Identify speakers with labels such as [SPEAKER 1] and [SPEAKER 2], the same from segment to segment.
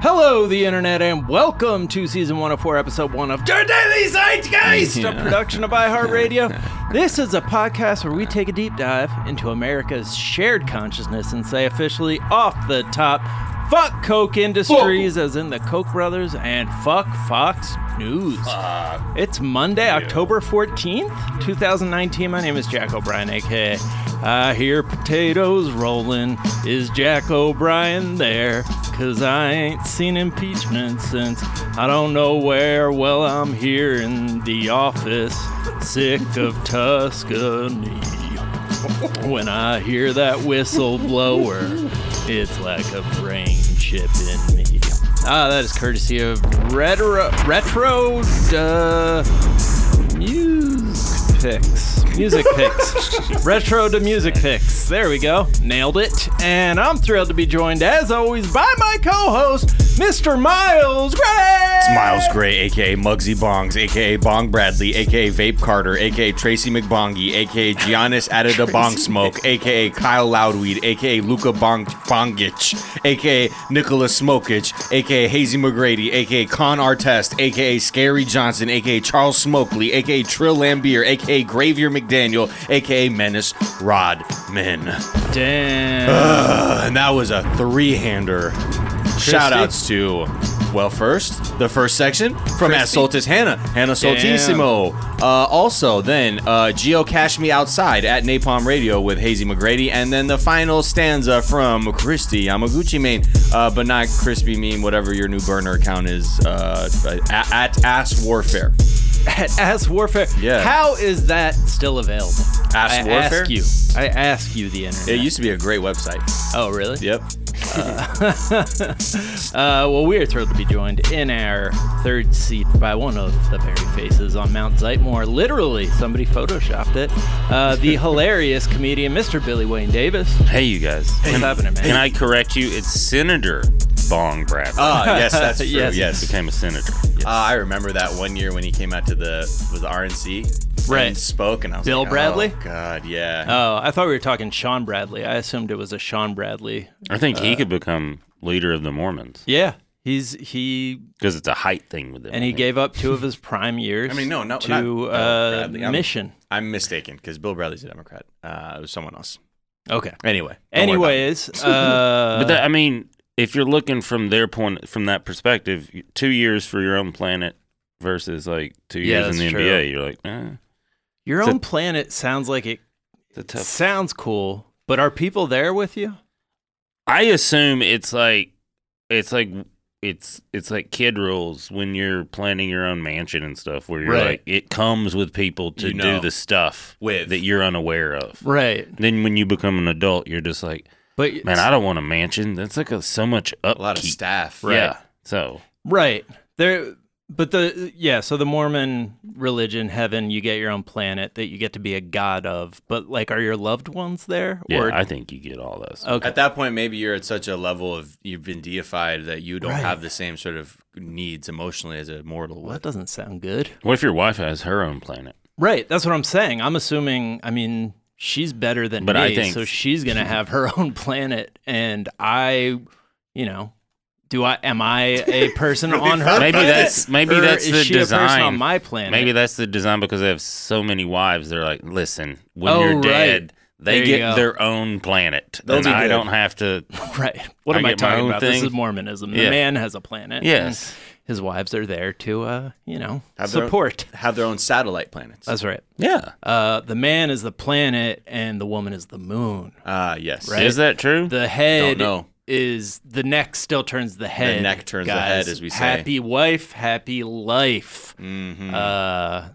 [SPEAKER 1] Hello, the internet, and welcome to season 104, episode 1 of Your Daily Zeitgeist, a
[SPEAKER 2] Yeah.
[SPEAKER 1] production of iHeartRadio. this is a podcast where we take a deep dive into America's shared consciousness and say officially off the top, fuck Coke Industries, as in the Koch brothers, and fuck Fox News. It's Monday, October 14th, 2019. My name is Jack O'Brien, aka I hear potatoes rolling. Is Jack O'Brien there? Cause I ain't seen impeachment since I don't know where. Well, I'm here in the office, sick of Tuscany. When I hear that whistle blower, it's like a brain chip in me. Ah, that is courtesy of retro retro uh, music picks, music picks, retro to music picks. There we go, nailed it. And I'm thrilled to be joined, as always, by my co-host, Mr. Miles Gray.
[SPEAKER 2] Miles Gray, aka Muggsy Bongs, aka Bong Bradley, aka Vape Carter, aka Tracy McBongy, aka Giannis Adida Bong Smoke, aka Kyle Loudweed, aka Luca Bong Bongich, aka Nicholas Smokich, aka Hazy McGrady, aka Con Artest, aka Scary Johnson, aka Charles Smokley, aka Trill Lambier, aka Gravier McDaniel, aka Menace Rodman.
[SPEAKER 1] Damn.
[SPEAKER 2] Uh, and that was a three-hander. Shout outs to well, first the first section from at Soltis Hannah, Hannah Soltissimo. Uh, also, then uh, Geo Cash Me Outside at Napalm Radio with Hazy McGrady, and then the final stanza from Christy Yamaguchi main, uh, but not Crispy Meme, whatever your new burner account is uh, at, at Ass Warfare.
[SPEAKER 1] at Ass Warfare.
[SPEAKER 2] Yeah.
[SPEAKER 1] How is that still available? I
[SPEAKER 2] Warfare?
[SPEAKER 1] ask you. I ask you, the internet.
[SPEAKER 2] It used to be a great website.
[SPEAKER 1] oh, really?
[SPEAKER 2] Yep.
[SPEAKER 1] Uh, well, we are thrilled to be joined in our third seat by one of the very faces on Mount Zeitmore. Literally, somebody photoshopped it. Uh, the hilarious comedian, Mr. Billy Wayne Davis.
[SPEAKER 3] Hey, you guys.
[SPEAKER 1] What's happening, man?
[SPEAKER 3] Can I correct you? It's Senator Bong Bradley.
[SPEAKER 2] Ah, yes, that's true.
[SPEAKER 1] Yes.
[SPEAKER 2] yes.
[SPEAKER 3] He became a senator.
[SPEAKER 2] Uh, I remember that one year when he came out to the was the RNC
[SPEAKER 1] Right.
[SPEAKER 2] and spoke, and I was
[SPEAKER 1] Bill
[SPEAKER 2] like,
[SPEAKER 1] Bradley?
[SPEAKER 2] Oh God, yeah.
[SPEAKER 1] Oh, I thought we were talking Sean Bradley. I assumed it was a Sean Bradley.
[SPEAKER 3] I think he could become leader of the Mormons
[SPEAKER 1] Yeah. He's he
[SPEAKER 3] because it's a height thing with him.
[SPEAKER 1] and he gave up two of his prime years.
[SPEAKER 2] I mean, no, not-
[SPEAKER 1] to
[SPEAKER 2] not Bill
[SPEAKER 1] uh,
[SPEAKER 2] Bradley. I'm-
[SPEAKER 1] mission.
[SPEAKER 2] I'm mistaken because Bill Bradley's a Democrat. Uh, it was someone else.
[SPEAKER 1] Okay.
[SPEAKER 2] Anyway. don't worry about it.
[SPEAKER 1] Anyways, uh,
[SPEAKER 3] But that, I mean, if you're looking from their point, from that perspective, two years for your own planet versus like two
[SPEAKER 1] Yeah,
[SPEAKER 3] years in
[SPEAKER 1] that's
[SPEAKER 3] the
[SPEAKER 1] true.
[SPEAKER 3] NBA, you're like, eh,
[SPEAKER 1] your
[SPEAKER 3] it's a-
[SPEAKER 1] own planet sounds like it
[SPEAKER 3] it's a tough.
[SPEAKER 1] sounds cool, but are people there with you?
[SPEAKER 3] I assume it's like, it's like. It's it's like kid rules when you're planning your own mansion and stuff, where you're
[SPEAKER 1] Right.
[SPEAKER 3] like, it comes with people to
[SPEAKER 2] You know.
[SPEAKER 3] do the stuff
[SPEAKER 2] With.
[SPEAKER 3] that you're unaware of.
[SPEAKER 1] Right.
[SPEAKER 3] Then when you become an adult, you're just like,
[SPEAKER 1] But
[SPEAKER 3] man, I don't want a mansion. That's like a, so much upkeep.
[SPEAKER 2] A lot of staff.
[SPEAKER 3] Yeah. So
[SPEAKER 1] right there. But the yeah, so the Mormon religion, heaven, you get your own planet that you get to be a god of. But like, are your loved ones there?
[SPEAKER 3] yeah,
[SPEAKER 1] Or Oh.
[SPEAKER 3] I think you get all this.
[SPEAKER 1] okay,
[SPEAKER 2] At that point, maybe you're at such a level of you've been deified that you don't
[SPEAKER 1] Right.
[SPEAKER 2] have the same sort of needs emotionally as a mortal
[SPEAKER 1] well, that
[SPEAKER 2] would.
[SPEAKER 1] doesn't sound good.
[SPEAKER 3] What if your wife has her own planet?
[SPEAKER 1] Right. That's what I'm saying. I'm assuming. I mean, she's better than
[SPEAKER 3] But
[SPEAKER 1] me,
[SPEAKER 3] I think-
[SPEAKER 1] so she's gonna have her own planet, and I, you know, do I? Am I a person on her?
[SPEAKER 3] Maybe
[SPEAKER 1] planet?
[SPEAKER 3] that's maybe
[SPEAKER 1] Or
[SPEAKER 3] that's
[SPEAKER 1] is
[SPEAKER 3] the
[SPEAKER 1] she A person on
[SPEAKER 3] design.
[SPEAKER 1] my planet.
[SPEAKER 3] Maybe that's the design because they have so many wives. They're like, listen, when
[SPEAKER 1] Oh,
[SPEAKER 3] you're
[SPEAKER 1] right.
[SPEAKER 3] dead, they
[SPEAKER 1] There you go.
[SPEAKER 3] get their own planet.
[SPEAKER 2] They'll
[SPEAKER 3] Then
[SPEAKER 2] be
[SPEAKER 3] I
[SPEAKER 2] good.
[SPEAKER 3] don't have to.
[SPEAKER 1] Right. What
[SPEAKER 3] I
[SPEAKER 1] am I
[SPEAKER 3] get my
[SPEAKER 1] talking
[SPEAKER 3] own
[SPEAKER 1] about? This
[SPEAKER 3] thing.
[SPEAKER 1] is Mormonism. The
[SPEAKER 3] Yeah.
[SPEAKER 1] man has a planet. and
[SPEAKER 3] Yes.
[SPEAKER 1] His wives are there to, uh, you know,
[SPEAKER 2] Have their own-
[SPEAKER 1] support.
[SPEAKER 2] Have their own satellite planets.
[SPEAKER 1] That's right.
[SPEAKER 3] Yeah.
[SPEAKER 1] Uh, the man is the planet and the woman is the moon.
[SPEAKER 2] Ah, yes.
[SPEAKER 1] Right.
[SPEAKER 3] Is that true?
[SPEAKER 1] The head
[SPEAKER 2] know.
[SPEAKER 1] is the neck still turns the head.
[SPEAKER 2] neck turns the
[SPEAKER 1] guys.
[SPEAKER 2] head, as we say.
[SPEAKER 1] Happy wife, happy life.
[SPEAKER 2] Mm-hmm.
[SPEAKER 3] Mm.
[SPEAKER 1] Uh,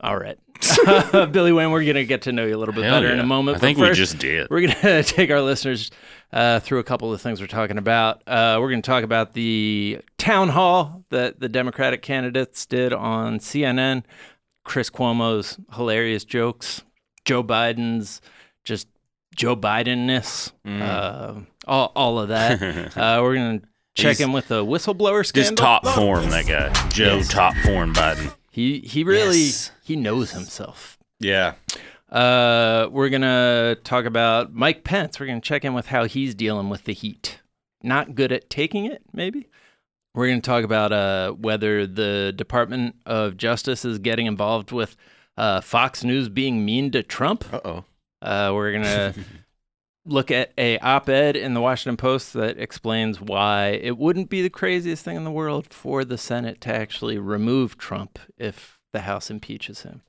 [SPEAKER 1] all right. Billy Wayne, we're going to get to know you a little bit
[SPEAKER 3] Hell
[SPEAKER 1] better in
[SPEAKER 3] yeah.
[SPEAKER 1] a moment.
[SPEAKER 3] I
[SPEAKER 1] but
[SPEAKER 3] think we
[SPEAKER 1] first-
[SPEAKER 3] just did.
[SPEAKER 1] We're going to take our listeners uh, through a couple of things we're talking about. Uh, we're going to talk about the town hall that the Democratic candidates did on CNN, Chris Cuomo's hilarious jokes, Joe Biden's just Joe Biden ness,
[SPEAKER 3] Mm.
[SPEAKER 1] uh, all, all of that. uh, we're going to check
[SPEAKER 3] He's-
[SPEAKER 1] in with the whistleblower scandal.
[SPEAKER 3] Just top form, that guy. Joe top form Biden.
[SPEAKER 1] He, he really,
[SPEAKER 3] Yes.
[SPEAKER 1] he knows himself.
[SPEAKER 2] Yeah.
[SPEAKER 1] Uh, we're gonna talk about Mike Pence. We're gonna check in with how he's dealing with the heat. Not good at taking it, maybe. We're going to talk about uh, whether the Department of Justice is getting involved with uh, Fox News being mean to Trump.
[SPEAKER 2] Uh oh.
[SPEAKER 1] Uh, we're going to look at a op-ed in the Washington Post that explains why it wouldn't be the craziest thing in the world for the Senate to actually remove Trump if the House impeaches him.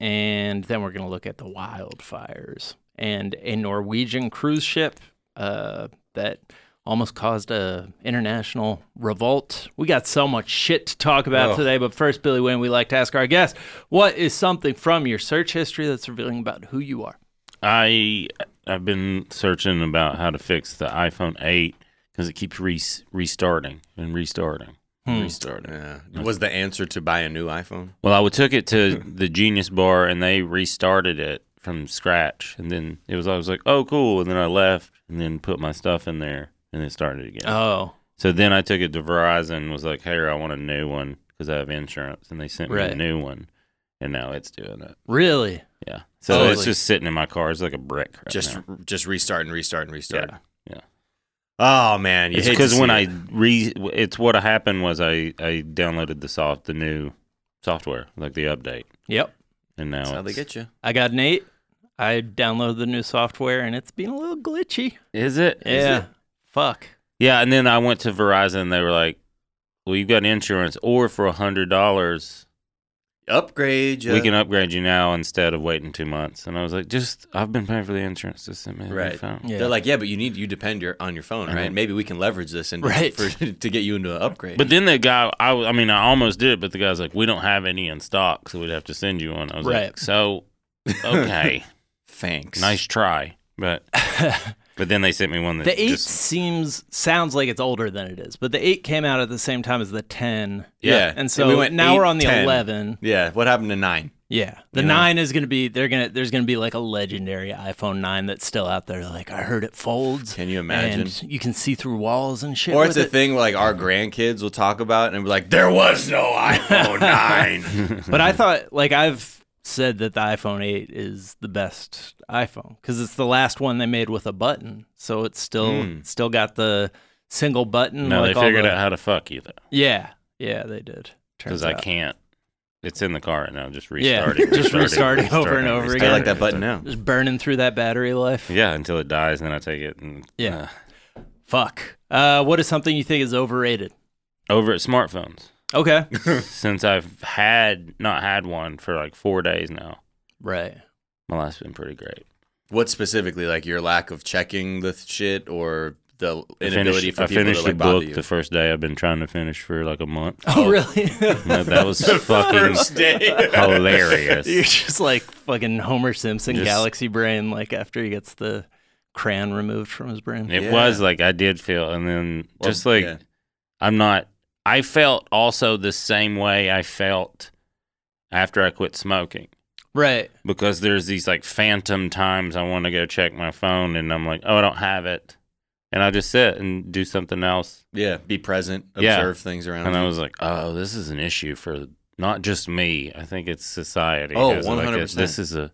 [SPEAKER 1] And then we're going to look at the wildfires and a Norwegian cruise ship uh, that almost caused a international revolt. We got so much shit to talk about
[SPEAKER 2] Oh.
[SPEAKER 1] today, but first, Billy Wynn, we like to ask our guests, what is something from your search history that's revealing about who you are?
[SPEAKER 3] I I've been searching about how to fix the iPhone 8 because it keeps re- restarting and restarting,
[SPEAKER 1] Hmm.
[SPEAKER 3] and restarting.
[SPEAKER 2] Yeah. Was the answer to buy a new iPhone?
[SPEAKER 3] Well, I would took it to
[SPEAKER 1] Mm-hmm.
[SPEAKER 3] the Genius Bar and they restarted it from scratch, and then it was I was like, oh cool, and then I left and then put my stuff in there and it started again.
[SPEAKER 1] Oh,
[SPEAKER 3] So then I took it to Verizon and was like, hey, I want a new one because I have insurance, and they sent me
[SPEAKER 1] Right.
[SPEAKER 3] a new one, and now it's doing it.
[SPEAKER 1] really?
[SPEAKER 3] Yeah. So
[SPEAKER 1] Totally.
[SPEAKER 3] it's just sitting in my car. It's like a brick. Right
[SPEAKER 2] just
[SPEAKER 3] now.
[SPEAKER 2] just restart and restart and restart.
[SPEAKER 3] Yeah, yeah.
[SPEAKER 2] Oh man, you
[SPEAKER 3] It's
[SPEAKER 2] hate to
[SPEAKER 3] because
[SPEAKER 2] see
[SPEAKER 3] when
[SPEAKER 2] it.
[SPEAKER 3] I re, it's what happened was I I downloaded the soft the new software like the update,
[SPEAKER 1] Yep.
[SPEAKER 3] and now
[SPEAKER 2] that's how they
[SPEAKER 3] it's-
[SPEAKER 2] get you.
[SPEAKER 1] I got an eight. I downloaded the new software and it's been a little glitchy.
[SPEAKER 3] is it? Is
[SPEAKER 1] yeah.
[SPEAKER 3] it?
[SPEAKER 1] Fuck.
[SPEAKER 3] yeah. And then I went to Verizon. and They were like, "Well, you've got insurance, or for a hundred dollars,
[SPEAKER 2] Upgrade. You.
[SPEAKER 3] we can upgrade you now instead of waiting two months." And I was like, "Just I've been paying for the insurance. Just send me a new
[SPEAKER 2] Right.
[SPEAKER 3] phone."
[SPEAKER 1] Yeah.
[SPEAKER 2] They're like, yeah, but you need you depend your on your phone, right?
[SPEAKER 3] Mhm.
[SPEAKER 2] Maybe we can leverage this and
[SPEAKER 1] Right.
[SPEAKER 2] for, to get you into an upgrade.
[SPEAKER 3] But then the guy, I, I mean, I almost did it, but the guy's like, "We don't have any in stock, so we'd have to send you one." I was
[SPEAKER 1] Right.
[SPEAKER 3] like, "So, okay,
[SPEAKER 2] thanks.
[SPEAKER 3] nice try," but but then they sent me one that
[SPEAKER 1] the eight
[SPEAKER 3] just,
[SPEAKER 1] seems sounds like it's older than it is, but the eight came out at the same time as the ten.
[SPEAKER 2] Yeah.
[SPEAKER 1] And so
[SPEAKER 2] We went
[SPEAKER 1] now
[SPEAKER 2] eight,
[SPEAKER 1] we're on the
[SPEAKER 2] 10.
[SPEAKER 1] eleven.
[SPEAKER 2] Yeah. What happened to nine?
[SPEAKER 1] Yeah. The
[SPEAKER 2] You know?
[SPEAKER 1] nine is gonna be they're gonna there's gonna be like a legendary iPhone nine that's still out there. Like I heard it folds.
[SPEAKER 2] Can you imagine?
[SPEAKER 1] And you can see through walls and shit.
[SPEAKER 2] or
[SPEAKER 1] with
[SPEAKER 2] it's a
[SPEAKER 1] it.
[SPEAKER 2] thing like our grandkids will talk about and be like, there was no iPhone nine.
[SPEAKER 1] But
[SPEAKER 3] Mm-hmm.
[SPEAKER 1] I thought, like, I've said that the iPhone 8 is the best iPhone because it's the last one they made with a button, so it's still
[SPEAKER 2] Mm.
[SPEAKER 1] still got the single button.
[SPEAKER 3] no,
[SPEAKER 1] like
[SPEAKER 3] Hmm. they
[SPEAKER 1] all
[SPEAKER 3] figured
[SPEAKER 1] the-
[SPEAKER 3] out how to fuck you though,
[SPEAKER 1] Yeah, yeah, they did. Turns
[SPEAKER 3] because I
[SPEAKER 1] out.
[SPEAKER 3] can't. It's in the car right now, just
[SPEAKER 1] Yeah,
[SPEAKER 3] restarting,
[SPEAKER 1] just restarting over and over
[SPEAKER 2] I
[SPEAKER 1] again.
[SPEAKER 2] like that button now.
[SPEAKER 1] Just burning through that battery life.
[SPEAKER 3] Yeah, until it dies, and then I take it and
[SPEAKER 1] Yeah. Fuck. Uh, what is something you think is overrated?
[SPEAKER 3] uh, over at smartphones
[SPEAKER 1] Okay.
[SPEAKER 3] since I've had not had one for like four days now.
[SPEAKER 1] right.
[SPEAKER 3] My life's been pretty great.
[SPEAKER 2] What specifically, like your lack of checking the th- shit or the
[SPEAKER 3] I
[SPEAKER 2] inability
[SPEAKER 3] finished-
[SPEAKER 2] for
[SPEAKER 3] I
[SPEAKER 2] people
[SPEAKER 3] finished
[SPEAKER 2] to
[SPEAKER 3] the
[SPEAKER 2] like bother
[SPEAKER 3] book
[SPEAKER 2] you?
[SPEAKER 3] the first day I've been trying to finish for like a month.
[SPEAKER 1] Oh, really?
[SPEAKER 3] No, that was fucking
[SPEAKER 2] day.
[SPEAKER 3] hilarious.
[SPEAKER 1] You're just like fucking Homer Simpson,
[SPEAKER 3] Just-
[SPEAKER 1] galaxy brain. Like after he gets the crayon removed from his brain.
[SPEAKER 3] It
[SPEAKER 2] Yeah.
[SPEAKER 3] was like I did feel, and then
[SPEAKER 2] Well,
[SPEAKER 3] just like
[SPEAKER 2] yeah.
[SPEAKER 3] I'm not. I felt also the same way I felt after I quit smoking
[SPEAKER 1] Right.
[SPEAKER 3] because there's these like phantom times I want to go check my phone, and I'm like, oh, I don't have it, and I just sit and do something else.
[SPEAKER 2] Yeah, be present, observe
[SPEAKER 3] Yeah.
[SPEAKER 2] things around
[SPEAKER 3] And
[SPEAKER 2] you.
[SPEAKER 3] I was like, oh, this is an issue for not just me. I think it's society.
[SPEAKER 2] Oh,
[SPEAKER 3] 'Cause, like,
[SPEAKER 2] 100%.
[SPEAKER 3] This is a,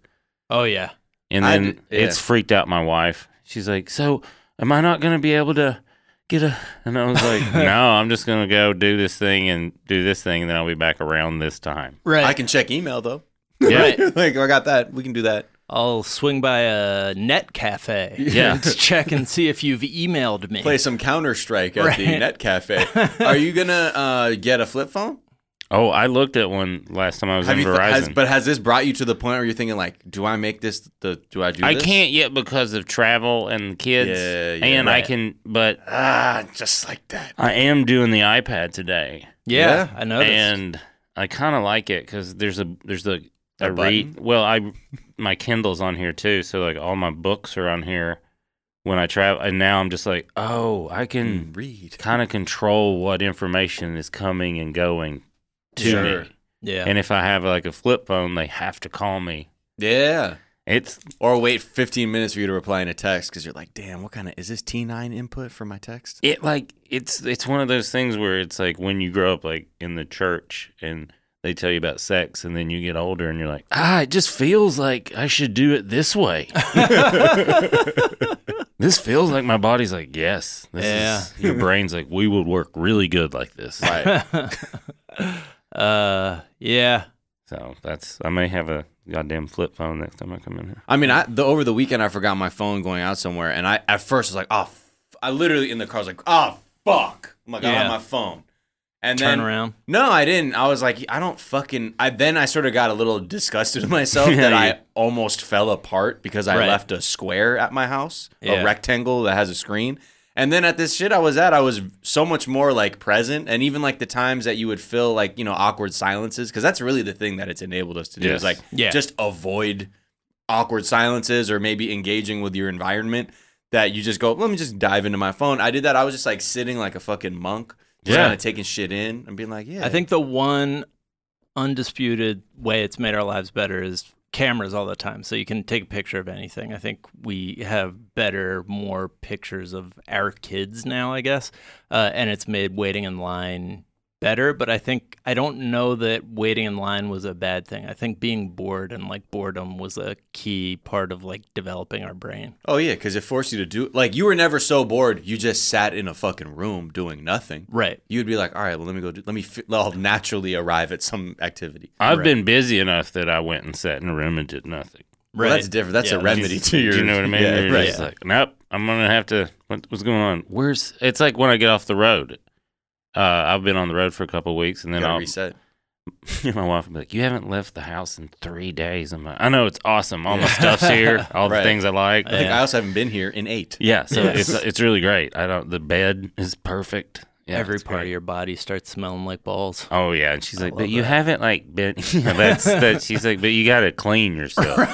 [SPEAKER 1] Oh yeah.
[SPEAKER 3] and
[SPEAKER 2] I
[SPEAKER 3] then
[SPEAKER 2] d- yeah.
[SPEAKER 3] it's freaked out my wife. She's like, so am I not going to be able to get a? And I was like, no, I'm just going to go do this thing and do this thing, and then I'll be back around this time.
[SPEAKER 1] Right.
[SPEAKER 2] I can check email though.
[SPEAKER 3] Yeah.
[SPEAKER 2] like oh, I got that. We can do that.
[SPEAKER 1] I'll swing by a net cafe.
[SPEAKER 3] Yeah.
[SPEAKER 1] to check and see if you've emailed me.
[SPEAKER 2] Play some Counter Strike at the
[SPEAKER 1] Right.
[SPEAKER 2] Net Cafe. Are you gonna uh, get a flip phone?
[SPEAKER 3] Oh, I looked at one last time I was
[SPEAKER 2] Have
[SPEAKER 3] in
[SPEAKER 2] you? th-
[SPEAKER 3] Verizon.
[SPEAKER 2] has, but has this brought you to the point where you're thinking like, do I make this? The do I do?
[SPEAKER 3] I
[SPEAKER 2] this?
[SPEAKER 3] can't yet because of travel and kids,
[SPEAKER 2] Yeah, yeah.
[SPEAKER 3] and I
[SPEAKER 2] Right.
[SPEAKER 3] can. But
[SPEAKER 2] Ah, just like that.
[SPEAKER 3] I am doing the iPad today.
[SPEAKER 1] yeah,
[SPEAKER 2] Yeah.
[SPEAKER 1] I noticed.
[SPEAKER 3] and I kind of like it because there's a there's a,
[SPEAKER 2] A
[SPEAKER 3] a read. Well, I my Kindle's on here too, so like all my books are on here when I travel. And now I'm just like, oh, I can
[SPEAKER 2] Read.
[SPEAKER 3] kind of control what information is coming and going to
[SPEAKER 2] Sure.
[SPEAKER 3] me.
[SPEAKER 1] yeah.
[SPEAKER 3] And if I have like a flip phone, they have to call me.
[SPEAKER 2] Yeah.
[SPEAKER 3] It's
[SPEAKER 2] Or wait 15 minutes for you to reply in a text because you're like, damn, what kind of is this T9 input for my text?
[SPEAKER 3] it like it's it's one of those things where it's like when you grow up like in the church and they tell you about sex, and then you get older and you're like, ah, it just feels like I should do it this way. this feels like my body's like, yes. This is, your brain's like, we would work really good like this.
[SPEAKER 2] Right.
[SPEAKER 1] uh, yeah.
[SPEAKER 3] So that's, I may have a goddamn flip phone next time I come in here.
[SPEAKER 2] I mean, I the, over the weekend I forgot my phone going out somewhere, and I at first was like, oh, f-. I literally in the car was like, oh fuck, I'm like, I
[SPEAKER 1] Yeah.
[SPEAKER 2] have my phone, and
[SPEAKER 1] Turn
[SPEAKER 2] then
[SPEAKER 1] around.
[SPEAKER 2] no, I didn't. I was like, I don't fucking. I then I sort of got a little disgusted with myself that
[SPEAKER 3] Yeah, you-
[SPEAKER 2] I almost fell apart because I
[SPEAKER 1] Right.
[SPEAKER 2] left a square at my house,
[SPEAKER 1] Yeah.
[SPEAKER 2] a rectangle that has a screen. And then at this shit I was at, I was so much more like present, and even like the times that you would fill like you know awkward silences, because that's really the thing that it's enabled us to do
[SPEAKER 3] Yes.
[SPEAKER 2] is like
[SPEAKER 1] Yeah.
[SPEAKER 2] just avoid awkward silences or maybe engaging with your environment that you just go, let me just dive into my phone. I did that. I was just like sitting like a fucking monk, just
[SPEAKER 3] Yeah.
[SPEAKER 2] kind of taking shit in and being like, yeah.
[SPEAKER 1] I think the one undisputed way it's made our lives better is cameras all the time. So you can take a picture of anything. I think we have better, more pictures of our kids now, I guess. Uh, and it's made waiting in line better. But I think, I don't know that waiting in line was a bad thing. I think being bored and like boredom was a key part of like developing our brain.
[SPEAKER 2] Oh yeah, because it forced you to do like you were never so bored. You just sat in a fucking room doing nothing.
[SPEAKER 1] Right.
[SPEAKER 2] You would be like, all right, well let me go. Do, let me. Fi- I'll naturally arrive at some activity.
[SPEAKER 3] I've
[SPEAKER 2] Right.
[SPEAKER 3] been busy enough that I went and sat in a room and did nothing.
[SPEAKER 1] Right.
[SPEAKER 2] Well, that's different. That's
[SPEAKER 1] Yeah,
[SPEAKER 2] a
[SPEAKER 1] that's-
[SPEAKER 2] remedy to your.
[SPEAKER 3] Do you know what I mean?
[SPEAKER 2] Yeah,
[SPEAKER 3] You're
[SPEAKER 2] right.
[SPEAKER 3] just uh, like, nope, I'm gonna have to. What, what's going on? Where's? It's like when I get off the road. Uh, I've been on the road for a couple weeks, and then
[SPEAKER 2] Gotta
[SPEAKER 3] I'll,
[SPEAKER 2] reset.
[SPEAKER 3] my wife will be like, "You haven't left the house in three days." I'm like, "I know it's awesome. All my stuff's here. All the
[SPEAKER 2] Right.
[SPEAKER 3] things I like."
[SPEAKER 2] I think
[SPEAKER 1] Yeah.
[SPEAKER 2] I also haven't been here in eight.
[SPEAKER 3] Yeah, so
[SPEAKER 1] Yes.
[SPEAKER 3] it's it's really great. I don't. The bed is perfect. Yeah,
[SPEAKER 1] Every
[SPEAKER 3] it's
[SPEAKER 1] part of
[SPEAKER 3] great.
[SPEAKER 1] your body starts smelling like balls.
[SPEAKER 3] Oh yeah, and she's
[SPEAKER 1] I
[SPEAKER 3] like,
[SPEAKER 1] love
[SPEAKER 3] "But you
[SPEAKER 1] that.
[SPEAKER 3] haven't like been." Yeah, that's that. She's like, "But you gotta clean yourself."
[SPEAKER 2] All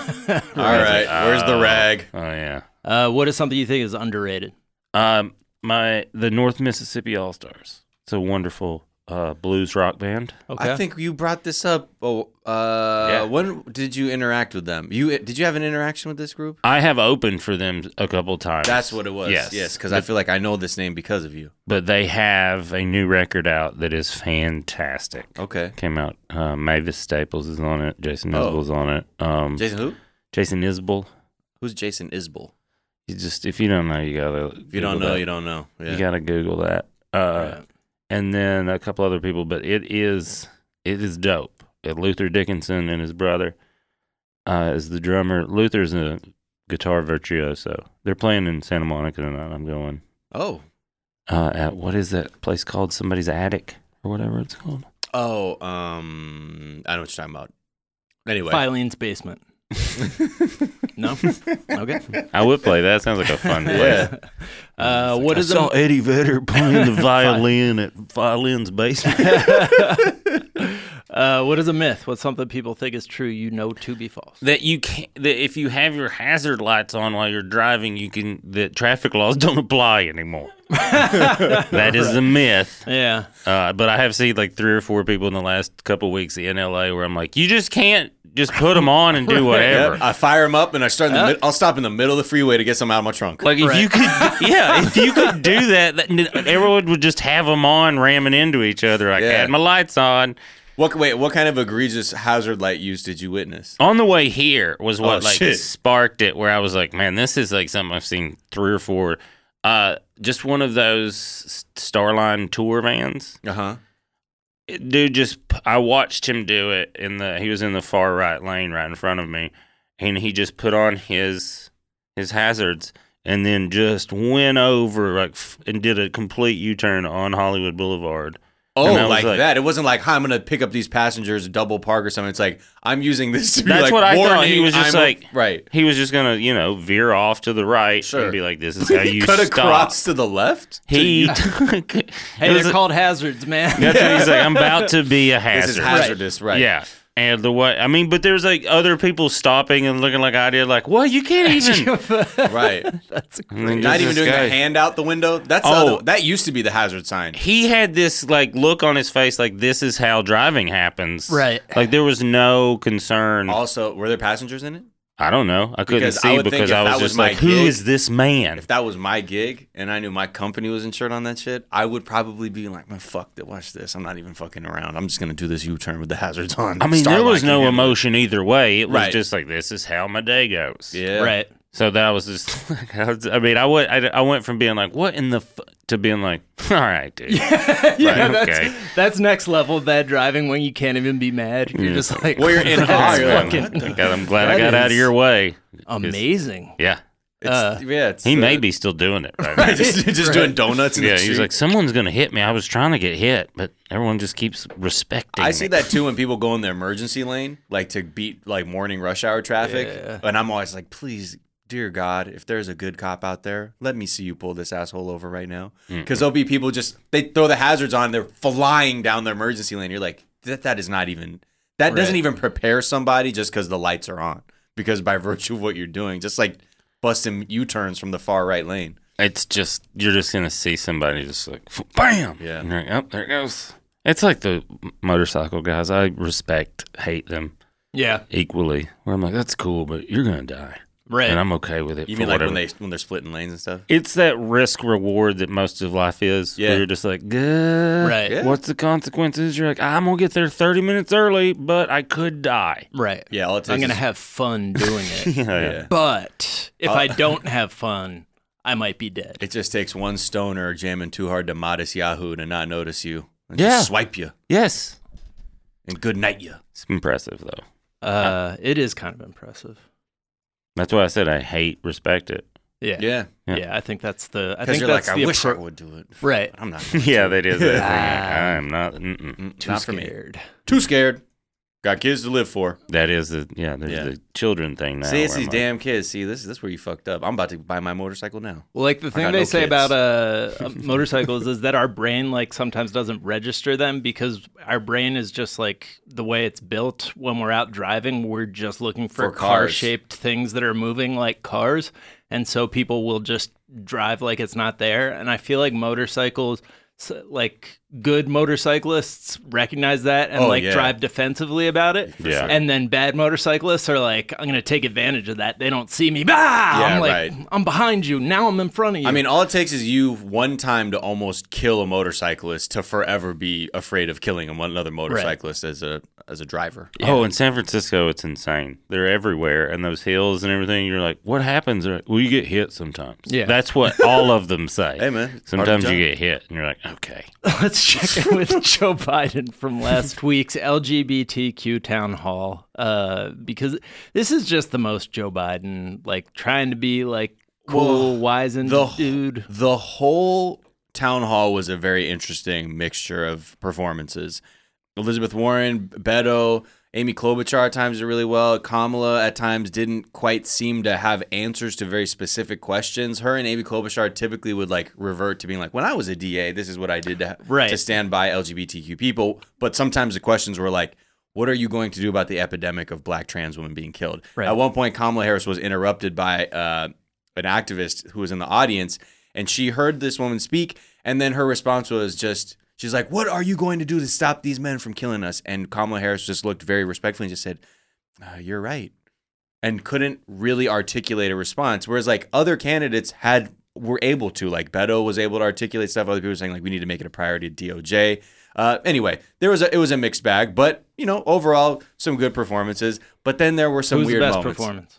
[SPEAKER 2] right, where's the
[SPEAKER 3] oh.
[SPEAKER 2] rag?
[SPEAKER 3] oh yeah.
[SPEAKER 1] Uh, what is something you think is underrated?
[SPEAKER 3] Um, my the North Mississippi All Stars. It's a wonderful uh, blues rock band.
[SPEAKER 1] Okay.
[SPEAKER 2] I think you brought this up. Oh, uh,
[SPEAKER 3] Yeah.
[SPEAKER 2] When did you interact with them? You eh, did you have an interaction with this group?
[SPEAKER 3] I have opened for them a couple times.
[SPEAKER 2] That's what it was.
[SPEAKER 3] Yes.
[SPEAKER 2] yes, because I feel like I know this name because of you.
[SPEAKER 3] But they have a new record out that is fantastic.
[SPEAKER 2] Okay,
[SPEAKER 3] Came out. Uh, Mavis Staples is on it. Jason
[SPEAKER 2] Oh.
[SPEAKER 3] Isbell's on it. Um,
[SPEAKER 2] Jason who?
[SPEAKER 3] Jason Isbell.
[SPEAKER 2] Who's Jason Isbell?
[SPEAKER 3] You just if you don't know, you gotta.
[SPEAKER 2] If you don't know, you don't know. Yeah.
[SPEAKER 3] You gotta Google that. Uh,
[SPEAKER 1] Right.
[SPEAKER 3] and then a couple other people, but it is it is dope. And Luther Dickinson and his brother uh, is the drummer. Luther's a guitar virtuoso. They're playing in Santa Monica tonight. I'm going
[SPEAKER 2] Oh,
[SPEAKER 3] uh, at what is that place called? Somebody's attic or whatever it's called.
[SPEAKER 2] Oh, um, I know what you're talking about. Anyway,
[SPEAKER 1] Filene's basement. no. Okay.
[SPEAKER 3] I would play that. Sounds like a fun place. Mm.
[SPEAKER 2] Yeah.
[SPEAKER 1] Uh, what
[SPEAKER 3] I
[SPEAKER 1] is
[SPEAKER 3] saw
[SPEAKER 1] a,
[SPEAKER 3] Eddie Vedder playing the violin at violin's basement.
[SPEAKER 1] uh, what is a myth? What's something people think is true you know to be false?
[SPEAKER 3] that you can not that if you have your hazard lights on while you're driving, you can the traffic laws don't apply anymore. that is a myth.
[SPEAKER 1] Yeah.
[SPEAKER 3] Uh, but I have seen like three or four people in the last couple weeks in LA where I'm like, you just can't just put them on and do whatever.
[SPEAKER 2] Yep, I fire them up and I start in the mid- I'll stop in the middle of the freeway to get some out of my trunk.
[SPEAKER 3] Like if you could, yeah, if you could do that, that n- everyone would just have them on ramming into each other. Like, I
[SPEAKER 2] Yeah.
[SPEAKER 3] had my lights on.
[SPEAKER 2] what? Wait, what kind of egregious hazard light use did you witness?
[SPEAKER 3] On the way here was what
[SPEAKER 2] Oh,
[SPEAKER 3] like
[SPEAKER 2] shit.
[SPEAKER 3] sparked it, where I was like, man, this is like something I've seen three or four. Uh, just one of those Starline tour vans.
[SPEAKER 2] Uh huh.
[SPEAKER 3] dude just i watched him do it in the he was in the far right lane right in front of me and he just put on his his hazards and then just went over like f- and did a complete u-turn on hollywood boulevard
[SPEAKER 2] Oh,
[SPEAKER 3] And I was
[SPEAKER 2] like,
[SPEAKER 3] like-
[SPEAKER 2] that. It wasn't like, "Hi, I'm gonna pick up these passengers, double park or something." It's like I'm using this to be
[SPEAKER 3] That's
[SPEAKER 2] like
[SPEAKER 3] what I thought.
[SPEAKER 2] warning.
[SPEAKER 3] He was just
[SPEAKER 2] I'm a-
[SPEAKER 3] like-
[SPEAKER 2] right.
[SPEAKER 3] he was just gonna you know veer off to the right
[SPEAKER 2] Sure.
[SPEAKER 3] and be like this is how you
[SPEAKER 2] cut
[SPEAKER 3] stop
[SPEAKER 2] across to the left.
[SPEAKER 3] he took
[SPEAKER 1] Hey,
[SPEAKER 3] it was
[SPEAKER 1] they're
[SPEAKER 3] a-
[SPEAKER 1] called hazards, man.
[SPEAKER 3] that's what he's like i'm about to be a hazard
[SPEAKER 2] This is hazardous, right?
[SPEAKER 3] Yeah. And the way, I mean, but there's like other people stopping and looking like I did, like, what? You can't even.
[SPEAKER 2] right.
[SPEAKER 1] That's
[SPEAKER 3] And then
[SPEAKER 2] Not
[SPEAKER 3] just
[SPEAKER 2] even
[SPEAKER 3] this
[SPEAKER 2] doing
[SPEAKER 3] guy-
[SPEAKER 2] the hand out the window. That's the
[SPEAKER 3] Oh.
[SPEAKER 2] other, that used to be the hazard sign.
[SPEAKER 3] he had this like look on his face like this is how driving happens
[SPEAKER 1] Right.
[SPEAKER 3] like there was no concern
[SPEAKER 2] Also, were there passengers in it?
[SPEAKER 3] I don't know. I couldn't
[SPEAKER 2] Because I
[SPEAKER 3] see
[SPEAKER 2] would think
[SPEAKER 3] because
[SPEAKER 2] if
[SPEAKER 3] I was,
[SPEAKER 2] that was
[SPEAKER 3] just
[SPEAKER 2] my
[SPEAKER 3] like, who
[SPEAKER 2] gig-
[SPEAKER 3] is this man?
[SPEAKER 2] If that was my gig and I knew my company was insured on that shit, I would probably be like, man, fuck that. Watch this. I'm not even fucking around. I'm just going to do this U turn with the hazards on.
[SPEAKER 3] I mean,
[SPEAKER 2] Star
[SPEAKER 3] there was
[SPEAKER 2] locking
[SPEAKER 3] no
[SPEAKER 2] in.
[SPEAKER 3] emotion either way. It was
[SPEAKER 2] Right.
[SPEAKER 3] just like this is how my day goes.
[SPEAKER 2] Yeah.
[SPEAKER 1] Right.
[SPEAKER 3] So that was just. I, was- I mean, I went. I, I went from being like, "What in the," f-, to being like, "All right, dude."
[SPEAKER 1] yeah,
[SPEAKER 3] Right,
[SPEAKER 1] that's
[SPEAKER 3] okay.
[SPEAKER 1] that's next level bad driving when you can't even be mad.
[SPEAKER 3] Mm.
[SPEAKER 1] You're just like,
[SPEAKER 2] Well, you're in awe.
[SPEAKER 1] that's
[SPEAKER 2] You're like,
[SPEAKER 1] fucking
[SPEAKER 3] I'm glad- I'm glad I
[SPEAKER 1] That
[SPEAKER 3] got out of
[SPEAKER 1] is-
[SPEAKER 3] your way.
[SPEAKER 1] amazing.
[SPEAKER 3] Yeah,
[SPEAKER 2] It's,
[SPEAKER 1] Uh,
[SPEAKER 2] yeah. It's,
[SPEAKER 3] he
[SPEAKER 2] uh,
[SPEAKER 3] may be still doing it right now.
[SPEAKER 2] just, just doing donuts. In
[SPEAKER 3] Yeah,
[SPEAKER 2] the
[SPEAKER 3] he's
[SPEAKER 2] street.
[SPEAKER 3] like, someone's gonna hit me. I was trying to get hit, but everyone just keeps respecting.
[SPEAKER 2] I
[SPEAKER 3] me.
[SPEAKER 2] see that too when people go in the emergency lane, like to beat like morning rush hour traffic.
[SPEAKER 1] Yeah.
[SPEAKER 2] And I'm always like, please, dear God, if there's a good cop out there, let me see you pull this asshole over right now. Because there'll be people just they throw the hazards on, they're flying down the emergency lane. You're like, that that is not even that doesn't
[SPEAKER 1] Right.
[SPEAKER 2] even prepare somebody just because the lights are on. Because by virtue of what you're doing, just like busting U turns from the far right lane.
[SPEAKER 3] It's just you're just gonna see somebody just like f- bam.
[SPEAKER 2] Yeah.
[SPEAKER 3] And you're like, oh, there it goes. It's like the motorcycle guys. I respect, hate them
[SPEAKER 1] Yeah,
[SPEAKER 3] equally. Where I'm like, that's cool, but you're gonna die,
[SPEAKER 1] right.
[SPEAKER 3] and I'm okay with it.
[SPEAKER 2] You
[SPEAKER 3] for
[SPEAKER 2] mean like
[SPEAKER 3] whatever.
[SPEAKER 2] when they when they're splitting lanes and stuff?
[SPEAKER 3] It's that risk reward that most of life is.
[SPEAKER 2] Yeah.
[SPEAKER 3] Where you're just like, good.
[SPEAKER 1] Right. Yeah.
[SPEAKER 3] What's the consequences? You're like, I'm gonna get there 30 minutes early, but I could die.
[SPEAKER 1] right.
[SPEAKER 2] Yeah, all it takes
[SPEAKER 1] I'm gonna Oh,
[SPEAKER 2] is-
[SPEAKER 1] have fun doing it.
[SPEAKER 2] yeah.
[SPEAKER 1] but if I
[SPEAKER 3] Uh,
[SPEAKER 1] don't have fun, I might be dead.
[SPEAKER 2] It just takes one stoner jamming too hard to modest Yahoo to not notice you. And
[SPEAKER 3] Yeah.
[SPEAKER 2] Just swipe you
[SPEAKER 3] Yes.
[SPEAKER 2] and good night you.
[SPEAKER 3] It's impressive though.
[SPEAKER 1] Uh, it is kind of impressive.
[SPEAKER 3] That's why I said I hate respect it.
[SPEAKER 1] Yeah.
[SPEAKER 2] Yeah.
[SPEAKER 1] Yeah,
[SPEAKER 3] Yeah.
[SPEAKER 1] I think that's the. I
[SPEAKER 2] Because
[SPEAKER 1] think
[SPEAKER 2] you're
[SPEAKER 1] that's
[SPEAKER 2] like, I
[SPEAKER 1] the
[SPEAKER 2] wish I
[SPEAKER 1] appro-
[SPEAKER 2] would do it.
[SPEAKER 1] Right.
[SPEAKER 2] But I'm not.
[SPEAKER 3] yeah, that is. it.
[SPEAKER 1] Ah.
[SPEAKER 3] I'm not. Mm-mm.
[SPEAKER 2] Mm,
[SPEAKER 1] Too
[SPEAKER 2] not for me.
[SPEAKER 1] scared.
[SPEAKER 2] Too scared. Got kids to live for.
[SPEAKER 3] That is the yeah. There's
[SPEAKER 2] Yeah.
[SPEAKER 3] the children thing now.
[SPEAKER 2] See, it's
[SPEAKER 3] where
[SPEAKER 2] these
[SPEAKER 3] I'm like,
[SPEAKER 2] damn kids. See, this, this is where you fucked up. I'm about to buy my motorcycle now.
[SPEAKER 1] Well, like the thing
[SPEAKER 2] got
[SPEAKER 1] they
[SPEAKER 2] no
[SPEAKER 1] say
[SPEAKER 2] kids.
[SPEAKER 1] about uh, motorcycles is that our brain like sometimes doesn't register them because our brain is just like the way it's built. When we're out driving, we're just looking for,
[SPEAKER 2] For cars.
[SPEAKER 1] car-shaped things that are moving like cars, and so people will just drive like it's not there. And I feel like motorcycles. s- Like good motorcyclists recognize that and
[SPEAKER 2] Oh,
[SPEAKER 1] like
[SPEAKER 2] yeah.
[SPEAKER 1] drive defensively about it,
[SPEAKER 3] Yeah. sure.
[SPEAKER 1] and then bad motorcyclists are like, "I'm gonna take advantage of that. They don't see me. Bah! I'm like,
[SPEAKER 2] right.
[SPEAKER 1] I'm behind you. Now I'm in front of you.
[SPEAKER 2] I mean, all it takes is you one time to almost kill a motorcyclist to forever be afraid of killing a- another motorcyclist as a as a driver.
[SPEAKER 3] Oh, in San Francisco, it's insane. They're everywhere, and those hills and everything. You're like, what happens? They're Like, well, you get hit sometimes.
[SPEAKER 1] Yeah.
[SPEAKER 3] that's what all of them say.
[SPEAKER 2] Hey, man, it's part of the
[SPEAKER 3] Sometimes you
[SPEAKER 2] job.
[SPEAKER 3] get hit, and you're like, okay.
[SPEAKER 1] let's check in with Joe Biden from last week's LGBTQ town hall, uh, because this is just the most Joe Biden, like trying to be like cool, wise, and
[SPEAKER 2] the-
[SPEAKER 1] dude.
[SPEAKER 2] The whole town hall was a very interesting mixture of performances. Elizabeth Warren, Beto, Amy Klobuchar at times did really well. Kamala at times didn't quite seem to have answers to very specific questions. Her and Amy Klobuchar typically would like revert to being like, "When I was a DA, this is what I did to
[SPEAKER 1] Right.
[SPEAKER 2] to stand by LGBTQ people." But sometimes the questions were like, "What are you going to do about the epidemic of black trans women being killed?"
[SPEAKER 1] Right.
[SPEAKER 2] At one point, Kamala Harris was interrupted by uh, an activist who was in the audience, and she heard this woman speak, and then her response was just, "She's like, what are you going to do to stop these men from killing us?" And Kamala Harris just looked very respectfully and just said, uh, "You're right," and couldn't really articulate a response. Whereas like other candidates had were able to, like Beto was able to articulate stuff. Other people were saying like, "We need to make it a priority." at DOJ. Uh, anyway, there was a it was a mixed bag, but you know overall some good performances. But then there were some
[SPEAKER 1] Who's the
[SPEAKER 2] weird
[SPEAKER 1] best
[SPEAKER 2] moments.
[SPEAKER 1] performance?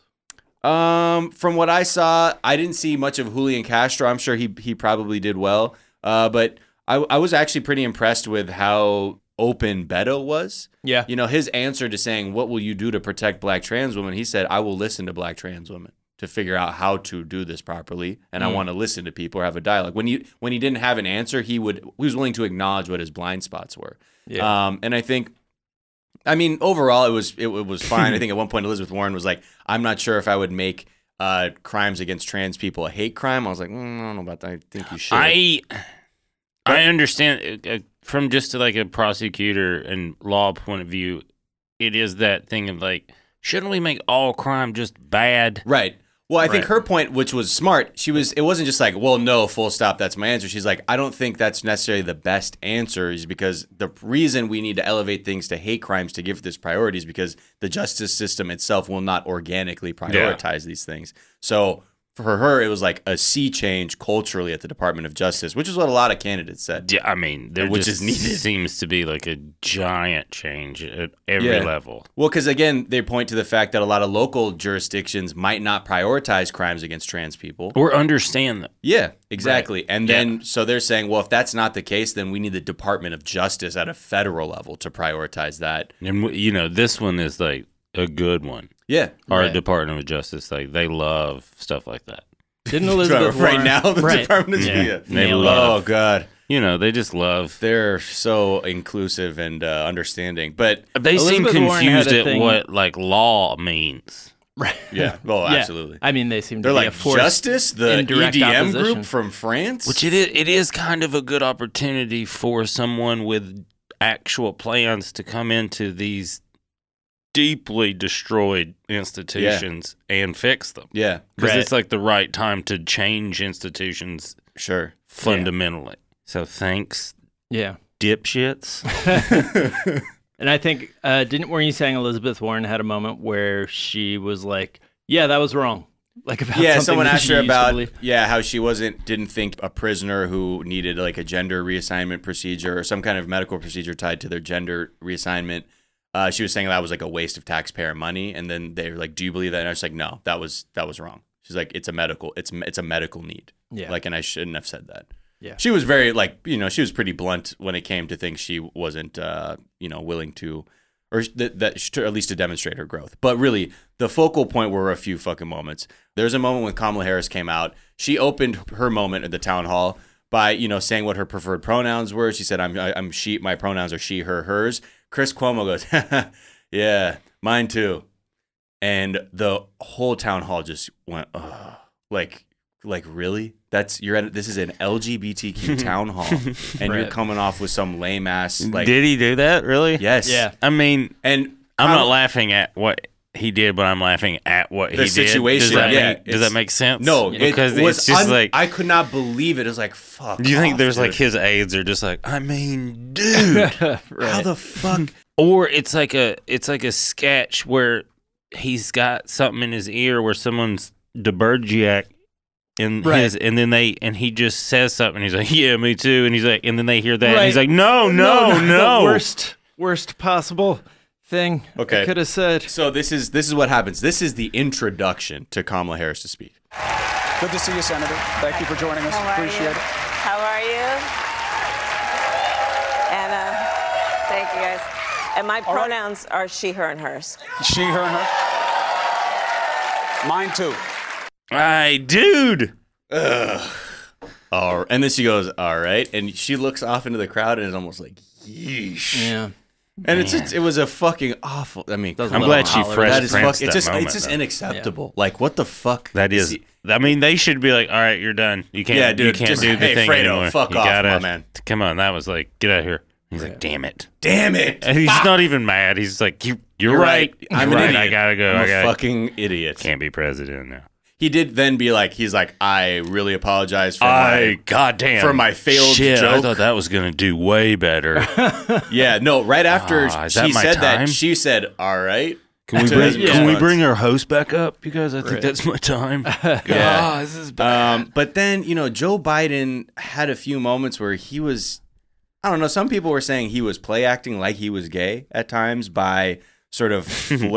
[SPEAKER 2] Um, from what I saw, I didn't see much of Julian Castro. I'm sure he he probably did well. Uh, but I I was actually pretty impressed with how open Beto was.
[SPEAKER 1] Yeah,
[SPEAKER 2] You know, his answer to saying, "What will you do to protect black trans women?" He said, "I will listen to black trans women to figure out how to do this properly, and I want to listen to people or have a dialogue." When you when he didn't have an answer, he would he was willing to acknowledge what his blind spots were.
[SPEAKER 1] Yeah.
[SPEAKER 2] Um, and I think. I mean, overall, it was it, it was fine. I think at one point Elizabeth Warren was like, "I'm not sure if I would make uh, crimes against trans people a hate crime." I was like, mm, "I don't know about that. I think you should."
[SPEAKER 3] I I understand uh, uh, from just like a prosecutor and law point of view, it is that thing of like, shouldn't we make all crime just bad?
[SPEAKER 2] right. Well, I think
[SPEAKER 3] Right.
[SPEAKER 2] her point, which was smart, she was. It wasn't just like, well, no, full stop. That's my answer. She's like, I don't think that's necessarily the best answer, is because the reason we need to elevate things to hate crimes to give this priority is because the justice system itself will not organically prioritize these things. So for her, it was like a sea change culturally at the Department of Justice, which is what a lot of candidates said.
[SPEAKER 3] Yeah, I mean, there
[SPEAKER 2] Which is
[SPEAKER 3] just
[SPEAKER 2] needed.
[SPEAKER 3] seems to be like a giant change at every
[SPEAKER 2] Yeah.
[SPEAKER 3] level.
[SPEAKER 2] Well, because again, they point to the fact that a lot of local jurisdictions might not prioritize crimes against trans people.
[SPEAKER 3] Or understand that.
[SPEAKER 2] Yeah, exactly. And
[SPEAKER 3] Yeah.
[SPEAKER 2] then so they're saying, well, if that's not the case, then we need the Department of Justice at a federal level to prioritize that.
[SPEAKER 3] And, w- you know, this one is like a good one.
[SPEAKER 2] Yeah.
[SPEAKER 3] Our
[SPEAKER 1] Right.
[SPEAKER 3] Department of Justice, like, they love stuff like that.
[SPEAKER 1] Didn't Elizabeth
[SPEAKER 2] right
[SPEAKER 1] Warren-
[SPEAKER 2] now, the
[SPEAKER 1] right.
[SPEAKER 2] Department of
[SPEAKER 3] Yeah.
[SPEAKER 2] Justice.
[SPEAKER 3] They
[SPEAKER 2] Oh
[SPEAKER 3] love.
[SPEAKER 2] God,
[SPEAKER 3] You know, they just love.
[SPEAKER 2] they're so inclusive and uh, understanding. But
[SPEAKER 3] Uh, They
[SPEAKER 1] Elizabeth
[SPEAKER 3] seem
[SPEAKER 1] Warren had
[SPEAKER 3] confused
[SPEAKER 1] a
[SPEAKER 3] at
[SPEAKER 1] thing-
[SPEAKER 3] what, like, law means.
[SPEAKER 1] Right.
[SPEAKER 2] yeah, well,
[SPEAKER 1] Yeah.
[SPEAKER 2] oh, absolutely.
[SPEAKER 1] I mean, they seem
[SPEAKER 2] They're
[SPEAKER 1] to be
[SPEAKER 2] like
[SPEAKER 1] a force.
[SPEAKER 2] Justice, the
[SPEAKER 1] indirect
[SPEAKER 2] EDM
[SPEAKER 1] opposition.
[SPEAKER 2] group from France.
[SPEAKER 3] Which it is, it is kind of a good opportunity for someone with actual plans to come into these deeply destroyed institutions and fix them.
[SPEAKER 2] yeah,
[SPEAKER 3] Because
[SPEAKER 1] Right.
[SPEAKER 3] it's like the right time to change institutions
[SPEAKER 2] sure.
[SPEAKER 3] fundamentally. So thanks,
[SPEAKER 1] yeah.
[SPEAKER 3] dipshits.
[SPEAKER 1] And I think uh, didn't weren't you saying Elizabeth Warren had a moment where she was like, "Yeah, that was wrong." Like about
[SPEAKER 2] yeah,
[SPEAKER 1] something
[SPEAKER 2] someone
[SPEAKER 1] that
[SPEAKER 2] asked
[SPEAKER 1] she
[SPEAKER 2] her
[SPEAKER 1] used to
[SPEAKER 2] about
[SPEAKER 1] believe.
[SPEAKER 2] yeah how she wasn't didn't think a prisoner who needed like a gender reassignment procedure or some kind of medical procedure tied to their gender reassignment. Uh, she was saying that was like a waste of taxpayer money, and then they were like, "Do you believe that?" And I was like, "No, that was that was wrong." She's like, "It's a medical, it's it's a medical need."
[SPEAKER 1] Yeah.
[SPEAKER 2] like, and I shouldn't have said that.
[SPEAKER 1] Yeah.
[SPEAKER 2] she was very like you know she was pretty blunt when it came to things she wasn't uh, you know willing to or that, that sh- at least to demonstrate her growth. But really, the focal point were a few fucking moments. There's a moment when Kamala Harris came out. She opened her moment at the town hall by you know saying what her preferred pronouns were. She said, "I'm I- I'm she. My pronouns are she, her, hers." Chris Cuomo goes, "Yeah, mine too," and the whole town hall just went, Ugh. like. Like really? That's you're at. This is an LGBTQ town hall, and you're
[SPEAKER 1] Right.
[SPEAKER 2] coming off with some lame ass like.
[SPEAKER 3] Did he do that? Really?
[SPEAKER 2] yes.
[SPEAKER 1] Yeah.
[SPEAKER 3] I mean,
[SPEAKER 2] And
[SPEAKER 3] I'm
[SPEAKER 2] Kamala-
[SPEAKER 3] not laughing at what he did, but I'm laughing at what he
[SPEAKER 2] Um, The
[SPEAKER 3] did.
[SPEAKER 2] situation,
[SPEAKER 3] Does that,
[SPEAKER 2] yeah,
[SPEAKER 3] make, does
[SPEAKER 2] it's-
[SPEAKER 3] that make sense?
[SPEAKER 2] No, it
[SPEAKER 3] because
[SPEAKER 2] was
[SPEAKER 3] it's just
[SPEAKER 2] un-
[SPEAKER 3] like.
[SPEAKER 2] I could not believe it. It was like fuck.
[SPEAKER 3] do you think
[SPEAKER 2] off,
[SPEAKER 3] there's
[SPEAKER 2] Oh, dude.
[SPEAKER 3] like his aides are just like, I mean, dude,
[SPEAKER 2] how
[SPEAKER 1] right.
[SPEAKER 2] the fuck?
[SPEAKER 3] or it's like a it's like a sketch where he's got something in his ear where someone's debergiac in
[SPEAKER 1] Right.
[SPEAKER 3] his and then they and he just says something he's like yeah me too and he's like and then they hear that and he's
[SPEAKER 1] Right.
[SPEAKER 3] like no no no,
[SPEAKER 1] The worst, worst possible thing
[SPEAKER 2] Okay.
[SPEAKER 1] I could have said.
[SPEAKER 2] So this is this is what happens. This is the introduction to Kamala Harris to speak.
[SPEAKER 4] Good to see you, Senator. Thank you for joining us.
[SPEAKER 5] How are
[SPEAKER 4] Appreciate
[SPEAKER 5] you?
[SPEAKER 4] it.
[SPEAKER 5] How are you? And uh, thank you guys. And my
[SPEAKER 4] right.
[SPEAKER 5] pronouns are she, her, and hers.
[SPEAKER 4] She, her, and her. Mine too.
[SPEAKER 3] I dude
[SPEAKER 2] All right. and then she goes, "All right," and she looks off into the crowd and is almost like, "Yeesh."
[SPEAKER 1] Yeah.
[SPEAKER 2] And it's just, it was a fucking awful. I mean,
[SPEAKER 1] Doesn't
[SPEAKER 2] come
[SPEAKER 3] I'm
[SPEAKER 1] Little
[SPEAKER 2] on.
[SPEAKER 3] glad she
[SPEAKER 1] holler.
[SPEAKER 3] fresh
[SPEAKER 2] that is fuck,
[SPEAKER 3] pranced
[SPEAKER 2] It's
[SPEAKER 3] that
[SPEAKER 2] just
[SPEAKER 3] moment,
[SPEAKER 2] it's just
[SPEAKER 3] though.
[SPEAKER 2] unacceptable. Like what the fuck?
[SPEAKER 3] that is
[SPEAKER 2] See-
[SPEAKER 3] I mean they should be like all right you're done you can't
[SPEAKER 2] Yeah, dude,
[SPEAKER 3] you can't
[SPEAKER 2] just-
[SPEAKER 3] do the
[SPEAKER 2] hey,
[SPEAKER 3] thing
[SPEAKER 2] Fredo,
[SPEAKER 3] anymore
[SPEAKER 2] fuck
[SPEAKER 3] you
[SPEAKER 2] off, my
[SPEAKER 3] gotta,
[SPEAKER 2] man.
[SPEAKER 3] come on that was like get out of here he's like damn it
[SPEAKER 2] Damn it!
[SPEAKER 3] and he's not even mad he's like you you're,
[SPEAKER 2] You're
[SPEAKER 3] right,
[SPEAKER 2] I'm
[SPEAKER 3] You're
[SPEAKER 2] an
[SPEAKER 3] right.
[SPEAKER 2] idiot.
[SPEAKER 3] I gotta go
[SPEAKER 2] I'm
[SPEAKER 3] I
[SPEAKER 2] a
[SPEAKER 3] gotta
[SPEAKER 2] fucking idiot.
[SPEAKER 3] can't be president now
[SPEAKER 2] He did then be like, he's like, "I really apologize for my
[SPEAKER 3] I goddamn
[SPEAKER 2] for my failed
[SPEAKER 3] shit. I
[SPEAKER 2] joke.
[SPEAKER 3] thought that was gonna do way better.
[SPEAKER 2] Yeah, no, right after
[SPEAKER 3] Ah, is that
[SPEAKER 2] she
[SPEAKER 3] my
[SPEAKER 2] said
[SPEAKER 3] time?
[SPEAKER 2] that, she said, All right.
[SPEAKER 3] Can we
[SPEAKER 2] To
[SPEAKER 3] bring
[SPEAKER 2] his
[SPEAKER 3] Can we
[SPEAKER 2] response.
[SPEAKER 3] bring our host back up? You guys, I think that's my time. yeah, this is bad.
[SPEAKER 2] Um, but then, you know, Joe Biden had a few moments where he was, I don't know, some people were saying he was play acting like he was gay at times by sort of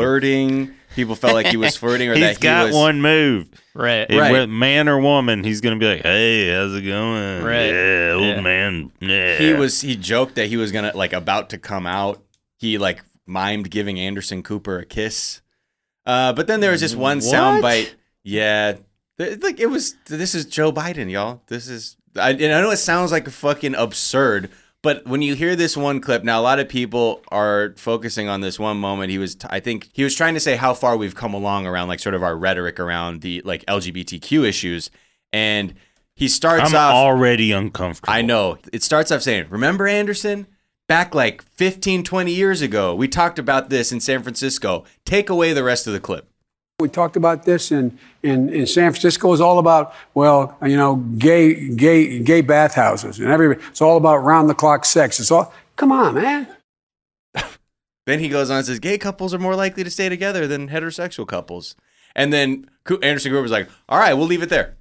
[SPEAKER 2] flirting. people felt like he was flirting or that
[SPEAKER 3] he's
[SPEAKER 2] he
[SPEAKER 3] got
[SPEAKER 2] was.
[SPEAKER 3] one move.
[SPEAKER 1] Right.
[SPEAKER 3] It,
[SPEAKER 2] Right.
[SPEAKER 3] went Man or woman, he's gonna be like, "Hey, how's it going?
[SPEAKER 1] Right.
[SPEAKER 3] Yeah, old
[SPEAKER 1] Yeah.
[SPEAKER 3] man. Yeah."
[SPEAKER 2] He was, he joked that he was going to, like, about to come out. He, like, mimed giving Anderson Cooper a kiss. Uh, but then there was just one
[SPEAKER 1] What?
[SPEAKER 2] soundbite. Yeah. Th- Like, it was, this is Joe Biden, y'all. This is, I, and I know it sounds like fucking absurd, but when you hear this one clip, now a lot of people are focusing on this one moment. He was, t- I think, he was trying to say how far we've come along around, like, sort of our rhetoric around the, like, LGBTQ issues. And he starts
[SPEAKER 3] I'm
[SPEAKER 2] off.
[SPEAKER 3] already uncomfortable.
[SPEAKER 2] I know. It starts off saying, Remember Anderson? Back like 15, 20 years ago, we talked about this in San Francisco. Take away the rest of the clip.
[SPEAKER 6] We talked about this in, in, in San Francisco. It's all about, well, you know, gay, gay, gay bathhouses and everybody. It's all about round the clock sex. It's all, come on, man.
[SPEAKER 2] Then he goes on and says, gay couples are more likely to stay together than heterosexual couples. And then Coo- Anderson Cooper's like, all right, we'll leave it there.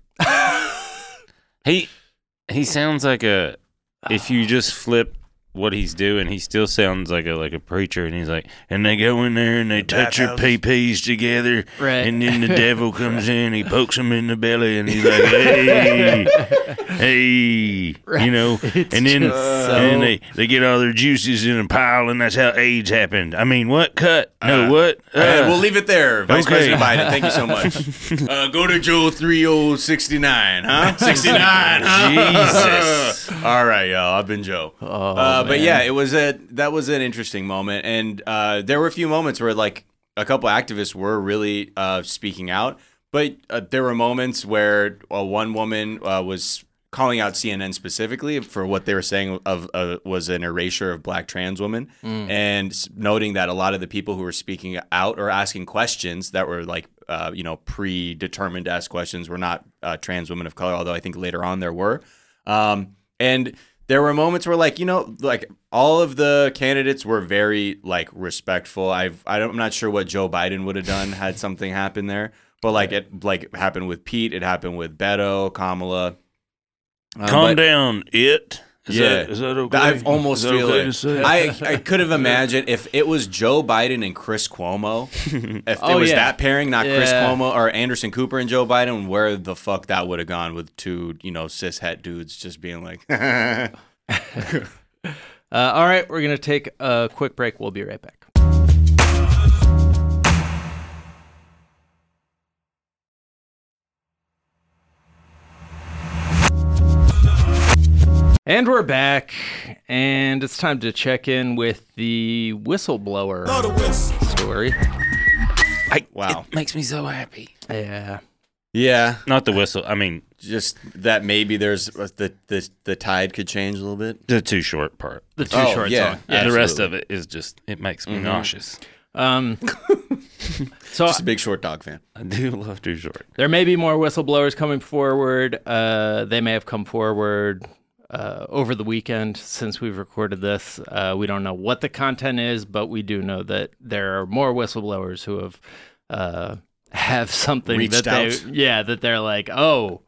[SPEAKER 3] He he sounds like a if you just flip what he's doing, he still sounds like a like a preacher and he's like and they go in there and they touch your PPs together
[SPEAKER 1] Right.
[SPEAKER 3] and then the devil comes in, he pokes him in the belly and he's like, Hey Hey you know and then
[SPEAKER 1] just so-
[SPEAKER 3] and then they, they get all their juices in a pile and that's how AIDS happened. I mean what cut? No what?
[SPEAKER 2] All right,
[SPEAKER 3] Uh,
[SPEAKER 2] we'll leave it there, Vice
[SPEAKER 3] okay.
[SPEAKER 2] President Biden. Thank you so much. Uh, go to Joe 3069, huh? 69, huh?
[SPEAKER 3] Jesus.
[SPEAKER 2] All right, y'all. I've been Joe. uh, but yeah, it was a that was an interesting moment, and uh, there were a few moments where like a couple activists were really uh, speaking out, but uh, there were moments where uh, one woman uh, was calling out CNN specifically for what they were saying of uh, was an erasure of black trans women, and s- noting that a lot of the people who were speaking out or asking questions that were like. Uh, you know, predetermined to ask questions were not uh, trans women of color, although I think later on there were. Um, and there were moments where, like, you know, like all of the candidates were very like respectful. I've I don't, I'm not sure what Joe Biden would have done had something happened there, but like it like happened with Pete, it happened with Beto, Kamala. Um,
[SPEAKER 3] calm
[SPEAKER 2] but-
[SPEAKER 3] down, it. Is
[SPEAKER 2] yeah,
[SPEAKER 3] that, is that okay?
[SPEAKER 2] I've almost
[SPEAKER 3] Is that
[SPEAKER 2] feel
[SPEAKER 3] okay to
[SPEAKER 2] it.
[SPEAKER 3] say?
[SPEAKER 2] I I could have imagined if it was Joe Biden and Chris Cuomo, if
[SPEAKER 1] Oh,
[SPEAKER 2] it was
[SPEAKER 1] yeah.
[SPEAKER 2] that pairing, not Chris
[SPEAKER 1] Yeah.
[SPEAKER 2] Cuomo or Anderson Cooper and Joe Biden, where the fuck that would have gone with two you know cis het dudes just being like,
[SPEAKER 1] Uh, all right, we're gonna take a quick break. We'll be right back. And we're back, and it's time to check in with the whistleblower story.
[SPEAKER 2] wow,
[SPEAKER 3] makes me so happy.
[SPEAKER 1] Yeah.
[SPEAKER 2] yeah,
[SPEAKER 3] Not the whistle. I mean,
[SPEAKER 2] just that maybe there's uh, the the the tide could change a little bit.
[SPEAKER 3] the too short part.
[SPEAKER 1] The two
[SPEAKER 2] Oh,
[SPEAKER 1] shorts
[SPEAKER 2] yeah.
[SPEAKER 1] on.
[SPEAKER 3] Yeah, Mm-hmm. the rest of it is just it makes me nauseous.
[SPEAKER 1] Um, so
[SPEAKER 2] Just a big short dog fan.
[SPEAKER 3] I do love too short.
[SPEAKER 1] There may be more whistleblowers coming forward. Uh, they may have come forward uh, over the weekend since we've recorded this. Uh, we don't know what the content is, but we do know that there are more whistleblowers who have uh, have something that
[SPEAKER 2] Reached
[SPEAKER 1] they
[SPEAKER 2] out.
[SPEAKER 1] yeah that they're like oh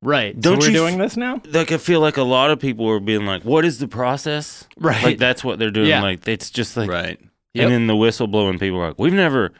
[SPEAKER 1] right
[SPEAKER 3] Don't
[SPEAKER 1] so we're
[SPEAKER 3] you
[SPEAKER 1] doing
[SPEAKER 3] f-
[SPEAKER 1] this now
[SPEAKER 3] Like I feel like a lot of people are being like, "What is the process?"
[SPEAKER 1] Right.
[SPEAKER 3] Like that's what they're doing.
[SPEAKER 1] Yeah.
[SPEAKER 3] Like it's just like,
[SPEAKER 2] Right.
[SPEAKER 1] Yep.
[SPEAKER 3] and then the whistle blowing people are like, "We've never."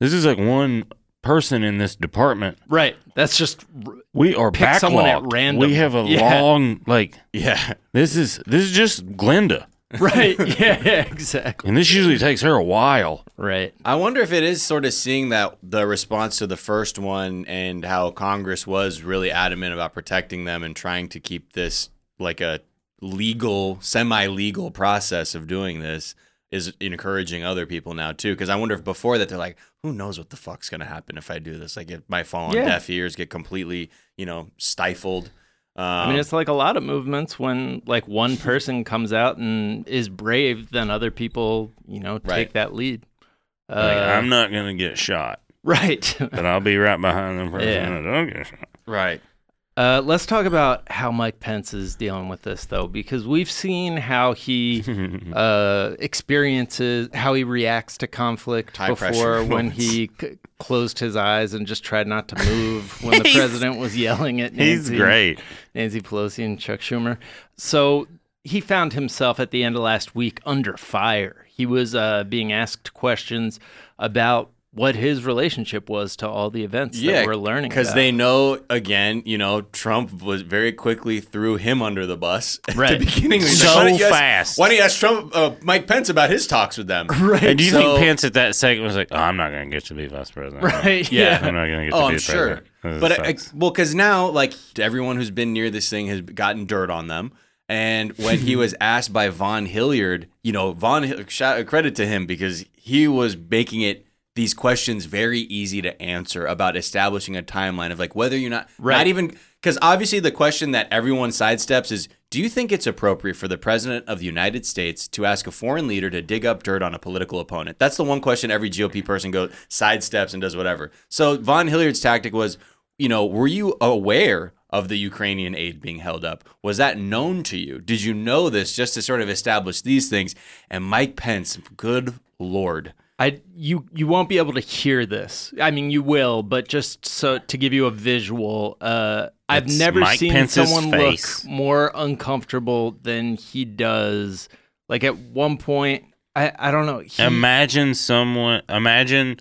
[SPEAKER 3] This is like one person in this department.
[SPEAKER 1] right that's just r-
[SPEAKER 3] We are
[SPEAKER 1] Pick someone at
[SPEAKER 3] backlogged.
[SPEAKER 1] random.
[SPEAKER 3] We have a
[SPEAKER 1] Yeah.
[SPEAKER 3] long like.
[SPEAKER 2] Yeah.
[SPEAKER 3] This is this is just Glenda,
[SPEAKER 1] right yeah, yeah exactly
[SPEAKER 3] and this usually takes her a while.
[SPEAKER 1] right
[SPEAKER 2] I wonder if it is sort of seeing that the response to the first one and how Congress was really adamant about protecting them and trying to keep this like a legal, semi-legal process of doing this is encouraging other people now too. Because I wonder if before that they're like, who knows what the fuck's gonna happen if I do this? Like it might fall on
[SPEAKER 1] Yeah.
[SPEAKER 2] deaf ears, get completely, you know, stifled. Um,
[SPEAKER 1] I mean, it's like a lot of movements when like one person comes out and is brave, then other people, you know, take
[SPEAKER 2] Right.
[SPEAKER 1] that lead. Uh,
[SPEAKER 3] Like, I'm not gonna get shot,
[SPEAKER 1] right.
[SPEAKER 3] but I'll be right behind them.
[SPEAKER 1] Yeah.
[SPEAKER 3] Yeah. Don't get shot.
[SPEAKER 2] right.
[SPEAKER 1] Uh, let's talk about how Mike Pence is dealing with this, though, because we've seen how he uh, experiences, how he reacts to conflict
[SPEAKER 2] High pressure
[SPEAKER 1] before when
[SPEAKER 2] moments.
[SPEAKER 1] he c- closed his eyes and just tried not to move when the president was yelling at Nancy.
[SPEAKER 3] He's great.
[SPEAKER 1] Nancy Pelosi and Chuck Schumer. So he found himself at the end of last week under fire. He was uh, being asked questions about what his relationship was to all the events that we're learning
[SPEAKER 2] because
[SPEAKER 1] about.
[SPEAKER 2] they know again. You know, Trump was very quickly threw him under the bus at
[SPEAKER 1] Right.
[SPEAKER 2] the beginning. He's
[SPEAKER 3] So
[SPEAKER 2] "Why don't you ask-
[SPEAKER 3] fast."
[SPEAKER 2] why don't you ask Trump, uh, Mike Pence, about his talks with them? Right.
[SPEAKER 3] And do you
[SPEAKER 2] So-
[SPEAKER 3] think Pence at that second was like, "Oh, I'm not gonna get to be vice president.
[SPEAKER 1] Right,
[SPEAKER 3] Yeah.
[SPEAKER 1] yeah.
[SPEAKER 3] I'm not gonna get
[SPEAKER 2] Oh,
[SPEAKER 3] to be
[SPEAKER 2] I'm
[SPEAKER 3] vice
[SPEAKER 2] sure.
[SPEAKER 3] president.
[SPEAKER 2] But
[SPEAKER 3] This
[SPEAKER 2] I, I-
[SPEAKER 3] sucks."
[SPEAKER 2] well, because now, like everyone who's been near this thing has gotten dirt on them. And when he was asked by Von Hilliard, you know, Von Hill- shout, uh, credit to him because he was making it these questions very easy to answer about establishing a timeline of like whether you're not
[SPEAKER 1] Right.
[SPEAKER 2] not even because obviously the question that everyone sidesteps is Do you think it's appropriate for the president of the United States to ask a foreign leader to dig up dirt on a political opponent? That's the one question every GOP person goes sidesteps and does whatever. So Von Hilliard's tactic was, you know, were you aware of the Ukrainian aid being held up? Was that known to you? Did you know this just to sort of establish these things? And Mike Pence, good lord.
[SPEAKER 1] I you you won't be able to hear this. I mean, you will, but just so to give you a visual, uh, I've
[SPEAKER 3] It's
[SPEAKER 1] never
[SPEAKER 3] Mike
[SPEAKER 1] seen
[SPEAKER 3] Pence's
[SPEAKER 1] someone
[SPEAKER 3] face.
[SPEAKER 1] look more uncomfortable than he does. Like at one point, I I don't know. He,
[SPEAKER 3] Imagine someone. Imagine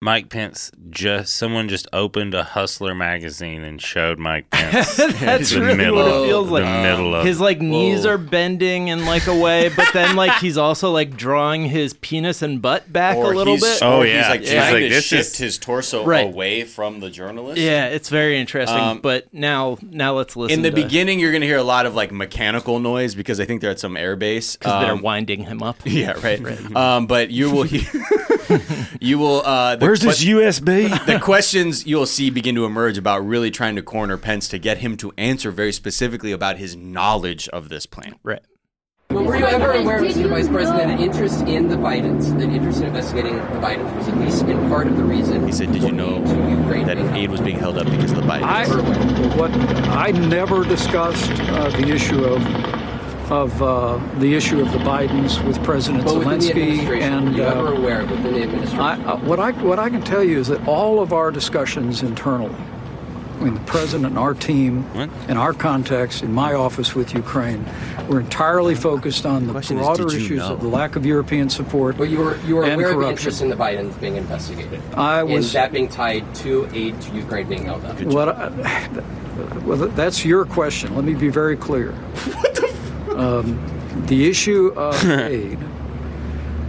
[SPEAKER 3] Mike Pence. Just someone just opened a Hustler magazine and showed Mike Pence.
[SPEAKER 1] that's
[SPEAKER 3] the
[SPEAKER 1] really
[SPEAKER 3] middle,
[SPEAKER 1] what it feels
[SPEAKER 3] the
[SPEAKER 1] like.
[SPEAKER 3] middle of
[SPEAKER 1] his like knees
[SPEAKER 2] Whoa.
[SPEAKER 1] are bending in like a way, but then like he's also like drawing his penis and butt back a little bit.
[SPEAKER 3] Oh,
[SPEAKER 2] or
[SPEAKER 3] yeah.
[SPEAKER 2] he's like
[SPEAKER 3] He's
[SPEAKER 2] trying
[SPEAKER 3] like,
[SPEAKER 2] to
[SPEAKER 3] this
[SPEAKER 2] shift
[SPEAKER 3] is-
[SPEAKER 2] his torso
[SPEAKER 1] Right.
[SPEAKER 2] away from the journalist.
[SPEAKER 1] yeah, it's very interesting.
[SPEAKER 2] Um,
[SPEAKER 1] but now now let's listen.
[SPEAKER 2] In the
[SPEAKER 1] to,
[SPEAKER 2] beginning, you're gonna hear a lot of like mechanical noise because I think they're at some airbase.
[SPEAKER 1] because they're
[SPEAKER 2] Um,
[SPEAKER 1] winding him up.
[SPEAKER 2] yeah, right. Um, but you will hear, you will. Uh, the,
[SPEAKER 3] Where's
[SPEAKER 2] but
[SPEAKER 3] this USB?
[SPEAKER 2] the questions you'll see begin to emerge about really trying to corner Pence to get him to answer very specifically about his knowledge of this plan.
[SPEAKER 1] Right.
[SPEAKER 7] Well, were you ever aware, Mr. Vice President, an interest in the Bidens, an interest in investigating the Bidens was at least in part of the reason?
[SPEAKER 2] He said, "Did you know that aid was being held up because of the Biden?"
[SPEAKER 8] I, what I never discussed uh, the issue of of uh, the issue of the Bidens with President
[SPEAKER 7] But within the
[SPEAKER 8] Zelensky
[SPEAKER 7] administration, were
[SPEAKER 8] and.
[SPEAKER 7] you ever
[SPEAKER 8] Uh,
[SPEAKER 7] aware within the administration?
[SPEAKER 8] I, uh, what I what I can tell you is that all of our discussions internally, I mean the president and our team, in our context, in my office with Ukraine, were entirely focused on the
[SPEAKER 2] Question is,
[SPEAKER 8] broader
[SPEAKER 2] did you
[SPEAKER 8] issues
[SPEAKER 2] know?
[SPEAKER 8] of the lack of European support.
[SPEAKER 7] well, you were you were
[SPEAKER 8] and
[SPEAKER 7] aware of the
[SPEAKER 8] corruption.
[SPEAKER 7] interest in the Bidens being investigated.
[SPEAKER 8] I
[SPEAKER 7] and
[SPEAKER 8] was-
[SPEAKER 7] that being tied to aid to Ukraine being held up.
[SPEAKER 8] What? I, well, that's your question. Let me be very clear. What the? um, the issue of aid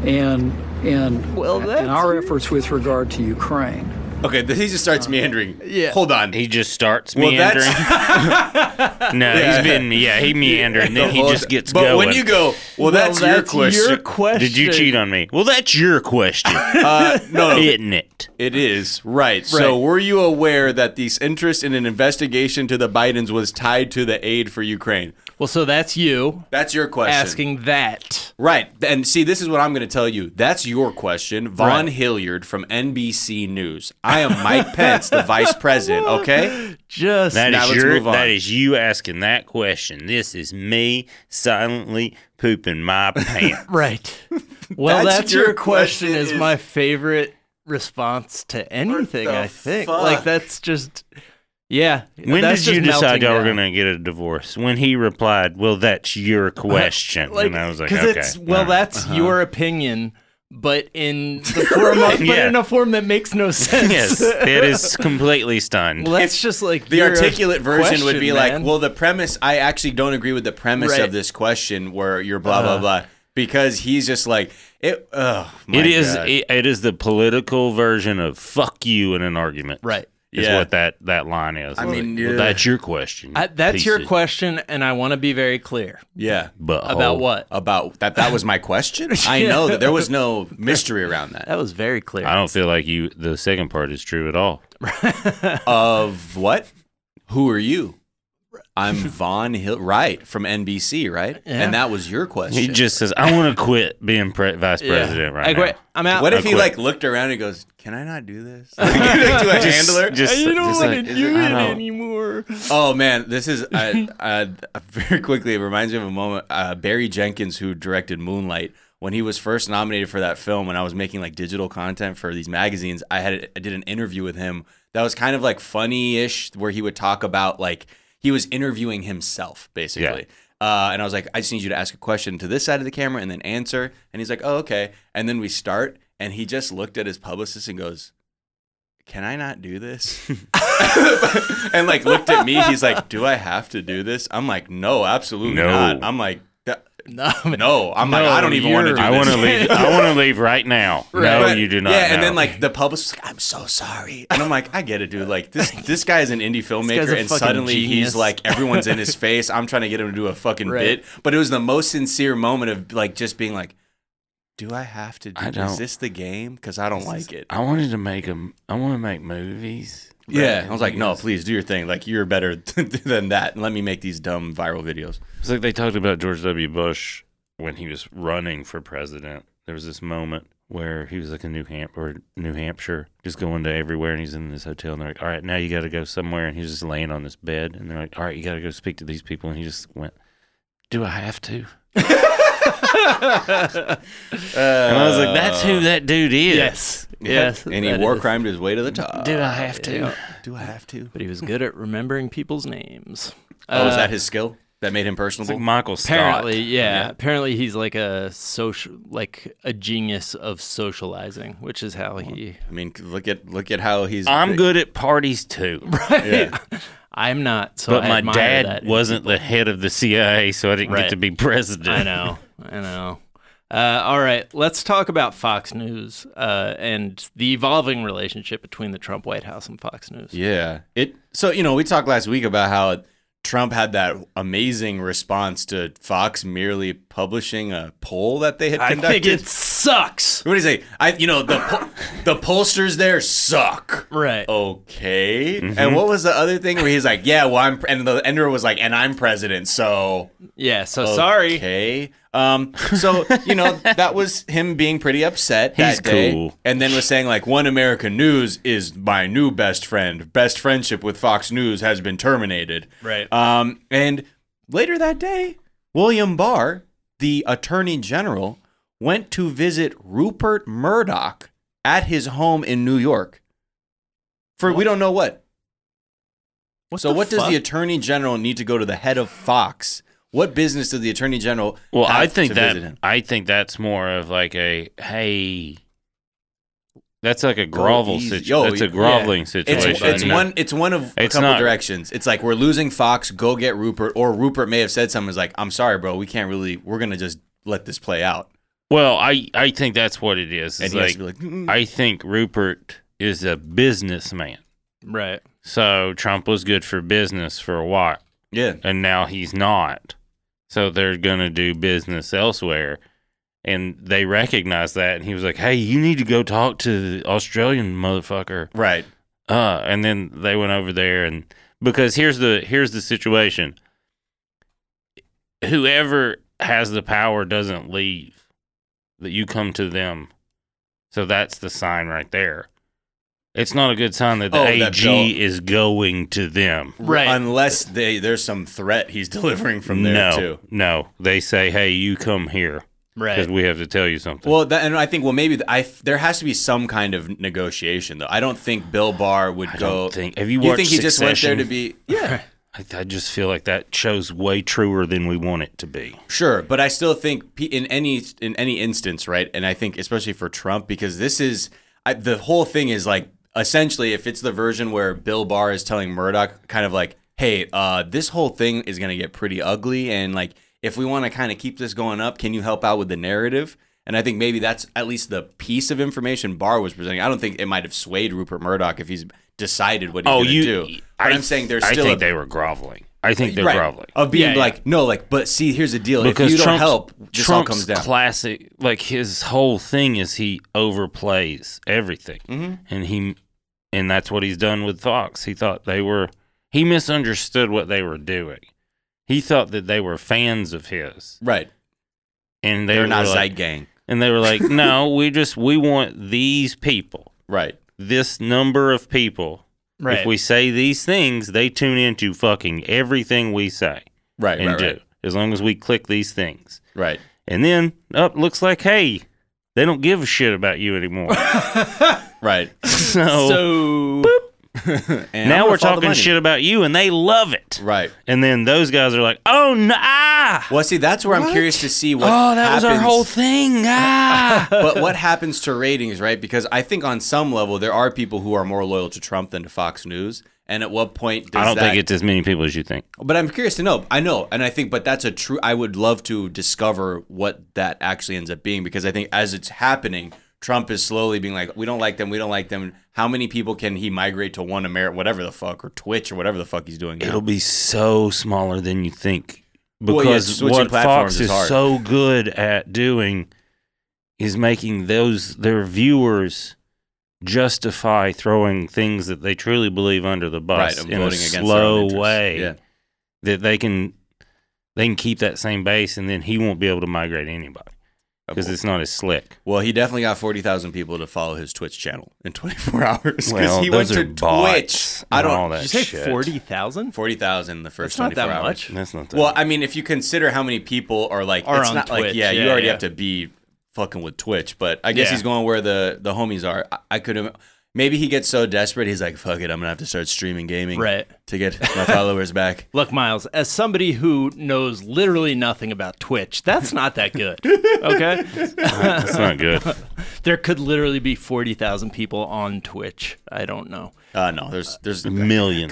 [SPEAKER 8] and and
[SPEAKER 1] Well, that's
[SPEAKER 8] and our efforts with regard to Ukraine.
[SPEAKER 2] Okay, th- he just starts meandering.
[SPEAKER 1] yeah.
[SPEAKER 2] Hold on.
[SPEAKER 3] He just starts
[SPEAKER 2] Well,
[SPEAKER 3] meandering.
[SPEAKER 2] that's-
[SPEAKER 3] no, he's been yeah, he meandered and then he
[SPEAKER 2] Hold-
[SPEAKER 3] just gets
[SPEAKER 2] But
[SPEAKER 3] going.
[SPEAKER 2] when you go, well, that's, your question.
[SPEAKER 3] Did you cheat on me? Well, that's your question,
[SPEAKER 2] Uh, no, no,
[SPEAKER 3] isn't it?
[SPEAKER 2] It is right. So,
[SPEAKER 1] Right.
[SPEAKER 2] were you aware that this interest in an investigation to the Bidens was tied to the aid for Ukraine?
[SPEAKER 1] Well, so that's you
[SPEAKER 2] That's your question.
[SPEAKER 1] asking that.
[SPEAKER 2] Right. And see, this is what I'm going to tell you. That's your question, Von
[SPEAKER 1] Right.
[SPEAKER 2] Hilliard from NBC News. I am Mike Pence, the vice president. Okay.
[SPEAKER 1] Just
[SPEAKER 3] That
[SPEAKER 2] Now
[SPEAKER 3] is
[SPEAKER 2] let's
[SPEAKER 3] your
[SPEAKER 2] move on.
[SPEAKER 3] that is you asking that question. This is me silently pooping my pants.
[SPEAKER 1] right. Well,
[SPEAKER 2] That's
[SPEAKER 1] that's,
[SPEAKER 2] your
[SPEAKER 1] your, question,
[SPEAKER 2] question
[SPEAKER 1] is,
[SPEAKER 2] is-
[SPEAKER 1] my favorite response to anything.
[SPEAKER 2] the
[SPEAKER 1] I think
[SPEAKER 2] fuck?
[SPEAKER 1] like that's just yeah.
[SPEAKER 3] When
[SPEAKER 1] that's
[SPEAKER 3] did you
[SPEAKER 1] just melting
[SPEAKER 3] decide y'all were
[SPEAKER 1] down.
[SPEAKER 3] gonna get a divorce? When he replied, "Well, that's your question,"
[SPEAKER 1] Like,
[SPEAKER 3] and I was like,
[SPEAKER 1] 'cause
[SPEAKER 3] "Okay,
[SPEAKER 1] it's, well,
[SPEAKER 3] all right." Uh-huh.
[SPEAKER 1] that's your opinion, but in the form, of, but
[SPEAKER 3] Yeah.
[SPEAKER 1] in a form that makes no sense.
[SPEAKER 3] yes, it is completely stunned."
[SPEAKER 1] well, that's just like
[SPEAKER 2] The
[SPEAKER 1] your
[SPEAKER 2] articulate version would
[SPEAKER 1] question,
[SPEAKER 2] be
[SPEAKER 1] man.
[SPEAKER 2] like, well, the premise, I actually don't agree with the premise
[SPEAKER 1] Right. Uh.
[SPEAKER 2] of this question where you're blah, blah, blah. Because he's just like, it, oh, my
[SPEAKER 3] It is
[SPEAKER 2] God.
[SPEAKER 3] it, it is the political version of "fuck you" in an argument.
[SPEAKER 1] Right.
[SPEAKER 3] Is
[SPEAKER 2] Yeah.
[SPEAKER 3] what that that line is. I
[SPEAKER 2] mean, yeah.
[SPEAKER 3] that's your question.
[SPEAKER 1] I, that's
[SPEAKER 3] piece
[SPEAKER 1] your
[SPEAKER 3] of
[SPEAKER 1] question, and I want to be very clear
[SPEAKER 2] yeah.
[SPEAKER 3] butthole.
[SPEAKER 1] about what.
[SPEAKER 2] About that, that was my question. I know that there was no mystery around that.
[SPEAKER 1] That was very clear.
[SPEAKER 3] I don't feel like you. The second part is true at all.
[SPEAKER 2] Of what? Who are you? I'm Von Hill, right from NBC, right? And that was your question.
[SPEAKER 3] He just says, "I want to quit being pre- vice president right
[SPEAKER 1] I quit.
[SPEAKER 3] now."
[SPEAKER 1] I'm out.
[SPEAKER 2] what if he
[SPEAKER 3] quit.
[SPEAKER 2] like looked around and goes, "Can I not do this?" Like, to a handler.
[SPEAKER 3] Just,
[SPEAKER 1] you don't
[SPEAKER 3] just
[SPEAKER 1] want
[SPEAKER 3] like,
[SPEAKER 1] to do
[SPEAKER 3] I
[SPEAKER 1] it
[SPEAKER 3] don't-
[SPEAKER 1] anymore.
[SPEAKER 2] oh man, this is I, I, very quickly. It reminds me of a moment. Uh, Barry Jenkins, who directed Moonlight, when he was first nominated for that film, when I was making like digital content for these magazines, I had I did an interview with him that was kind of like funny-ish, where he would talk about like he was interviewing himself basically. Uh, and I was like, I just need you to ask a question to this side of the camera and then answer. And he's like, Oh, okay. And then we start. And he just looked at his publicist and goes, Can I not do this? and like looked at me. He's like, "Do I have to do this?" I'm like, "No, absolutely
[SPEAKER 3] No.
[SPEAKER 2] not." I'm like, "Th-
[SPEAKER 1] No, man.
[SPEAKER 2] "No." I'm like, "I don't even want to do
[SPEAKER 3] I
[SPEAKER 2] this."
[SPEAKER 3] want to leave. I want to leave right now. No,
[SPEAKER 2] But-
[SPEAKER 3] you do not.
[SPEAKER 2] Yeah, and then
[SPEAKER 3] know.
[SPEAKER 2] like the publicist, like, I'm so sorry, and I'm like, I get it, dude. Like this, this guy is an indie
[SPEAKER 1] guy's a
[SPEAKER 2] filmmaker,
[SPEAKER 1] fucking
[SPEAKER 2] and suddenly
[SPEAKER 1] genius.
[SPEAKER 2] he's like, everyone's in his face. I'm trying to get him to do a fucking
[SPEAKER 1] Right.
[SPEAKER 2] bit, but it was the most sincere moment of like just being like, "Do I have to? Do
[SPEAKER 3] I
[SPEAKER 2] this?
[SPEAKER 3] don't-
[SPEAKER 2] Is this the game? Because I don't like it."
[SPEAKER 3] I wanted to make a. I want to make movies.
[SPEAKER 2] Yeah, I was like, no, please do your thing. Like you're better than that. Let me make these dumb viral videos.
[SPEAKER 3] It's like they talked about George W. Bush when he was running for president. There was this moment where he was like in New Hampshire, New Hampshire, just going to everywhere, and he's in this hotel, and they're like, "All right, now you got to go somewhere," and he's just laying on this bed, and they're like, "All right, you got to go speak to these people," and he just went, "Do I have to?" and I was like, "That's who that dude is."
[SPEAKER 1] Yes. Yes.
[SPEAKER 2] And he
[SPEAKER 1] that
[SPEAKER 2] war
[SPEAKER 1] is-
[SPEAKER 2] crimed his way to the top.
[SPEAKER 3] Do I have to?
[SPEAKER 2] Do I have to?
[SPEAKER 1] But he was good at remembering people's names.
[SPEAKER 2] Oh, is that his skill that made him
[SPEAKER 3] It's like
[SPEAKER 2] personable?
[SPEAKER 3] Michael Scott.
[SPEAKER 1] Apparently, yeah, Apparently, he's like a social, like a genius of socializing, which is how he.
[SPEAKER 2] I mean, look at look at how he's.
[SPEAKER 3] I'm good at parties too,
[SPEAKER 2] Yeah.
[SPEAKER 1] I'm not, so
[SPEAKER 3] but
[SPEAKER 1] I
[SPEAKER 3] my
[SPEAKER 1] admire
[SPEAKER 3] dad
[SPEAKER 1] that.
[SPEAKER 3] wasn't the head of the CIA, so I didn't
[SPEAKER 1] Right.
[SPEAKER 3] get to be president.
[SPEAKER 1] I know. I know. Uh, all right, let's talk about Fox News uh, and the evolving relationship between the Trump White House and Fox News.
[SPEAKER 2] Yeah. It so you know, we talked last week about how Trump had that amazing response to Fox merely publishing a poll that they had
[SPEAKER 1] I
[SPEAKER 2] conducted.
[SPEAKER 1] think it sucks.
[SPEAKER 2] what do you say? I you know, the po- the pollsters there suck.
[SPEAKER 1] Right.
[SPEAKER 2] Okay. And what was the other thing where he's like, "Yeah, well, I'm," and the ender was like, "And I'm president, so
[SPEAKER 1] Yeah. So sorry.
[SPEAKER 2] Okay. Um, so you know that was him being pretty upset
[SPEAKER 3] He's
[SPEAKER 2] that day,
[SPEAKER 3] cool.
[SPEAKER 2] and then was saying like, "One American News is my new best friend. Best friendship with Fox News has been terminated."
[SPEAKER 1] Right.
[SPEAKER 2] Um, and later that day, William Barr, the Attorney General, went to visit Rupert Murdoch at his home in New York for we don't know what. so
[SPEAKER 1] the
[SPEAKER 2] what does
[SPEAKER 1] fuck?
[SPEAKER 2] the attorney general need to go to the head of Fox? What business does the attorney general?
[SPEAKER 3] Well,
[SPEAKER 2] have
[SPEAKER 3] I think
[SPEAKER 2] to visit
[SPEAKER 3] that
[SPEAKER 2] him?
[SPEAKER 3] I think that's more of like a hey. That's like a grovel
[SPEAKER 2] easy.
[SPEAKER 3] situation.
[SPEAKER 2] Yo,
[SPEAKER 3] That's a
[SPEAKER 2] yeah.
[SPEAKER 3] groveling
[SPEAKER 2] it's,
[SPEAKER 3] situation.
[SPEAKER 2] it's
[SPEAKER 3] you know?
[SPEAKER 2] one it's one of a
[SPEAKER 3] It's
[SPEAKER 2] couple
[SPEAKER 3] not-
[SPEAKER 2] directions. It's like we're losing Fox. Go get Rupert, or Rupert may have said something is like, "I'm sorry, bro. We can't really. We're gonna just let this play out."
[SPEAKER 3] Well, I I think that's what it is.
[SPEAKER 2] And
[SPEAKER 3] It's
[SPEAKER 2] he has
[SPEAKER 3] like,
[SPEAKER 2] to be like, "Mm-mm."
[SPEAKER 3] I think Rupert is a businessman.
[SPEAKER 1] Right.
[SPEAKER 3] So Trump was good for business for a while,
[SPEAKER 2] "Yeah,
[SPEAKER 3] and now he's not. So they're gonna do business elsewhere, and they recognize that. And he was like, "Hey, you need to go talk to the Australian motherfucker."
[SPEAKER 2] right."
[SPEAKER 3] Uh, and then they went over there and because here's the here's the situation. Whoever has the power doesn't leave. That you come to them. So that's the sign right there. It's not a good sign that the
[SPEAKER 2] Oh, that
[SPEAKER 3] AG is going to them.
[SPEAKER 1] Right.
[SPEAKER 2] Unless they there's some threat he's delivering from there
[SPEAKER 3] no,
[SPEAKER 2] too.
[SPEAKER 3] no. They say, "Hey, you come here because
[SPEAKER 1] Right.
[SPEAKER 3] we have to tell you something."
[SPEAKER 2] Well, that, and I think well maybe th- I there has to be some kind of negotiation though. I don't think Bill Barr would
[SPEAKER 3] I
[SPEAKER 2] go.
[SPEAKER 3] don't think. Have you
[SPEAKER 2] you
[SPEAKER 3] watched
[SPEAKER 2] think he just went there to
[SPEAKER 3] Succession?
[SPEAKER 2] be? Yeah,
[SPEAKER 3] I, I just feel like that show's way truer than we want it to be.
[SPEAKER 2] sure, but I still think pe- in any in any instance, right? And I think especially for Trump because this is I, the whole thing is like essentially if it's the version where Bill Barr is telling Murdoch kind of like, hey, uh, this whole thing is gonna get pretty ugly, and like if we want to kind of keep this going up, can you help out with the narrative? And I think maybe that's at least the piece of information Barr was presenting. I don't think it might have swayed Rupert Murdoch if he's decided what he's
[SPEAKER 3] oh,
[SPEAKER 2] going to
[SPEAKER 3] you.
[SPEAKER 2] do. But I, am saying there's
[SPEAKER 3] I
[SPEAKER 2] still
[SPEAKER 3] think
[SPEAKER 2] a
[SPEAKER 3] they were groveling. I think they're
[SPEAKER 2] Right.
[SPEAKER 3] groveling
[SPEAKER 2] Of
[SPEAKER 1] Yeah,
[SPEAKER 2] being
[SPEAKER 1] yeah.
[SPEAKER 2] like, no, like, but see, here's the deal.
[SPEAKER 3] because
[SPEAKER 2] if you don't
[SPEAKER 3] Trump's,
[SPEAKER 2] help, this
[SPEAKER 3] Trump's
[SPEAKER 2] all comes down.
[SPEAKER 3] classic. Like his whole thing is he overplays everything,
[SPEAKER 2] Mm-hmm.
[SPEAKER 3] and he, and that's what he's done with Fox. He thought they were. He misunderstood what they were doing. He thought that they were fans of his,
[SPEAKER 2] right.
[SPEAKER 3] and they
[SPEAKER 2] They're
[SPEAKER 3] were
[SPEAKER 2] not
[SPEAKER 3] like,
[SPEAKER 2] Zeitgang.
[SPEAKER 3] and they were like, no, we just we want these people,
[SPEAKER 2] Right.
[SPEAKER 3] this number of people.
[SPEAKER 1] Right.
[SPEAKER 3] If we say these things, they tune into fucking everything we say
[SPEAKER 2] Right.
[SPEAKER 3] and
[SPEAKER 2] right,
[SPEAKER 3] do.
[SPEAKER 2] right.
[SPEAKER 3] As long as we click these things.
[SPEAKER 2] Right.
[SPEAKER 3] And then up looks like, hey, they don't give a shit about you anymore.
[SPEAKER 2] Right.
[SPEAKER 3] so,
[SPEAKER 1] so
[SPEAKER 2] And I'm
[SPEAKER 3] now
[SPEAKER 2] gonna
[SPEAKER 3] we're
[SPEAKER 2] follow the
[SPEAKER 3] talking
[SPEAKER 2] money.
[SPEAKER 3] shit about you, and they love it.
[SPEAKER 2] Right.
[SPEAKER 3] And then those guys are like, oh, no. Ah,
[SPEAKER 2] Well, see, that's where I'm curious to see what.
[SPEAKER 3] oh, that was our
[SPEAKER 2] happens-
[SPEAKER 3] whole thing. Ah.
[SPEAKER 2] but what happens to ratings, right? Because I think on some level there are people who are more loyal to Trump than to Fox News. And at what point does
[SPEAKER 3] I don't
[SPEAKER 2] that
[SPEAKER 3] think it's as many people as you think.
[SPEAKER 2] But I'm curious to know. I know, and I think, but that's a true. I would love to discover what that actually ends up being because I think as it's happening, Trump is slowly being like, "We don't like them. We don't like them." How many people can he migrate to one America, whatever the fuck, or Twitch or whatever the fuck he's doing? now?
[SPEAKER 3] It'll be so smaller than you think
[SPEAKER 2] Well, yeah,
[SPEAKER 3] because
[SPEAKER 2] switching
[SPEAKER 3] what
[SPEAKER 2] platforms
[SPEAKER 3] Fox
[SPEAKER 2] is
[SPEAKER 3] is,
[SPEAKER 2] hard.
[SPEAKER 3] so good at doing is making those their viewers justify throwing things that they truly believe under the bus
[SPEAKER 2] Right, of
[SPEAKER 3] in a
[SPEAKER 2] voting against their own
[SPEAKER 3] slow
[SPEAKER 2] interests.
[SPEAKER 3] way
[SPEAKER 2] Yeah.
[SPEAKER 3] that they can they can keep that same base and then he won't be able to migrate anybody
[SPEAKER 2] Oh,
[SPEAKER 3] because it's not as slick.
[SPEAKER 2] Well, he definitely got 40,000 people to follow his Twitch channel in 24 hours because
[SPEAKER 3] Well,
[SPEAKER 2] he went
[SPEAKER 3] those
[SPEAKER 2] to
[SPEAKER 3] are bots
[SPEAKER 2] Twitch. I
[SPEAKER 3] and
[SPEAKER 2] don't
[SPEAKER 3] all that
[SPEAKER 1] Did you say
[SPEAKER 3] shit.
[SPEAKER 1] forty thousand?
[SPEAKER 2] 40,000 the
[SPEAKER 1] That's
[SPEAKER 2] first
[SPEAKER 1] not
[SPEAKER 2] 24
[SPEAKER 1] that
[SPEAKER 2] hours.
[SPEAKER 1] much.
[SPEAKER 3] That's not that.
[SPEAKER 2] Well, I mean, if you consider how many people are like,
[SPEAKER 1] Are
[SPEAKER 2] it's
[SPEAKER 1] on
[SPEAKER 2] not like,
[SPEAKER 1] Twitch.
[SPEAKER 2] yeah, you
[SPEAKER 1] Yeah,
[SPEAKER 2] already
[SPEAKER 1] yeah.
[SPEAKER 2] have to be fucking with Twitch, but I guess
[SPEAKER 1] Yeah.
[SPEAKER 2] he's going where the, the homies are. I, I could have, maybe he gets so desperate, he's like, fuck it, I'm going to have to start streaming gaming
[SPEAKER 1] Right.
[SPEAKER 2] to get my followers back.
[SPEAKER 1] Look, Miles, as somebody who knows literally nothing about Twitch, that's not that good. Okay?
[SPEAKER 3] that's not good.
[SPEAKER 1] there could literally be 40,000 people on Twitch. I don't know.
[SPEAKER 2] Uh, no, there's, there's
[SPEAKER 3] millions.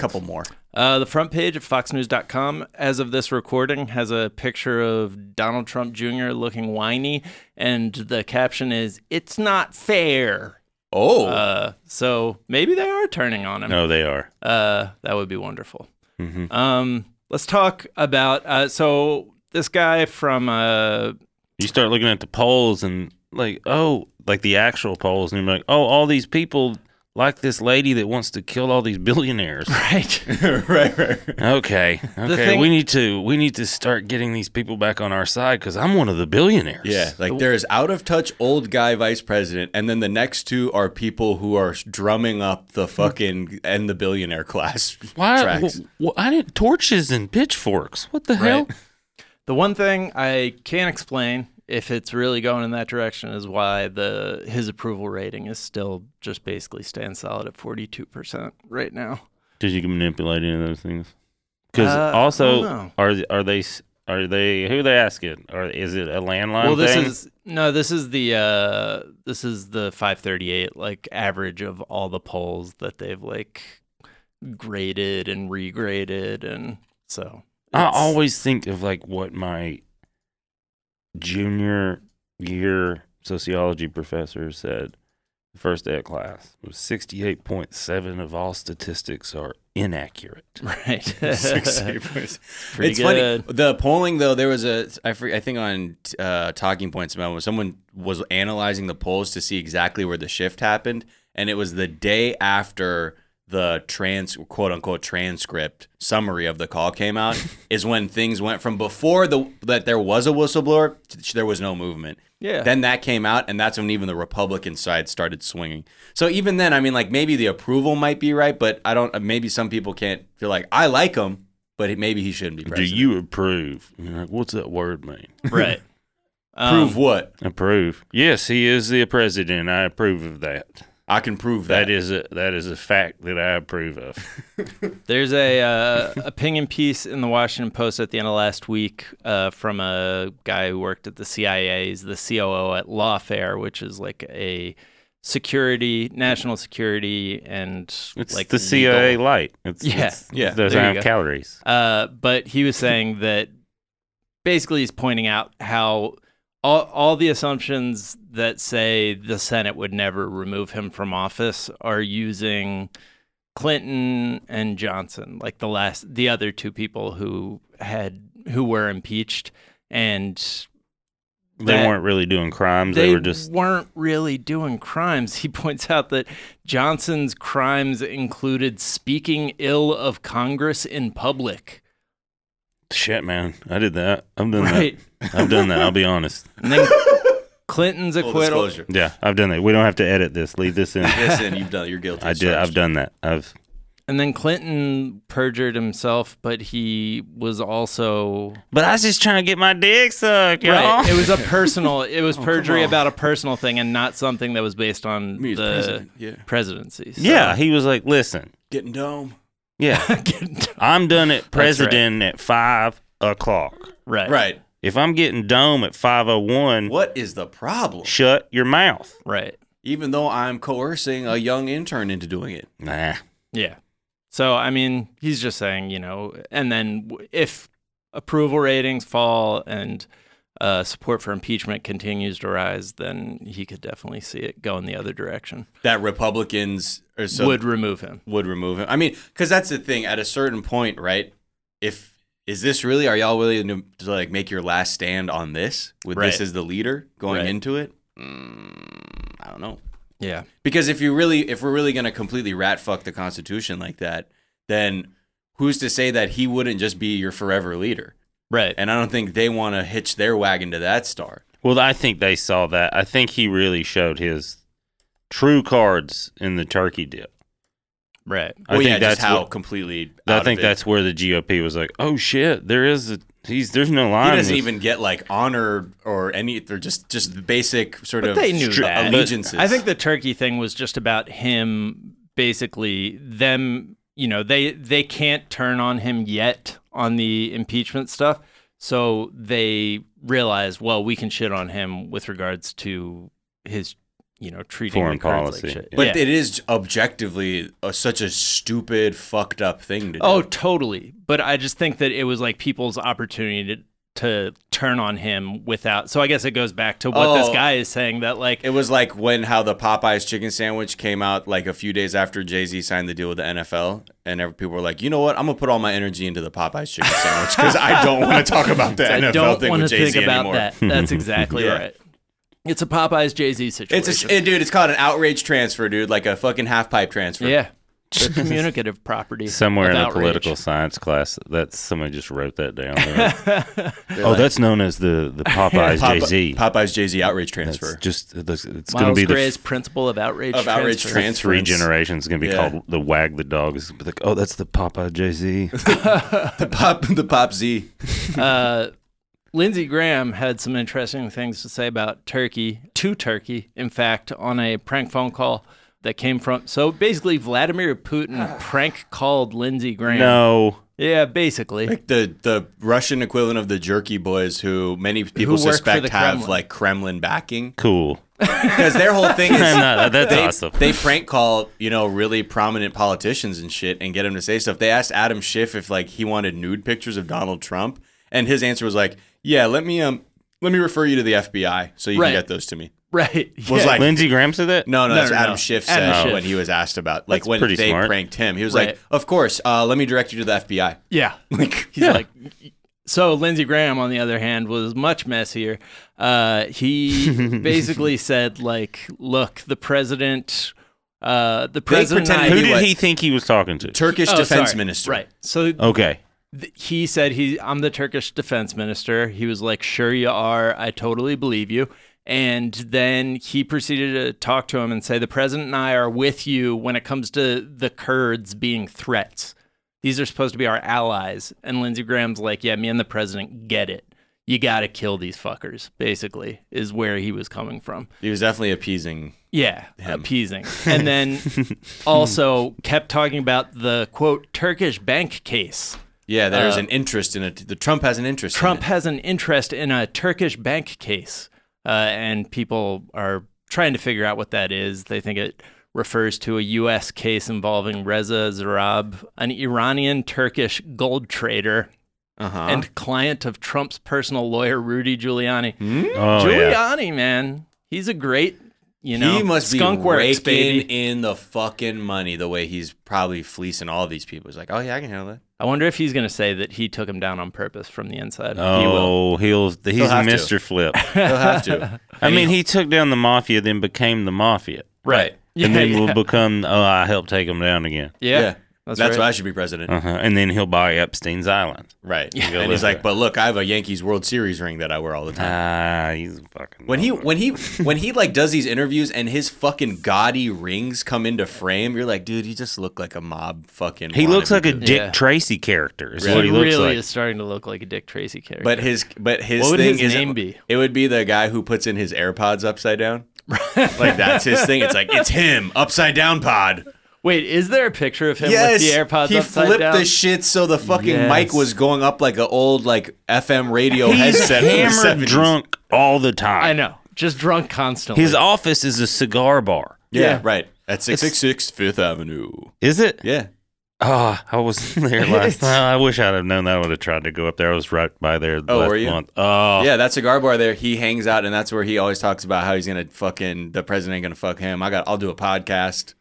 [SPEAKER 2] a couple more.
[SPEAKER 1] Uh, the front page at foxnews.com, as of this recording, has a picture of Donald Trump Jr. looking whiny, and the caption is, It's not fair.
[SPEAKER 2] Oh,
[SPEAKER 1] Uh, so maybe they are turning on him.
[SPEAKER 3] No, they are.
[SPEAKER 1] Uh, that would be wonderful. Um, let's talk about. Uh, so this guy from. Uh,
[SPEAKER 3] You start looking at the polls and like, oh, like the actual polls, and you're like, oh, all these people like this lady that wants to kill all these billionaires.
[SPEAKER 1] right.
[SPEAKER 2] right, right.
[SPEAKER 3] Okay, okay,
[SPEAKER 1] thing-
[SPEAKER 3] we need to we need to start getting these people back on our side because I'm one of the billionaires.
[SPEAKER 2] Yeah, like there is out of touch old guy vice president, and then the next two are people who are drumming up the fucking and the billionaire class
[SPEAKER 3] Why?
[SPEAKER 2] tracks.
[SPEAKER 3] wh- wh- I didn't torches and pitchforks. What the hell?
[SPEAKER 1] The one thing I can't explain if it's really going in that direction is why the his approval rating is still just basically staying solid at 42% right now.
[SPEAKER 3] Did you manipulate any of those things? Because
[SPEAKER 1] Uh, I don't
[SPEAKER 3] also,
[SPEAKER 1] know.
[SPEAKER 3] are are they s- are they who are they asking? Or is it a landline?
[SPEAKER 1] well, this
[SPEAKER 3] thing?
[SPEAKER 1] is no, this is the uh this is the 538 like average of all the polls that they've like graded and regraded and so
[SPEAKER 3] I
[SPEAKER 1] it's-
[SPEAKER 3] always think of like what my junior year sociology professor said the first day of class was 68.7 of all statistics are inaccurate.
[SPEAKER 1] right.
[SPEAKER 2] Six papers.
[SPEAKER 1] Pretty
[SPEAKER 2] it's funny.
[SPEAKER 1] good.
[SPEAKER 2] The polling though, there was a I, fre- I think on uh, Talking Points about when someone was analyzing the polls to see exactly where the shift happened, and it was the day after the trans quote unquote transcript summary of the call came out is when things went from before the that there was a whistleblower to there was no movement.
[SPEAKER 1] Yeah.
[SPEAKER 2] Then that came out, and that's when even the Republican side started swinging. So even then, I mean, like maybe the approval might be right, but I don't. Maybe some people can't feel like I like him, but it, maybe he shouldn't be president.
[SPEAKER 3] Do you approve? And you're like, what's that word mean?
[SPEAKER 1] right.
[SPEAKER 2] prove what?
[SPEAKER 3] approve. Yes, he is the president. I approve of that.
[SPEAKER 2] I can prove that.
[SPEAKER 3] That is a that is a fact that I approve of.
[SPEAKER 1] There's a uh, opinion piece in the Washington Post at the end of last week uh, from a guy who worked at the CIA. He's the COO at Lawfare, which is like a security, national security, and
[SPEAKER 3] It's
[SPEAKER 1] like
[SPEAKER 3] the CIA
[SPEAKER 1] legal-
[SPEAKER 3] light. It's,
[SPEAKER 1] Yeah.
[SPEAKER 3] it's-
[SPEAKER 2] Yeah,
[SPEAKER 3] Those
[SPEAKER 1] there you
[SPEAKER 3] have
[SPEAKER 1] go.
[SPEAKER 3] calories.
[SPEAKER 1] Uh, but he was saying that basically he's pointing out how all, all the assumptions that say the Senate would never remove him from office are using Clinton and Johnson, like the last, the other two people who had who were impeached, and
[SPEAKER 3] they
[SPEAKER 1] That-
[SPEAKER 3] weren't really doing crimes. They, were just
[SPEAKER 1] weren't really doing crimes. He points out that Johnson's crimes included speaking ill of Congress in public.
[SPEAKER 3] shit, man. I did that. I've done
[SPEAKER 1] Right.
[SPEAKER 3] that. I've done that. I'll be honest.
[SPEAKER 1] And then Clinton's
[SPEAKER 2] full
[SPEAKER 1] acquittal.
[SPEAKER 2] disclosure.
[SPEAKER 3] Yeah, I've done that. We don't have to edit this. Leave this in.
[SPEAKER 2] Listen, you've done. You're guilty.
[SPEAKER 3] I
[SPEAKER 2] as
[SPEAKER 3] did. I've
[SPEAKER 2] charged.
[SPEAKER 3] done that. I've
[SPEAKER 1] And then Clinton perjured himself, but he was also
[SPEAKER 3] But I was just trying to get my dick sucked, y'all.
[SPEAKER 1] It was a personal. It
[SPEAKER 2] Oh,
[SPEAKER 1] was perjury about a personal thing and not something that was based on
[SPEAKER 2] Me as
[SPEAKER 1] the
[SPEAKER 2] president, yeah.
[SPEAKER 1] presidency. So-
[SPEAKER 3] Yeah, he was like, "Listen,
[SPEAKER 2] Getting dome.
[SPEAKER 3] yeah, I'm done at president at five o'clock.
[SPEAKER 1] right.
[SPEAKER 2] Right.
[SPEAKER 3] If I'm getting dome at five o one,
[SPEAKER 2] What is the problem?
[SPEAKER 3] shut your mouth.
[SPEAKER 1] Right.
[SPEAKER 2] Even though I'm coercing a young intern into doing it.
[SPEAKER 3] Nah,
[SPEAKER 1] Yeah. So I mean, he's just saying, you know, and then w- if approval ratings fall and uh, support for impeachment continues to rise, then he could definitely see it go in the other direction.
[SPEAKER 2] That Republicans or so
[SPEAKER 1] Would remove him.
[SPEAKER 2] would remove him. I mean, because that's the thing. At a certain point, right? If is this really? Are y'all willing to, to like make your last stand on this? With this
[SPEAKER 1] Right.
[SPEAKER 2] as the leader going
[SPEAKER 1] Right.
[SPEAKER 2] into it? Mm, I don't know.
[SPEAKER 1] Yeah.
[SPEAKER 2] Because if you really, if we're really going to completely rat fuck the Constitution like that, then who's to say that he wouldn't just be your forever leader?
[SPEAKER 1] Right.
[SPEAKER 2] And I don't think they want to hitch their wagon to that star.
[SPEAKER 3] Well, I think they saw that. I think he really showed his true cards in the turkey dip.
[SPEAKER 1] right.
[SPEAKER 3] I
[SPEAKER 2] Well,
[SPEAKER 3] think
[SPEAKER 2] yeah,
[SPEAKER 3] that's
[SPEAKER 2] just how
[SPEAKER 3] what-
[SPEAKER 2] completely. out
[SPEAKER 3] I
[SPEAKER 2] of
[SPEAKER 3] think
[SPEAKER 2] it.
[SPEAKER 3] that's where the GOP was like, "Oh shit, there is a, he's there's no
[SPEAKER 2] He
[SPEAKER 3] line."
[SPEAKER 2] doesn't
[SPEAKER 3] with-
[SPEAKER 2] even get like honor or any. They're just just the basic sort
[SPEAKER 1] But
[SPEAKER 2] of
[SPEAKER 1] they knew
[SPEAKER 2] str-
[SPEAKER 1] that.
[SPEAKER 2] allegiances.
[SPEAKER 1] I think the turkey thing was just about him basically them, you know, they they can't turn on him yet on the impeachment stuff. So they realize, well, we can shit on him with regards to his, you know, treating
[SPEAKER 3] Foreign
[SPEAKER 1] the Kurds
[SPEAKER 3] policy,
[SPEAKER 1] Like shit.
[SPEAKER 2] But
[SPEAKER 1] Yeah.
[SPEAKER 2] it is objectively a, such a stupid, fucked up thing to do.
[SPEAKER 1] Oh, totally. But I just think that it was like people's opportunity to to turn on him without. So I guess it goes back to what this
[SPEAKER 2] Oh.
[SPEAKER 1] guy is saying that like
[SPEAKER 2] It was like when how the Popeyes chicken sandwich came out like a few days after Jay Z signed the deal with the NFL, and every- people were like, you know what? I'm gonna put all my energy into the Popeyes chicken sandwich because I don't want to talk about the
[SPEAKER 1] I
[SPEAKER 2] NFL
[SPEAKER 1] don't
[SPEAKER 2] thing
[SPEAKER 1] want to
[SPEAKER 2] with Jay
[SPEAKER 1] think
[SPEAKER 2] Z
[SPEAKER 1] about
[SPEAKER 2] anymore.
[SPEAKER 1] that. That's exactly
[SPEAKER 2] Yeah.
[SPEAKER 1] right. It's a Popeyes Jay Z situation.
[SPEAKER 2] It's a, eh, dude. It's called an outrage transfer, dude. Like a fucking half pipe transfer.
[SPEAKER 1] yeah, They're communicative property.
[SPEAKER 3] somewhere
[SPEAKER 1] of
[SPEAKER 3] in a
[SPEAKER 1] outrage.
[SPEAKER 3] political science class. That's somebody just wrote that down. They're like, oh, that's known as the the Popeyes
[SPEAKER 2] Pope-
[SPEAKER 3] Jay Z.
[SPEAKER 2] Popeyes Jay Z outrage
[SPEAKER 3] That's
[SPEAKER 2] transfer.
[SPEAKER 3] just that's- it's going to
[SPEAKER 1] Miles
[SPEAKER 3] be the
[SPEAKER 1] Gray's principle of outrage.
[SPEAKER 2] Of outrage
[SPEAKER 1] transfer.
[SPEAKER 2] trans-
[SPEAKER 3] three
[SPEAKER 2] Inference.
[SPEAKER 3] generations going to be
[SPEAKER 2] Yeah.
[SPEAKER 3] called the Wag the Dog. It's gonna be like, oh, that's the Popeye Jay Z.
[SPEAKER 2] the pop, the pop Z.
[SPEAKER 1] Uh, Lindsey Graham had some interesting things to say about Turkey to Turkey. In fact, on a prank phone call that came from so basically Vladimir Putin prank called Lindsey Graham.
[SPEAKER 3] no,
[SPEAKER 1] Yeah, basically.
[SPEAKER 2] Like the the Russian equivalent of the Jerky Boys, who many people
[SPEAKER 1] work for
[SPEAKER 2] suspect
[SPEAKER 1] the
[SPEAKER 2] have
[SPEAKER 1] Kremlin.
[SPEAKER 2] like Kremlin backing,
[SPEAKER 3] cool.
[SPEAKER 2] because their whole thing is
[SPEAKER 3] No, no, that's awesome.
[SPEAKER 2] they prank call you know really prominent politicians and shit and get them to say stuff. They asked Adam Schiff if like he wanted nude pictures of Donald Trump, and his answer was like, "Yeah, let me um let me refer you to the FBI so you
[SPEAKER 1] Right.
[SPEAKER 2] can get those to me."
[SPEAKER 1] Right.
[SPEAKER 2] Was like
[SPEAKER 3] Lindsey Graham said that.
[SPEAKER 2] no,
[SPEAKER 1] No,
[SPEAKER 2] no, that's
[SPEAKER 1] no,
[SPEAKER 2] Adam
[SPEAKER 1] no.
[SPEAKER 2] Schiff said
[SPEAKER 1] Adam Schiff.
[SPEAKER 2] when he was asked about like
[SPEAKER 3] That's
[SPEAKER 2] when
[SPEAKER 3] pretty
[SPEAKER 2] they
[SPEAKER 3] smart.
[SPEAKER 2] pranked him. He was
[SPEAKER 1] Right.
[SPEAKER 2] like, "Of course, uh, let me direct you to the FBI."
[SPEAKER 1] Yeah.
[SPEAKER 2] Like,
[SPEAKER 1] He's like, so Lindsey Graham, on the other hand, was much messier. Uh, he basically said, like, look, the president, uh, the president, I-
[SPEAKER 2] pretended to
[SPEAKER 3] Who
[SPEAKER 2] be
[SPEAKER 3] did
[SPEAKER 2] what-
[SPEAKER 3] he think he was talking to?
[SPEAKER 2] Turkish
[SPEAKER 1] Oh,
[SPEAKER 2] defense
[SPEAKER 1] sorry.
[SPEAKER 2] minister.
[SPEAKER 1] right? So
[SPEAKER 3] okay,
[SPEAKER 1] th- he said, he, I'm the Turkish defense minister. He was like, sure you are. I totally believe you. And then he proceeded to talk to him and say, the president and I are with you when it comes to the Kurds being threats. These are supposed to be our allies. And Lindsey Graham's like, yeah, me and the president get it. You got to kill these fuckers, basically, is where he was coming from.
[SPEAKER 2] He was definitely appeasing.
[SPEAKER 1] Yeah, appeasing. And then also kept talking about the quote, Turkish bank case.
[SPEAKER 2] Yeah, there's an interest in it. The Trump has an interest. in
[SPEAKER 1] Trump
[SPEAKER 2] it.
[SPEAKER 1] has an interest in a Turkish bank case, uh, and people are trying to figure out what that is. They think it refers to a U.S. case involving Reza Zarab, an Iranian Turkish gold trader
[SPEAKER 2] Uh-huh.
[SPEAKER 1] and client of Trump's personal lawyer, Rudy Giuliani.
[SPEAKER 2] Mm.
[SPEAKER 3] oh yeah,
[SPEAKER 1] Giuliani, man, he's a great, you know,
[SPEAKER 2] he must be
[SPEAKER 1] skunk works,
[SPEAKER 2] raking
[SPEAKER 1] baby.
[SPEAKER 2] in the fucking money the way he's probably fleecing all these people. He's like, oh yeah, I can handle that.
[SPEAKER 1] I wonder if he's going to say that he took him down on purpose from the inside.
[SPEAKER 3] oh he'll he's
[SPEAKER 2] have to.
[SPEAKER 3] Mister Flip.
[SPEAKER 2] He'll have to.
[SPEAKER 3] I mean, he took down the mafia, then became the mafia,
[SPEAKER 2] right.
[SPEAKER 1] Yeah,
[SPEAKER 3] and then
[SPEAKER 1] yeah.
[SPEAKER 3] will become. Oh, I helped take him down again.
[SPEAKER 1] yeah,
[SPEAKER 2] That's,
[SPEAKER 1] right.
[SPEAKER 2] why I should be president.
[SPEAKER 3] Uh-huh. And then he'll buy Epstein's island.
[SPEAKER 2] Right.
[SPEAKER 3] go
[SPEAKER 2] And he's
[SPEAKER 3] live
[SPEAKER 2] like,
[SPEAKER 3] there.
[SPEAKER 2] but look, I have a Yankees World Series ring that I wear all the time.
[SPEAKER 3] Ah, he's a fucking.
[SPEAKER 2] When he
[SPEAKER 3] lover.
[SPEAKER 2] when he when he like does these interviews and his fucking gaudy rings come into frame, you're like, dude, you just look like a mob fucking.
[SPEAKER 3] he looks
[SPEAKER 2] wannabe
[SPEAKER 3] like a
[SPEAKER 2] dude."
[SPEAKER 3] Dick
[SPEAKER 1] Yeah.
[SPEAKER 3] Tracy character is
[SPEAKER 2] Really?
[SPEAKER 3] what he looks
[SPEAKER 1] really
[SPEAKER 3] like.
[SPEAKER 1] is starting to look like a Dick Tracy character.
[SPEAKER 2] But his but his
[SPEAKER 1] What would
[SPEAKER 2] thing
[SPEAKER 1] his
[SPEAKER 2] is
[SPEAKER 1] name be?
[SPEAKER 2] it would be the guy who puts in his AirPods upside down. like that's his thing. It's like it's him upside down pod.
[SPEAKER 1] Wait, is there a picture of him with the AirPods
[SPEAKER 2] he
[SPEAKER 1] upside
[SPEAKER 2] flipped
[SPEAKER 1] down?
[SPEAKER 2] the shit so the fucking mic
[SPEAKER 1] Yes.
[SPEAKER 2] was going up like an old like FM radio
[SPEAKER 3] He's
[SPEAKER 2] headset. from the 70s.
[SPEAKER 3] hammered drunk all the time.
[SPEAKER 1] I know, just drunk constantly.
[SPEAKER 3] His office is a cigar bar.
[SPEAKER 2] Yeah,
[SPEAKER 1] Yeah.
[SPEAKER 2] right. At 666 Fifth Avenue.
[SPEAKER 3] Is it?
[SPEAKER 2] Yeah.
[SPEAKER 3] Ah, I was there last night. I wish I'd have known that. I would have tried to go up there. I was right by there
[SPEAKER 2] Oh,
[SPEAKER 3] last
[SPEAKER 2] were you?
[SPEAKER 3] month. Oh,
[SPEAKER 2] Yeah, that cigar bar there, he hangs out and that's where he always talks about how he's gonna fucking the president ain't gonna fuck him. I got I'll do a podcast.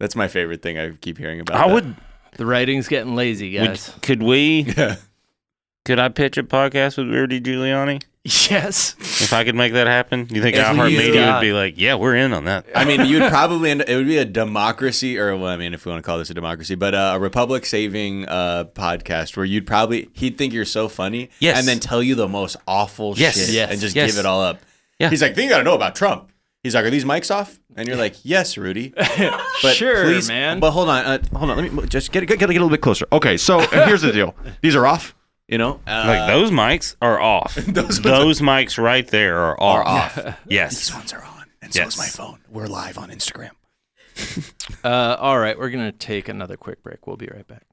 [SPEAKER 2] That's my favorite thing I keep hearing about.
[SPEAKER 3] I
[SPEAKER 2] that.
[SPEAKER 3] would.
[SPEAKER 1] the writing's getting lazy,
[SPEAKER 3] would-
[SPEAKER 1] guys.
[SPEAKER 3] could we?
[SPEAKER 2] Yeah.
[SPEAKER 3] Could I pitch a podcast with Rudy Giuliani?
[SPEAKER 1] Yes.
[SPEAKER 3] If I could make that happen, you think
[SPEAKER 1] If you-
[SPEAKER 3] iHeartMedia would be like, "Yeah, we're in on that."
[SPEAKER 2] I mean, you'd probably end. It would be a democracy, or well, I mean, if we want to call this a democracy, but uh, a republic-saving uh, podcast where you'd probably he'd think you're so funny,
[SPEAKER 3] Yes.
[SPEAKER 2] and then tell you the most awful
[SPEAKER 3] Yes.
[SPEAKER 2] shit,
[SPEAKER 3] Yes.
[SPEAKER 2] and just
[SPEAKER 3] Yes.
[SPEAKER 2] give it all up.
[SPEAKER 3] Yeah.
[SPEAKER 2] He's like, "Thing you got to know about Trump." He's like, "Are these mics off?" And you're like, "Yes, Rudy." But
[SPEAKER 1] Sure,
[SPEAKER 2] please,
[SPEAKER 1] man.
[SPEAKER 2] But hold on, uh, hold on. Let me just get get, get a little bit closer. Okay, so uh, here's the deal. These are off. You know, uh,
[SPEAKER 3] Like those mics are off. those mics right there are off.
[SPEAKER 2] these
[SPEAKER 3] Yes.
[SPEAKER 2] ones are on, and
[SPEAKER 3] Yes.
[SPEAKER 2] so is my phone. We're live on Instagram.
[SPEAKER 1] Uh, all right, we're gonna take another quick break. We'll be right back.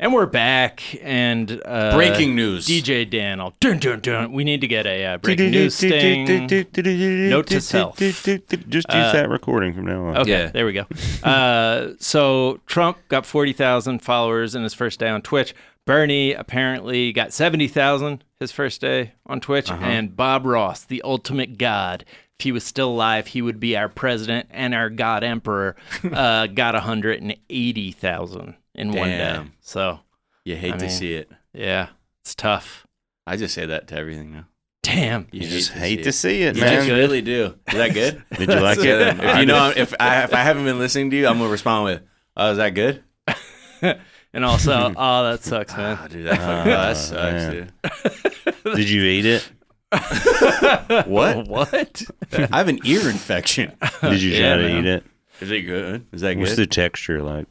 [SPEAKER 1] And we're back. And uh,
[SPEAKER 2] Breaking news.
[SPEAKER 1] DJ Daniel. Dun, dun, dun. We need to get a uh, breaking news thing. Note to self.
[SPEAKER 3] Just use that recording from now on.
[SPEAKER 1] Okay,
[SPEAKER 2] Yeah.
[SPEAKER 1] there we go. Uh, so Trump got 40,000 followers in his first day on Twitch. Bernie apparently got 70,000 his first day on Twitch.
[SPEAKER 2] Uh-huh.
[SPEAKER 1] And Bob Ross, the ultimate god, if he was still alive, he would be our president and our god emperor, uh, got 180,000 in one day.
[SPEAKER 2] Damn.
[SPEAKER 1] So,
[SPEAKER 2] You hate
[SPEAKER 1] I
[SPEAKER 2] to
[SPEAKER 1] mean-
[SPEAKER 2] see it.
[SPEAKER 1] yeah, it's tough.
[SPEAKER 2] I just say that to everything now.
[SPEAKER 1] Damn.
[SPEAKER 2] You,
[SPEAKER 3] Just hate to see it,
[SPEAKER 2] You just
[SPEAKER 3] man.
[SPEAKER 2] really do. Is that good?
[SPEAKER 3] Did you like
[SPEAKER 2] Yeah, then.
[SPEAKER 3] it?
[SPEAKER 2] if you know, if I if I haven't been listening to you, I'm gonna respond with, "Oh, is that good?"
[SPEAKER 1] And also, oh, that sucks, man.
[SPEAKER 2] Oh, dude, that fucking oh, that sucks,
[SPEAKER 3] Ah, man.
[SPEAKER 2] dude.
[SPEAKER 3] Did you eat it?
[SPEAKER 2] What?
[SPEAKER 1] What?
[SPEAKER 2] I have an ear infection.
[SPEAKER 3] Did you try
[SPEAKER 1] Yeah,
[SPEAKER 3] to
[SPEAKER 1] man.
[SPEAKER 3] eat it?
[SPEAKER 2] Is it good? Is that good?
[SPEAKER 3] What's the texture like?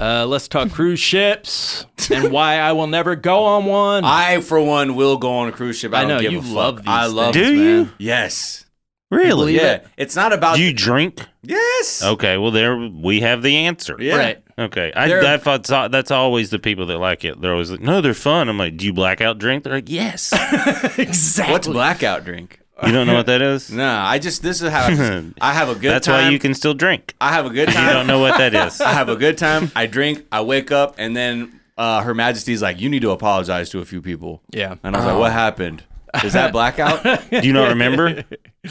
[SPEAKER 1] Uh, let's talk cruise ships and why I will never go on one.
[SPEAKER 2] I, for one, will go on a cruise ship. I,
[SPEAKER 1] I
[SPEAKER 2] don't
[SPEAKER 1] know,
[SPEAKER 2] give
[SPEAKER 1] you
[SPEAKER 2] a fuck.
[SPEAKER 1] love these
[SPEAKER 2] I love.
[SPEAKER 3] things.
[SPEAKER 2] it,
[SPEAKER 3] Do
[SPEAKER 2] man.
[SPEAKER 3] you?
[SPEAKER 2] Yes.
[SPEAKER 3] Really?
[SPEAKER 2] yeah. It's not about.
[SPEAKER 3] Do you drink?
[SPEAKER 2] yes.
[SPEAKER 3] Okay. Well, there we have the answer.
[SPEAKER 2] Yeah.
[SPEAKER 1] Right.
[SPEAKER 3] Okay. I,
[SPEAKER 2] They're-
[SPEAKER 3] that, that's, al- that's always the people that like it. They're always like, no, they're fun. I'm like, do you blackout drink? They're like, yes.
[SPEAKER 1] exactly.
[SPEAKER 2] What's blackout drink?
[SPEAKER 3] you don't know what that is?
[SPEAKER 2] Nah, I just this is how I, I have a good
[SPEAKER 3] That's
[SPEAKER 2] time.
[SPEAKER 3] why you can still drink.
[SPEAKER 2] I have a good time.
[SPEAKER 3] You don't know what that is.
[SPEAKER 2] I have a good time. I drink. I wake up, and then uh, Her Majesty's like, "You need to apologize to a few people."
[SPEAKER 1] Yeah.
[SPEAKER 3] Oh,
[SPEAKER 2] And I was like, "What happened? Is that blackout?"
[SPEAKER 3] Do you not remember?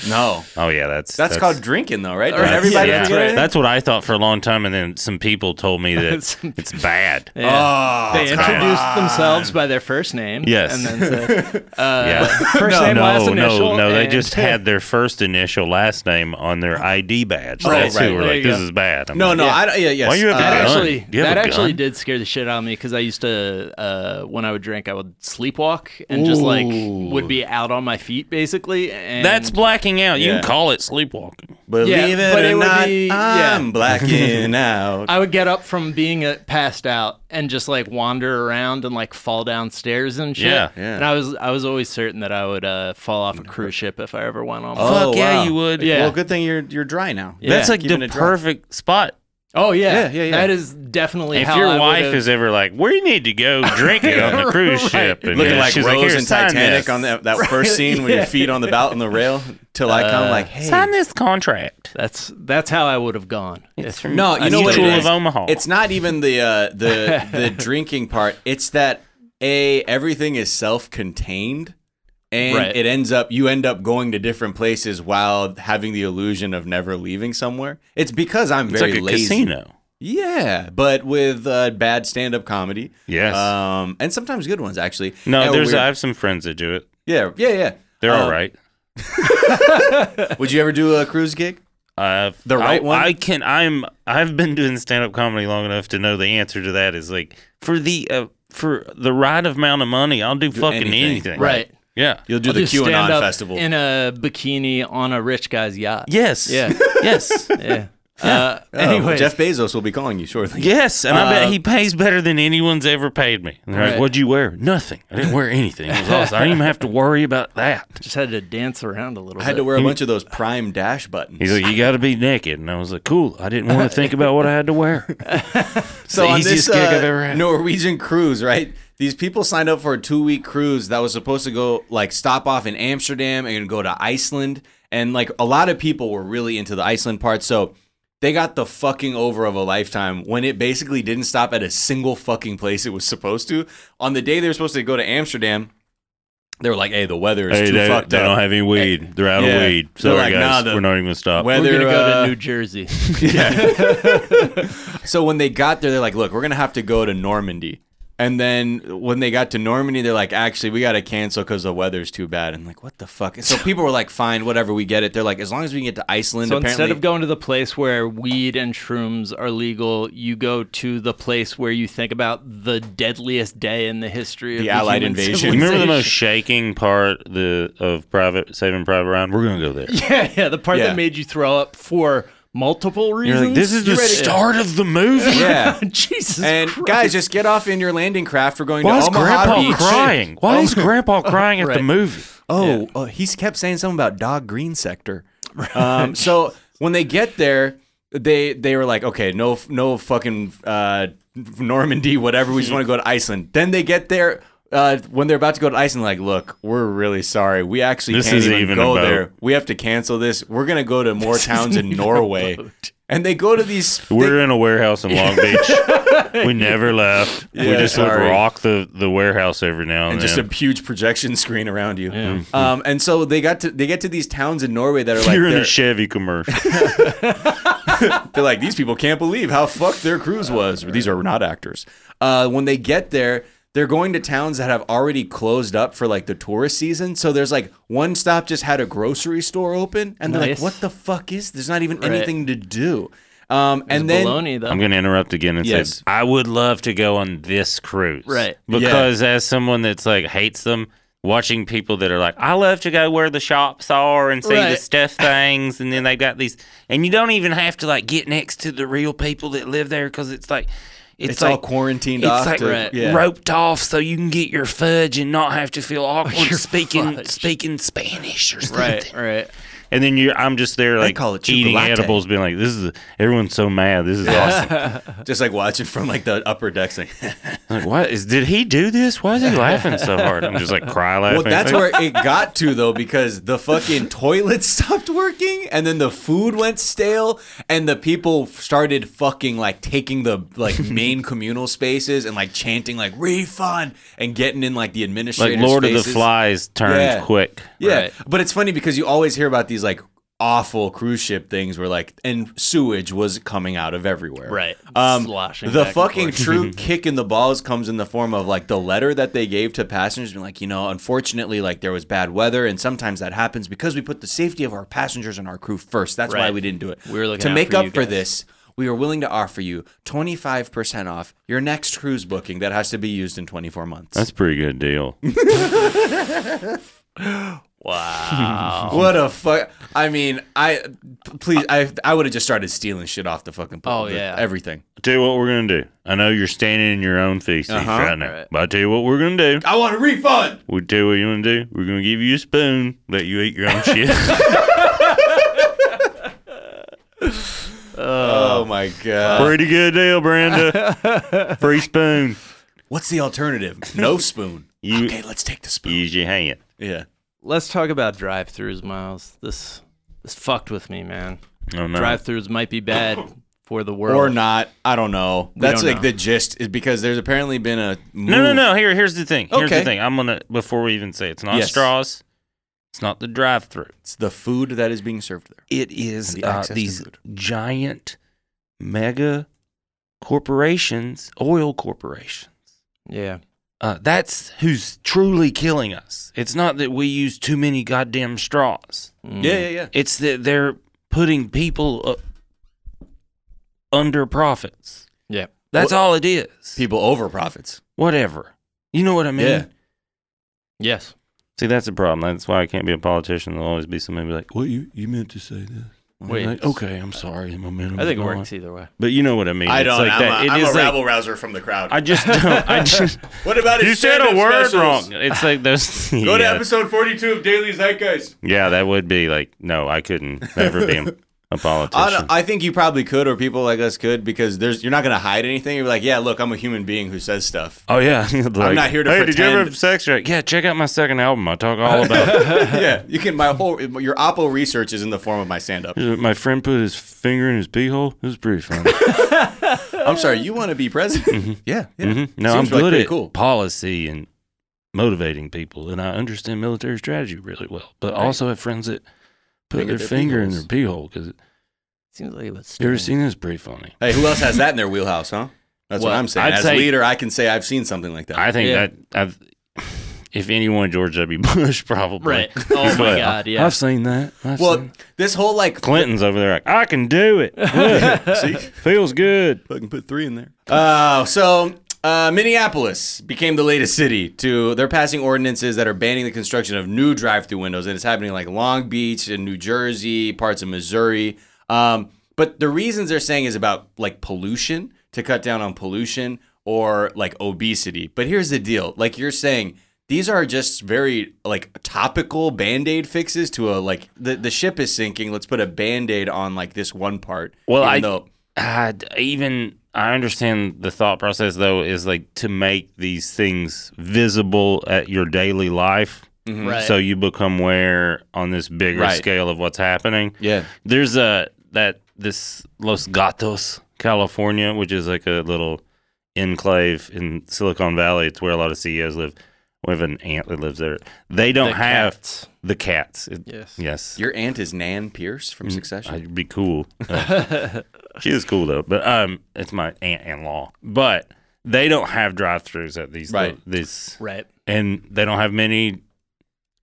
[SPEAKER 2] no,
[SPEAKER 3] Oh yeah, that's
[SPEAKER 2] that's, called drinking, though, right? Did
[SPEAKER 1] That's-
[SPEAKER 2] everybody
[SPEAKER 1] yeah.
[SPEAKER 2] forget it?
[SPEAKER 3] That's what I thought for a long time, and then some people told me that
[SPEAKER 1] Some
[SPEAKER 3] it's bad. Yeah,
[SPEAKER 1] Yeah. they
[SPEAKER 3] come
[SPEAKER 1] introduced themselves by their first name.
[SPEAKER 3] Yes.
[SPEAKER 1] And then said, first
[SPEAKER 3] no,
[SPEAKER 1] name,
[SPEAKER 3] no,
[SPEAKER 1] last
[SPEAKER 3] no,
[SPEAKER 1] initial,
[SPEAKER 3] no. They
[SPEAKER 1] and-
[SPEAKER 3] just had their first initial last name on their ID badge. That's
[SPEAKER 2] right.
[SPEAKER 3] who were
[SPEAKER 1] There
[SPEAKER 3] like,
[SPEAKER 1] you
[SPEAKER 3] "This
[SPEAKER 1] go.
[SPEAKER 3] is bad." I'm
[SPEAKER 2] no,
[SPEAKER 3] like,
[SPEAKER 2] no. I don't, yeah, yes. Uh,
[SPEAKER 3] Why you have a
[SPEAKER 1] that
[SPEAKER 3] gun?
[SPEAKER 1] actually
[SPEAKER 3] Do you have
[SPEAKER 1] that
[SPEAKER 3] a
[SPEAKER 1] actually
[SPEAKER 3] gun?
[SPEAKER 1] did scare the shit out of me because I used to uh, when I would drink I would sleepwalk and just like would be out on my feet basically. And
[SPEAKER 3] That's blacking out. You
[SPEAKER 2] Yeah.
[SPEAKER 3] can call it sleepwalking.
[SPEAKER 2] Believe
[SPEAKER 1] Yeah,
[SPEAKER 2] it
[SPEAKER 1] but
[SPEAKER 2] or
[SPEAKER 1] it would
[SPEAKER 2] not,
[SPEAKER 1] be- yeah.
[SPEAKER 2] I'm blacking out.
[SPEAKER 1] I would get up from being uh, passed out and just like wander around and like fall downstairs and shit.
[SPEAKER 3] Yeah,
[SPEAKER 2] yeah.
[SPEAKER 1] And I was I was always certain that I would uh, fall off a cruise ship if I ever went on. one.
[SPEAKER 2] Oh,
[SPEAKER 3] Fuck yeah,
[SPEAKER 2] wow.
[SPEAKER 3] you would.
[SPEAKER 1] Yeah.
[SPEAKER 2] Well, good thing you're you're dry now.
[SPEAKER 1] Yeah.
[SPEAKER 3] That's like
[SPEAKER 2] Keeping
[SPEAKER 3] the
[SPEAKER 2] it dry.
[SPEAKER 3] perfect spot.
[SPEAKER 1] Oh yeah,
[SPEAKER 2] Yeah, yeah, yeah.
[SPEAKER 1] That is definitely
[SPEAKER 3] If
[SPEAKER 1] how
[SPEAKER 3] your
[SPEAKER 1] I
[SPEAKER 3] wife
[SPEAKER 1] would've-
[SPEAKER 3] is ever like, "We need to go drinking on the cruise ship," and
[SPEAKER 2] Looking
[SPEAKER 3] yeah,
[SPEAKER 2] like
[SPEAKER 3] she's
[SPEAKER 2] Rose
[SPEAKER 3] "Here,
[SPEAKER 2] and
[SPEAKER 3] sign
[SPEAKER 2] Titanic
[SPEAKER 3] this.
[SPEAKER 2] on that, that first scene with your feet on the bout on the rail till I come like, hey,
[SPEAKER 3] sign this contract."
[SPEAKER 1] that's that's how I would have gone. If-
[SPEAKER 3] from
[SPEAKER 2] No, you know what it
[SPEAKER 3] Mutual
[SPEAKER 2] is?
[SPEAKER 3] of Omaha.
[SPEAKER 2] It's not even the uh, the the drinking part. It's that a everything is self-contained, and
[SPEAKER 1] Right.
[SPEAKER 2] it ends up you end up going to different places while having the illusion of never leaving somewhere. It's because I'm
[SPEAKER 3] it's
[SPEAKER 2] very
[SPEAKER 3] like a
[SPEAKER 2] lazy.
[SPEAKER 3] casino.
[SPEAKER 2] Yeah, but with uh, bad stand-up comedy.
[SPEAKER 3] Yes.
[SPEAKER 2] um, and sometimes good ones actually.
[SPEAKER 3] No,
[SPEAKER 2] And
[SPEAKER 3] there's.
[SPEAKER 2] we're-
[SPEAKER 3] I have some friends that do it.
[SPEAKER 2] yeah, yeah, yeah.
[SPEAKER 3] They're
[SPEAKER 2] Um,
[SPEAKER 3] all right.
[SPEAKER 2] Would you ever do a cruise gig?
[SPEAKER 3] Uh,
[SPEAKER 2] the right
[SPEAKER 3] I,
[SPEAKER 2] one?
[SPEAKER 3] I can. I'm. I've been doing stand up comedy long enough to know the answer to that is like for the uh, for the right amount of money, I'll do, fucking
[SPEAKER 2] anything.
[SPEAKER 3] anything.
[SPEAKER 1] right.
[SPEAKER 3] Yeah.
[SPEAKER 2] You'll do
[SPEAKER 1] I'll
[SPEAKER 2] the
[SPEAKER 1] just stand
[SPEAKER 2] QAnon
[SPEAKER 1] up
[SPEAKER 2] festival.
[SPEAKER 1] in a bikini on a rich guy's yacht.
[SPEAKER 3] Yes.
[SPEAKER 1] Yeah.
[SPEAKER 3] yes.
[SPEAKER 1] yeah. Uh,
[SPEAKER 2] Oh,
[SPEAKER 1] anyway,
[SPEAKER 2] Jeff Bezos will be calling you shortly.
[SPEAKER 3] Yes, and I bet he pays better than anyone's ever paid me. And they're like, "What'd you wear?" Nothing. I didn't wear anything. It was awesome. I didn't even have to worry about that.
[SPEAKER 1] just had to dance around a little.
[SPEAKER 2] I had
[SPEAKER 1] bit.
[SPEAKER 2] to wear a bunch of those prime dash buttons.
[SPEAKER 3] He's like, "You got to be naked," and I was like, "Cool." I didn't want to think about what I had to wear.
[SPEAKER 2] so
[SPEAKER 3] the
[SPEAKER 2] on
[SPEAKER 3] easiest
[SPEAKER 2] this
[SPEAKER 3] gig
[SPEAKER 2] uh,
[SPEAKER 3] I've ever had.
[SPEAKER 2] Norwegian cruise, right? These people signed up for a two week cruise that was supposed to go like stop off in Amsterdam and go to Iceland. And like a lot of people were really into the Iceland part. So they got the fucking over of a lifetime when it basically didn't stop at a single fucking place it was supposed to. On the day they were supposed to go to Amsterdam, They were like, "Hey, the weather is
[SPEAKER 3] Hey,
[SPEAKER 2] too
[SPEAKER 3] they,
[SPEAKER 2] fucked
[SPEAKER 3] they
[SPEAKER 2] up."
[SPEAKER 3] don't have any weed. They're out
[SPEAKER 2] Yeah.
[SPEAKER 3] of weed.
[SPEAKER 2] They're
[SPEAKER 3] Sorry,
[SPEAKER 2] like, nah,
[SPEAKER 3] guys.
[SPEAKER 2] the
[SPEAKER 3] we're not even going to stop.
[SPEAKER 1] We're
[SPEAKER 2] weather.
[SPEAKER 1] gonna go
[SPEAKER 2] uh,
[SPEAKER 1] to New Jersey.
[SPEAKER 2] So when they got there, they're like, look, we're going to have to go to Normandy. And then when they got to Normandy, they're like, actually, we got to cancel because the weather's too bad. And like, what the fuck? And so people were like, fine, whatever, we get it. They're like, as long as we can get to Iceland,
[SPEAKER 1] So
[SPEAKER 2] apparently.
[SPEAKER 1] instead of going to the place where weed and shrooms are legal, you go to the place where you think about the deadliest day in the history of
[SPEAKER 2] The
[SPEAKER 1] the,
[SPEAKER 2] Allied
[SPEAKER 1] human
[SPEAKER 2] invasion.
[SPEAKER 3] You remember the
[SPEAKER 1] civilization.
[SPEAKER 3] most shaking part the of Private Saving Private Ryan? We're going to go there.
[SPEAKER 1] yeah, yeah, the part
[SPEAKER 2] Yeah.
[SPEAKER 1] that made you throw up for multiple reasons.
[SPEAKER 3] You're like, this is the
[SPEAKER 1] You read it-
[SPEAKER 3] start of the movie.
[SPEAKER 2] yeah.
[SPEAKER 1] Jesus
[SPEAKER 2] And
[SPEAKER 1] Christ.
[SPEAKER 2] guys, just get off in your landing craft. We're going
[SPEAKER 3] Why
[SPEAKER 2] to
[SPEAKER 3] is
[SPEAKER 2] Omaha
[SPEAKER 3] Grandpa
[SPEAKER 2] Beach.
[SPEAKER 3] crying? Why is Grandpa crying at the
[SPEAKER 1] Right.
[SPEAKER 3] movie?
[SPEAKER 2] Oh, uh, he kept saying something about dog green sector. Um, so when they get there, they they were like, okay, no f- no fucking uh, Normandy, whatever. We just want to go to Iceland. Then they get there. Uh, when they're about to go to Iceland, like, look, we're really sorry. We actually
[SPEAKER 3] This
[SPEAKER 2] can't
[SPEAKER 3] isn't
[SPEAKER 2] even
[SPEAKER 3] even
[SPEAKER 2] go
[SPEAKER 3] a boat."
[SPEAKER 2] there. We have to cancel this. We're gonna go to more towns in Norway, and they go to these. they-
[SPEAKER 3] We're in a warehouse in Long Beach. we never left. we
[SPEAKER 2] Yeah,
[SPEAKER 3] just
[SPEAKER 2] sorry.
[SPEAKER 3] would rock the, the warehouse every now and,
[SPEAKER 2] and just
[SPEAKER 3] then.
[SPEAKER 2] a huge projection screen around you. Um, and so they got to they get to these towns in Norway that are like
[SPEAKER 3] Mm-hmm. You're in
[SPEAKER 2] they're-
[SPEAKER 3] a Chevy commercial.
[SPEAKER 2] They're like, these people can't believe how fucked their cruise was. These are not actors. Uh, when they get there, they're going to towns that have already closed up for like the tourist season. So there's like one stop just had a grocery store open, and they're
[SPEAKER 1] Nice.
[SPEAKER 2] like, what the fuck is? There's not even
[SPEAKER 1] Right.
[SPEAKER 2] anything to do. Um, and then
[SPEAKER 1] baloney though.
[SPEAKER 3] I'm going to interrupt again and
[SPEAKER 2] Yes.
[SPEAKER 3] say, I would love to go on this cruise.
[SPEAKER 1] Right.
[SPEAKER 2] Yeah.
[SPEAKER 3] Because as someone that's like hates them, watching people that are like, I love to go where the shops are and see the
[SPEAKER 1] Right.
[SPEAKER 3] stuff things. And then they've got these, and you don't even have to like get next to the real people that live there because it's like, it's,
[SPEAKER 2] it's
[SPEAKER 3] like,
[SPEAKER 2] all quarantined
[SPEAKER 3] it's
[SPEAKER 2] off.
[SPEAKER 3] like
[SPEAKER 2] to-
[SPEAKER 1] right.
[SPEAKER 2] yeah.
[SPEAKER 3] roped off so you can get your fudge and not have to feel awkward
[SPEAKER 1] Your
[SPEAKER 3] speaking
[SPEAKER 1] fudge.
[SPEAKER 3] speaking Spanish or something.
[SPEAKER 1] right, right.
[SPEAKER 3] And then you, I'm just there like
[SPEAKER 2] call it
[SPEAKER 3] eating
[SPEAKER 2] chocolate.
[SPEAKER 3] edibles, being like, "This is everyone's so mad. This is awesome.
[SPEAKER 2] Just like watching from like the upper decks. Like,
[SPEAKER 3] like, what is? Did he do this? Why is he laughing so hard? I'm just like cry laughing.
[SPEAKER 2] well, that's
[SPEAKER 3] It's
[SPEAKER 2] where
[SPEAKER 3] like,
[SPEAKER 2] it got to though, because the fucking toilet stopped working, and then the food went stale, and the people started fucking like taking the like main communal spaces and like chanting like refund and getting in like the
[SPEAKER 3] like
[SPEAKER 2] administrators.
[SPEAKER 3] Lord of the
[SPEAKER 2] faces.
[SPEAKER 3] Flies turned
[SPEAKER 2] Yeah.
[SPEAKER 3] quick.
[SPEAKER 2] Yeah,
[SPEAKER 1] Right.
[SPEAKER 2] but it's funny because you always hear about these like awful cruise ship things where like and sewage was coming out of everywhere.
[SPEAKER 1] Right.
[SPEAKER 2] Um,
[SPEAKER 1] Sloshing
[SPEAKER 2] the
[SPEAKER 1] back and
[SPEAKER 2] fucking
[SPEAKER 1] forth.
[SPEAKER 2] true kick in the balls comes in the form of like the letter that they gave to passengers, being like, you know, unfortunately, like there was bad weather, and sometimes that happens because we put the safety of our passengers and our crew first. That's why
[SPEAKER 1] Right.
[SPEAKER 2] we didn't do it.
[SPEAKER 1] We were looking
[SPEAKER 2] to
[SPEAKER 1] out
[SPEAKER 2] make
[SPEAKER 1] for
[SPEAKER 2] up
[SPEAKER 1] you
[SPEAKER 2] for
[SPEAKER 1] guys.
[SPEAKER 2] this. We are willing to offer you 25% off your next cruise booking that has to be used in 24 months.
[SPEAKER 3] That's a pretty good deal. Um,
[SPEAKER 2] What a fuck! I mean, I p- please, I I would have just started stealing shit off the fucking.
[SPEAKER 1] Oh,
[SPEAKER 2] the-
[SPEAKER 1] yeah.
[SPEAKER 2] everything.
[SPEAKER 3] tell you what we're gonna do. I know you're standing in your own feces
[SPEAKER 2] Uh-huh.
[SPEAKER 3] right now,
[SPEAKER 1] Right.
[SPEAKER 3] but I tell you what we're gonna do.
[SPEAKER 2] I want a refund.
[SPEAKER 3] We tell you what you want to do. We're gonna give you a spoon, let you eat your own shit. Uh,
[SPEAKER 2] Oh my god!
[SPEAKER 3] Pretty good deal, Brenda. Free spoon.
[SPEAKER 2] What's the alternative? No spoon.
[SPEAKER 3] You-
[SPEAKER 2] okay, let's take the spoon.
[SPEAKER 3] Use your hand.
[SPEAKER 2] yeah.
[SPEAKER 1] Let's talk about drive-throughs, Miles. This this fucked with me, man.
[SPEAKER 3] Oh no.
[SPEAKER 1] Drive-throughs might be bad for the world.
[SPEAKER 2] Or not? I don't know. That's
[SPEAKER 1] don't
[SPEAKER 2] like
[SPEAKER 1] know.
[SPEAKER 2] the gist. Is because there's apparently been a move.
[SPEAKER 3] No, no, no. Here, here's the thing. Here's
[SPEAKER 2] Okay.
[SPEAKER 3] the thing. I'm gonna before we even say it, it's not
[SPEAKER 2] Yes.
[SPEAKER 3] straws. It's not the drive-through.
[SPEAKER 2] It's the food that is being served there.
[SPEAKER 3] It is
[SPEAKER 2] And the
[SPEAKER 3] uh,
[SPEAKER 2] access to
[SPEAKER 3] these
[SPEAKER 2] food.
[SPEAKER 3] giant, mega corporations, oil corporations.
[SPEAKER 1] Yeah.
[SPEAKER 3] Uh, that's who's truly killing us. It's not that we use too many goddamn straws.
[SPEAKER 1] Mm.
[SPEAKER 2] Yeah, yeah, yeah.
[SPEAKER 3] It's that they're putting people uh, under profits.
[SPEAKER 1] Yeah.
[SPEAKER 3] That's all it is.
[SPEAKER 2] People over profits.
[SPEAKER 3] Whatever. You know what I mean?
[SPEAKER 2] Yeah.
[SPEAKER 1] Yes.
[SPEAKER 3] See, that's the problem. That's why I can't be a politician. There'll always be somebody like, "What you you meant to say this?" I'm
[SPEAKER 1] Wait.
[SPEAKER 3] like, okay, I'm sorry. The momentum.
[SPEAKER 1] I think it
[SPEAKER 3] is gone."
[SPEAKER 1] works either way.
[SPEAKER 3] But you know what I mean.
[SPEAKER 2] I don't.
[SPEAKER 3] It's like
[SPEAKER 2] I'm,
[SPEAKER 3] that.
[SPEAKER 2] a,
[SPEAKER 3] It
[SPEAKER 2] I'm
[SPEAKER 3] is
[SPEAKER 2] a
[SPEAKER 3] like-
[SPEAKER 2] rabble rouser from the crowd.
[SPEAKER 3] I just don't. I just.
[SPEAKER 2] what about his
[SPEAKER 3] you said a
[SPEAKER 2] stand-up
[SPEAKER 3] word
[SPEAKER 2] specials?
[SPEAKER 3] wrong. It's like those.
[SPEAKER 2] Go to
[SPEAKER 3] yeah.
[SPEAKER 2] episode 42 of Daily Zeitgeist.
[SPEAKER 3] Yeah, that would be like no. I couldn't ever be a, a
[SPEAKER 2] I,
[SPEAKER 3] politician.
[SPEAKER 2] don't- I think you probably could, or people like us could, because there's you're not gonna hide anything. You're like, yeah, look, I'm a human being who says stuff.
[SPEAKER 3] Oh yeah, Like,
[SPEAKER 2] not here to
[SPEAKER 3] Hey, did you ever
[SPEAKER 2] pretend."
[SPEAKER 3] have sex? You're like, yeah, check out my second album. I talk all about.
[SPEAKER 2] yeah, you can. My whole your Oppo research is in the form of my stand up.
[SPEAKER 3] my friend put his finger in his pee hole. It was pretty fun.
[SPEAKER 2] I'm sorry, you want to be president? Yeah, yeah.
[SPEAKER 3] Mm-hmm. No,
[SPEAKER 2] Seems
[SPEAKER 3] I'm
[SPEAKER 2] like
[SPEAKER 3] good
[SPEAKER 2] pretty
[SPEAKER 3] at
[SPEAKER 2] cool.
[SPEAKER 3] policy and motivating people, and I understand military strategy really well. But I also have friends that put
[SPEAKER 2] Finger
[SPEAKER 3] their,
[SPEAKER 2] their
[SPEAKER 3] finger in
[SPEAKER 2] pee-holes.
[SPEAKER 3] their pee hole because
[SPEAKER 1] Seems like it was.
[SPEAKER 3] you ever
[SPEAKER 1] strange.
[SPEAKER 3] seen this? Pretty funny.
[SPEAKER 2] Hey, who else has that in their wheelhouse, huh? That's
[SPEAKER 3] Well,
[SPEAKER 2] what I'm saying.
[SPEAKER 3] I'd
[SPEAKER 2] As
[SPEAKER 3] say-
[SPEAKER 2] a leader, I can say I've seen something like that.
[SPEAKER 3] I think
[SPEAKER 1] Yeah.
[SPEAKER 3] that I've, if anyone, George W. Bush probably.
[SPEAKER 1] Right. Oh my
[SPEAKER 3] But
[SPEAKER 1] God. Yeah.
[SPEAKER 3] I've seen that. I've
[SPEAKER 2] well,
[SPEAKER 3] seen-
[SPEAKER 2] this whole like
[SPEAKER 3] Clinton's over there like I can do it. Look,
[SPEAKER 2] See?
[SPEAKER 3] feels good.
[SPEAKER 2] Fucking put three in there. Uh, so uh, Minneapolis became the latest city to. They're passing ordinances that are banning the construction of new drive-through windows, and it's happening like Long Beach and New Jersey, parts of Missouri. Um, but the reasons they're saying is about like pollution to cut down on pollution or like obesity. But here's the deal: like you're saying. These are just very like topical band-aid fixes to a like the, the ship is sinking. Let's put a band-aid on like this one part.
[SPEAKER 3] Well,
[SPEAKER 2] even
[SPEAKER 3] I-
[SPEAKER 2] though-
[SPEAKER 3] I d- even I understand the thought process though is like to make these things visible at your daily life,
[SPEAKER 1] Right.
[SPEAKER 3] so you become aware on this bigger
[SPEAKER 2] Right.
[SPEAKER 3] scale of what's happening.
[SPEAKER 2] yeah.
[SPEAKER 3] There's a that this Los Gatos, California, which is like a little enclave in Silicon Valley. It's where a lot of CEOs live. We have an aunt that lives there. They don't
[SPEAKER 1] The
[SPEAKER 3] have
[SPEAKER 1] cats.
[SPEAKER 3] the cats. It-
[SPEAKER 1] Yes.
[SPEAKER 3] Yes.
[SPEAKER 2] Your aunt is Nan Pierce from Succession.
[SPEAKER 3] I'd be cool. Uh, she is cool though, but um, it's my aunt in law. But they don't have drive-throughs at these
[SPEAKER 2] Right.
[SPEAKER 3] This
[SPEAKER 1] Right.
[SPEAKER 3] and they don't have many.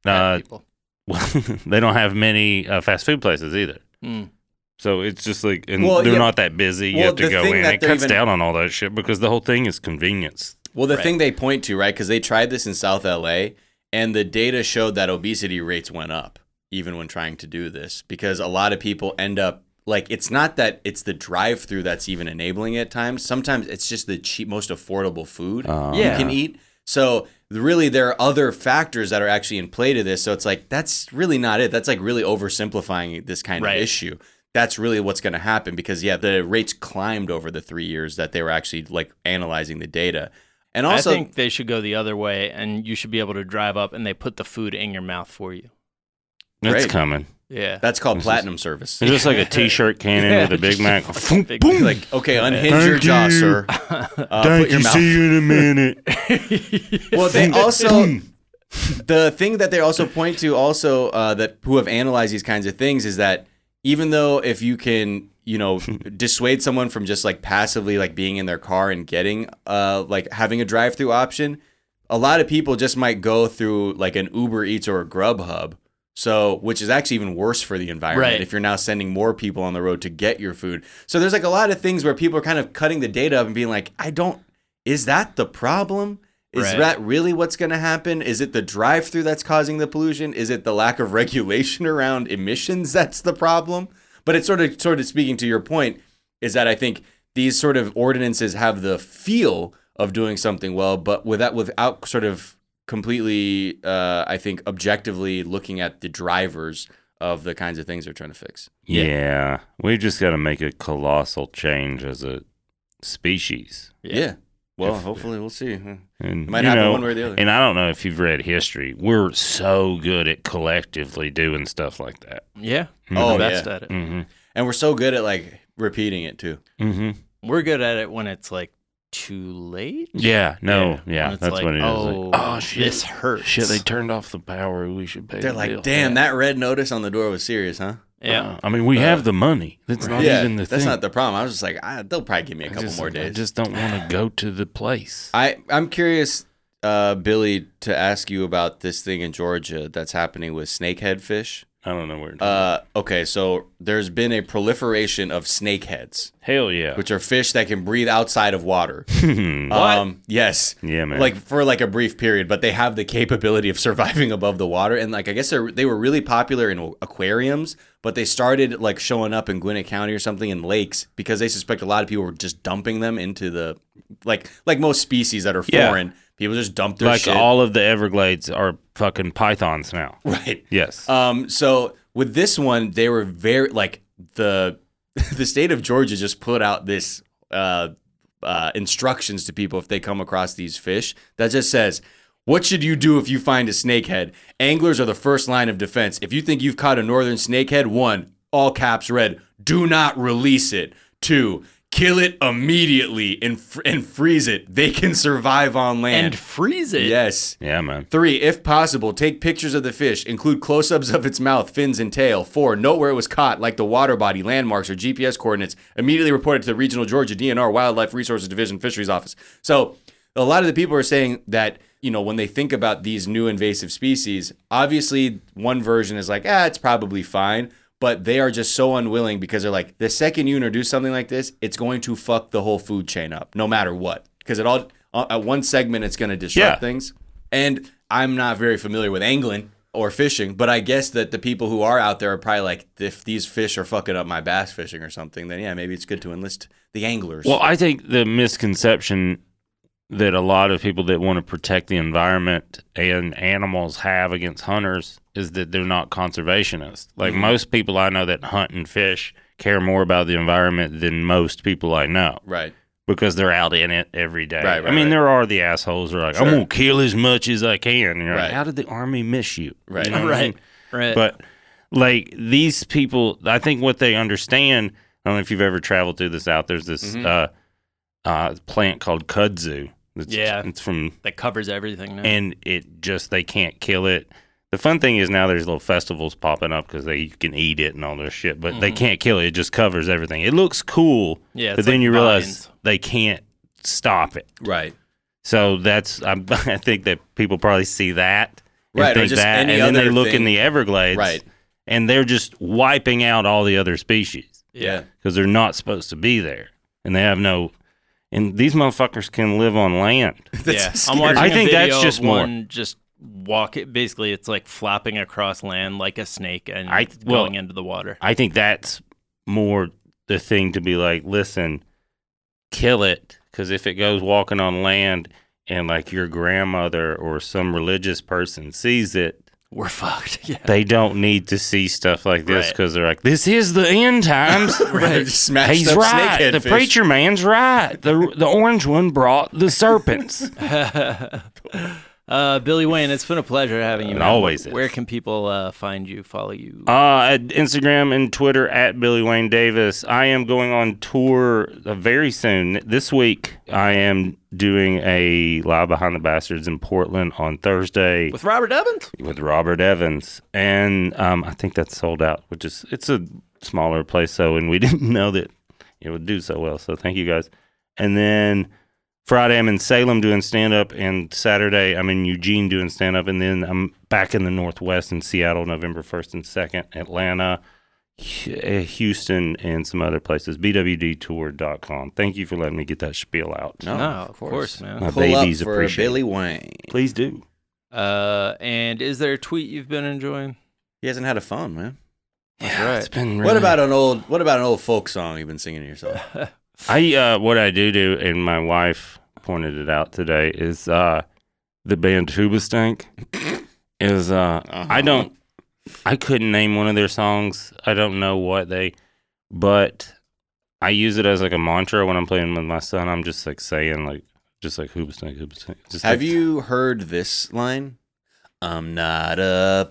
[SPEAKER 1] Cat
[SPEAKER 3] Uh,
[SPEAKER 1] people.
[SPEAKER 3] they don't have many uh, fast food places either.
[SPEAKER 1] Mm.
[SPEAKER 3] So it's just like, and
[SPEAKER 2] Hmm. Well,
[SPEAKER 3] they're
[SPEAKER 2] yeah.
[SPEAKER 3] not that busy. You
[SPEAKER 2] Well,
[SPEAKER 3] have to
[SPEAKER 2] the
[SPEAKER 3] go
[SPEAKER 2] thing
[SPEAKER 3] in.
[SPEAKER 2] that
[SPEAKER 3] It
[SPEAKER 2] they're
[SPEAKER 3] cuts
[SPEAKER 2] even-
[SPEAKER 3] down on all that shit because the whole thing is convenience.
[SPEAKER 2] Well, the thing they point to, right? Because they tried this in South LA, and the data showed that obesity rates went up even when trying to do this because a lot of people end up like it's not that it's the drive-through that's even enabling it at times. Sometimes it's just the cheap, most affordable food
[SPEAKER 1] Oh. Yeah.
[SPEAKER 2] you can eat. So really, there are other factors that are actually in play to this. So it's like that's really not it. That's like really oversimplifying this kind
[SPEAKER 1] Right.
[SPEAKER 2] of issue. That's really what's going to happen because yeah, the rates climbed over the three years that they were actually like analyzing the data. And also,
[SPEAKER 1] I think they should go the other way, and you should be able to drive up, and they put the food in your mouth for you.
[SPEAKER 3] It's
[SPEAKER 2] Great.
[SPEAKER 3] coming.
[SPEAKER 1] Yeah.
[SPEAKER 2] That's called platinum service.
[SPEAKER 3] It's just like a T-shirt cannon
[SPEAKER 1] Yeah,
[SPEAKER 3] with a Big Mac. Boom,
[SPEAKER 1] Big-
[SPEAKER 3] boom.
[SPEAKER 2] Like, okay, unhinge your
[SPEAKER 3] Thank
[SPEAKER 2] jaw,
[SPEAKER 3] you.
[SPEAKER 2] sir. Uh,
[SPEAKER 3] Thank you. See you in a minute.
[SPEAKER 2] Well, they also the thing that they also point to also uh, that who have analyzed these kinds of things is that even though if you can you know dissuade someone from just like passively like being in their car and getting uh like having a drive-through option, a lot of people just might go through like an Uber Eats or a Grubhub. So, which is actually even worse for the environment
[SPEAKER 1] Right.
[SPEAKER 2] if you're now sending more people on the road to get your food. So, there's like a lot of things where people are kind of cutting the data up and being like, I don't, is that the problem? Is
[SPEAKER 1] Right.
[SPEAKER 2] that really what's going to happen? Is it the drive through that's causing the pollution? Is it the lack of regulation around emissions that's the problem? But it's sort of, sort of speaking to your point, is that I think these sort of ordinances have the feel of doing something well, but without without sort of completely, uh, I think, objectively looking at the drivers of the kinds of things they're trying to fix.
[SPEAKER 3] Yeah, we've just got to make a colossal change as a species.
[SPEAKER 2] Yeah. Well, hopefully we'll see. huh?
[SPEAKER 3] And,
[SPEAKER 2] It might
[SPEAKER 3] you
[SPEAKER 2] happen
[SPEAKER 3] know,
[SPEAKER 2] one way or the other.
[SPEAKER 3] And I don't know if you've read history. We're so good at collectively doing stuff like that.
[SPEAKER 1] yeah.
[SPEAKER 2] Oh,
[SPEAKER 1] the best
[SPEAKER 2] yeah.
[SPEAKER 1] at it.
[SPEAKER 3] hmm
[SPEAKER 2] And we're so good at like repeating it too.
[SPEAKER 3] hmm
[SPEAKER 1] We're good at it when it's like too late.
[SPEAKER 3] Yeah. No. Yeah.
[SPEAKER 1] When it's
[SPEAKER 3] that's
[SPEAKER 1] like,
[SPEAKER 3] what it is.
[SPEAKER 1] Oh,
[SPEAKER 3] Like,
[SPEAKER 1] This hurts.
[SPEAKER 3] Shit, they turned off the power. We should pay.
[SPEAKER 2] They're
[SPEAKER 3] the bill.
[SPEAKER 2] like, damn, that red notice on the door was serious, huh?
[SPEAKER 1] yeah.
[SPEAKER 3] Uh, I mean, we have the money. That's not
[SPEAKER 2] yeah,
[SPEAKER 3] even the
[SPEAKER 2] that's
[SPEAKER 3] thing.
[SPEAKER 2] not the problem. I was just like, I, they'll probably give me a
[SPEAKER 3] I
[SPEAKER 2] couple
[SPEAKER 3] just-
[SPEAKER 2] more days.
[SPEAKER 3] I just don't want to go to the place.
[SPEAKER 2] I I'm curious, uh, Billy, to ask you about this thing in Georgia that's happening with snakehead fish.
[SPEAKER 3] I don't know where.
[SPEAKER 2] Uh, okay, so there's been a proliferation of snakeheads,
[SPEAKER 3] Hell yeah.
[SPEAKER 2] which are fish that can breathe outside of water.
[SPEAKER 3] Hmm.
[SPEAKER 2] Um, yes.
[SPEAKER 3] Yeah, man.
[SPEAKER 2] Like for like a brief period, but they have the capability of surviving above the water. And like I guess they're, they were really popular in aquariums, but they started like showing up in Gwinnett County or something in lakes because they suspect a lot of people were just dumping them into the like like most species that are
[SPEAKER 3] Yeah.
[SPEAKER 2] foreign. People just dump their
[SPEAKER 3] like
[SPEAKER 2] shit.
[SPEAKER 3] all of the Everglades are fucking pythons now.
[SPEAKER 2] right.
[SPEAKER 3] Yes.
[SPEAKER 2] Um, so with this one, they were very like the the state of Georgia just put out this uh, uh, instructions to people if they come across these fish that just says. What should you do if you find a snakehead? Anglers are the first line of defense. If you think you've caught a northern snakehead, one, all caps red, do not release it. Two, kill it immediately and fr- and freeze it. They can survive on land.
[SPEAKER 1] and freeze it.
[SPEAKER 2] yes.
[SPEAKER 3] Yeah, man.
[SPEAKER 2] Three, if possible, take pictures of the fish, include close ups of its mouth, fins, and tail. Four, note where it was caught, like the water body, landmarks, or GPS coordinates. Immediately report it to the regional Georgia DNR Wildlife Resources Division Fisheries Office. So, a lot of the people are saying that, you know, when they think about these new invasive species, obviously one version is like, ah, it's probably fine. But they are just so unwilling because they're like, the second you introduce something like this, it's going to fuck the whole food chain up, no matter what. Because it all, uh, at one segment, it's going to disrupt
[SPEAKER 3] Yeah.
[SPEAKER 2] things. And I'm not very familiar with angling or fishing, but I guess that the people who are out there are probably like, if these fish are fucking up my bass fishing or something, then yeah, maybe it's good to enlist the anglers.
[SPEAKER 3] Well, I think the misconception that a lot of people that want to protect the environment and animals have against hunters is that they're not conservationists. Like
[SPEAKER 2] Mm-hmm.
[SPEAKER 3] most people I know that hunt and fish care more about the environment than most people I know
[SPEAKER 2] right.
[SPEAKER 3] because they're out in it every day.
[SPEAKER 2] Right, right,
[SPEAKER 3] I mean,
[SPEAKER 2] right.
[SPEAKER 3] there are the assholes who are like, I'm
[SPEAKER 2] Sure.
[SPEAKER 3] going to kill as much as I can. And you're
[SPEAKER 2] Right.
[SPEAKER 3] like, how did the army miss you? You
[SPEAKER 2] Right.
[SPEAKER 3] know what I
[SPEAKER 1] Right.
[SPEAKER 3] mean?
[SPEAKER 1] Right.
[SPEAKER 3] But like these people, I think what they understand. I don't know if you've ever traveled through the south. There's this
[SPEAKER 1] Mm-hmm.
[SPEAKER 3] uh, uh, plant called kudzu. It's,
[SPEAKER 1] Yeah.
[SPEAKER 3] it's from
[SPEAKER 1] that covers everything now.
[SPEAKER 3] and it just they can't kill it. The fun thing is now there's little festivals popping up because they you can eat it and all this shit, but they can't kill it. It just covers everything. It looks cool,
[SPEAKER 1] Mm-hmm. Yeah,
[SPEAKER 3] But
[SPEAKER 1] it's
[SPEAKER 3] then
[SPEAKER 1] like
[SPEAKER 3] you realize
[SPEAKER 1] vines.
[SPEAKER 3] they can't stop it.
[SPEAKER 2] Right.
[SPEAKER 3] So that's I, I think that people probably see that, and
[SPEAKER 2] Right, or
[SPEAKER 3] Think
[SPEAKER 2] just
[SPEAKER 3] that,
[SPEAKER 2] any
[SPEAKER 3] and then they
[SPEAKER 2] other
[SPEAKER 3] look
[SPEAKER 2] thing.
[SPEAKER 3] in the Everglades,
[SPEAKER 2] Right.
[SPEAKER 3] And they're just wiping out all the other species
[SPEAKER 2] Yeah.
[SPEAKER 3] because they're not supposed to be there, and they have no. And these motherfuckers can live on land.
[SPEAKER 1] yeah,
[SPEAKER 2] That's
[SPEAKER 1] I'm
[SPEAKER 2] scary.
[SPEAKER 1] watching.
[SPEAKER 3] I
[SPEAKER 1] a
[SPEAKER 3] think
[SPEAKER 1] video
[SPEAKER 3] that's
[SPEAKER 1] of
[SPEAKER 3] just more.
[SPEAKER 1] one just walk. It basically, it's like flopping across land like a snake and
[SPEAKER 3] I- well-
[SPEAKER 1] going into the water.
[SPEAKER 3] I think that's more the thing to be like, listen, kill it. Because if it goes walking on land and like your grandmother or some religious person sees it,
[SPEAKER 1] We're fucked. Yeah,
[SPEAKER 3] they don't need to see stuff like this
[SPEAKER 1] Right.
[SPEAKER 3] because they're like, this is the end times.
[SPEAKER 2] Right. Smashed
[SPEAKER 3] He's
[SPEAKER 2] up
[SPEAKER 3] right.
[SPEAKER 2] snakehead
[SPEAKER 3] The
[SPEAKER 2] fish.
[SPEAKER 3] preacher man's right. The the orange one brought the serpents.
[SPEAKER 1] uh, Billy Wayne, it's been a pleasure having you.
[SPEAKER 3] It
[SPEAKER 1] man.
[SPEAKER 3] always is.
[SPEAKER 1] Where can people uh, find you, follow you?
[SPEAKER 3] Uh, at Instagram and Twitter at Billy Wayne Davis. I am going on tour uh, very soon. This week, I am doing a live behind the bastards in Portland on Thursday with,
[SPEAKER 1] With Robert Evans.
[SPEAKER 3] Robert Evans, and um, I think that's sold out. Which is it's a smaller place, so and we didn't know that it would do so well. So thank you guys. And then Friday, I'm in Salem doing stand up, and Saturday, I'm in Eugene doing stand up, and then I'm back in the Northwest in Seattle, November 1st and 2nd, Atlanta, Hu- eh, Houston, and some other places. BWDtour.com. Thank you for letting me get that spiel out.
[SPEAKER 1] No, of course,
[SPEAKER 3] My
[SPEAKER 1] man.
[SPEAKER 2] Pull
[SPEAKER 3] babies
[SPEAKER 2] up for
[SPEAKER 3] appreciate
[SPEAKER 2] Billy Wayne.
[SPEAKER 3] it. Please do.
[SPEAKER 1] Uh, and is there a tweet you've been enjoying?
[SPEAKER 2] He hasn't had a phone, man.
[SPEAKER 3] It's been
[SPEAKER 2] What
[SPEAKER 3] really-
[SPEAKER 2] about an old What about an old folk song you've been singing to yourself?
[SPEAKER 3] I uh, what I do do, and my wife pointed it out today is uh, the band Tuba Stank is uh,
[SPEAKER 2] Uh-huh.
[SPEAKER 3] I don't I couldn't name one of their songs. I don't know what they, but I use it as like a mantra when I'm playing with my son. I'm just like saying like just like Hooba Stank, Hooba Stank. Just
[SPEAKER 2] Have
[SPEAKER 3] like-
[SPEAKER 2] you heard this line? I'm not a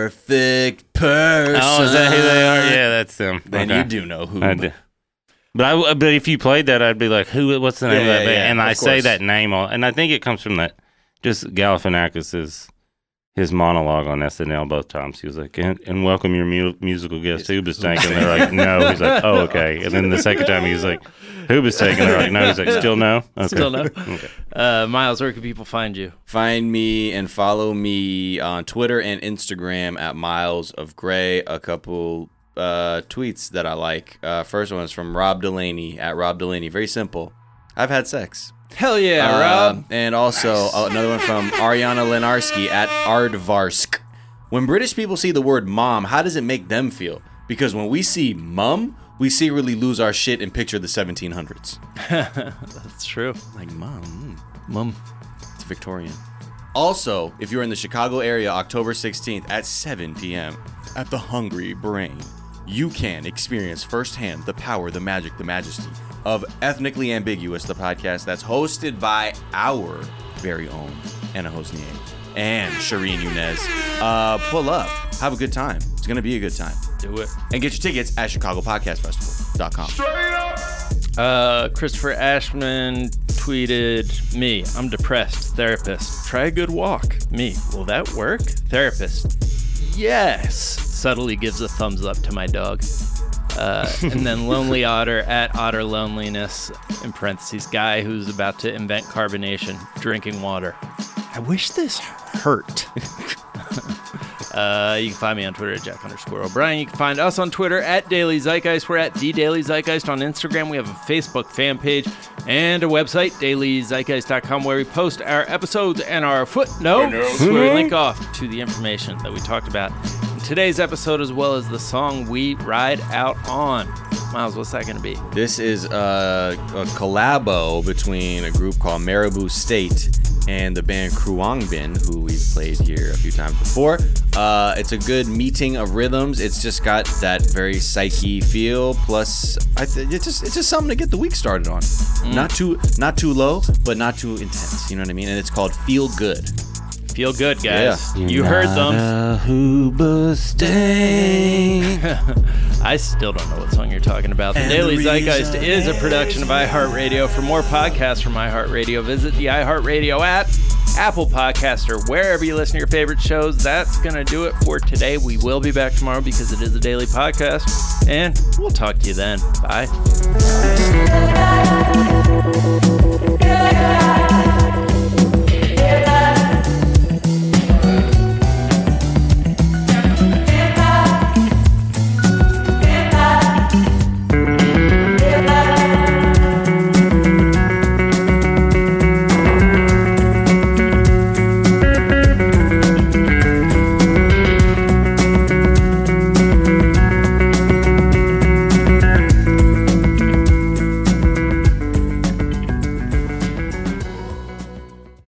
[SPEAKER 2] perfect person.
[SPEAKER 3] Oh, is that who they are? Yeah, that's them.
[SPEAKER 2] Then
[SPEAKER 3] Okay.
[SPEAKER 2] you do know who.
[SPEAKER 3] I do. But I, w- but if you played that, I'd be like, who? What's the name
[SPEAKER 2] Yeah,
[SPEAKER 3] of that
[SPEAKER 2] yeah,
[SPEAKER 3] band?
[SPEAKER 2] yeah,
[SPEAKER 3] and
[SPEAKER 2] of
[SPEAKER 3] I say
[SPEAKER 2] course.
[SPEAKER 3] that name, all, and I think it comes from that. Just Galifianakis's his monologue on SNL both times. He was like, and, and welcome your mu- musical guest, Hoobastank. And they're like, no. He's like, oh, okay. And then the second time he was like, Hoobastank. And they're like, no. He's like, still no. Okay.
[SPEAKER 1] Still no. Uh, Miles, where can people find you?
[SPEAKER 2] Find me and follow me on Twitter and Instagram at Miles of Gray. A couple uh, tweets that I like. Uh, first one is from Rob Delaney at Rob Delaney. Very simple. I've had sex.
[SPEAKER 1] Hell yeah,
[SPEAKER 2] Uh,
[SPEAKER 1] Rob.
[SPEAKER 2] And also uh, another one from Ariana Lenarski at Ardvarsk. When British people see the word mom, how does it make them feel? Because when we see mum, we secretly lose our shit and picture the 1700s.
[SPEAKER 1] That's true.
[SPEAKER 2] Like, mom, mm,
[SPEAKER 1] Mum.
[SPEAKER 2] it's Victorian. Also, if you're in the Chicago area, October 16th at 7 p.m. at the Hungry Brain, you can experience firsthand the power, the magic, the majesty of Ethnically Ambiguous, the podcast that's hosted by our very own Anna Hosnier and Shireen Yunez. Uh, pull up, have a good time. It's going to be a good time.
[SPEAKER 1] Do it.
[SPEAKER 2] And get your tickets at ChicagoPodcastFestival.com.
[SPEAKER 1] Uh, Christopher Ashman tweeted me, I'm depressed. Therapist, try a good walk. Me, will that work? Therapist, yes. Subtly gives a thumbs up to my dog. Uh, and then Lonely Otter at Otter Loneliness, in parentheses, guy who's about to invent carbonation, drinking water. I wish this hurt. Uh, you can find me on Twitter at Jack underscore O'Brien. You can find us on Twitter at Daily Zeitgeist. We're at The Daily Zeitgeist on Instagram. We have a Facebook fan page and a website, dailyzeitgeist.com, where we post our episodes and our footnotes, where we link off to the information that we talked about in today's episode, as well as the song we ride out on. Miles, what's that going to be?
[SPEAKER 2] This is a, a collabo between a group called Marabou State and the band Kruangbin, who we've played here a few times before. Uh, it's a good meeting of rhythms. It's just got that very psyche feel. Plus, I th- it's just it's just something to get the week started on.
[SPEAKER 1] Mm.
[SPEAKER 2] Not too not too low, but not too intense. You know what I mean? And it's called Feel Good.
[SPEAKER 1] Feel good, guys. You heard them. I still don't know what song you're talking about. The Daily Zeitgeist is a production of iHeartRadio. For more podcasts from iHeartRadio, visit the iHeartRadio app, Apple Podcast, or wherever you listen to your favorite shows. That's going to do it for today. We will be back tomorrow because it is a daily podcast, and we'll talk to you then. Bye.
[SPEAKER 9] Yeah.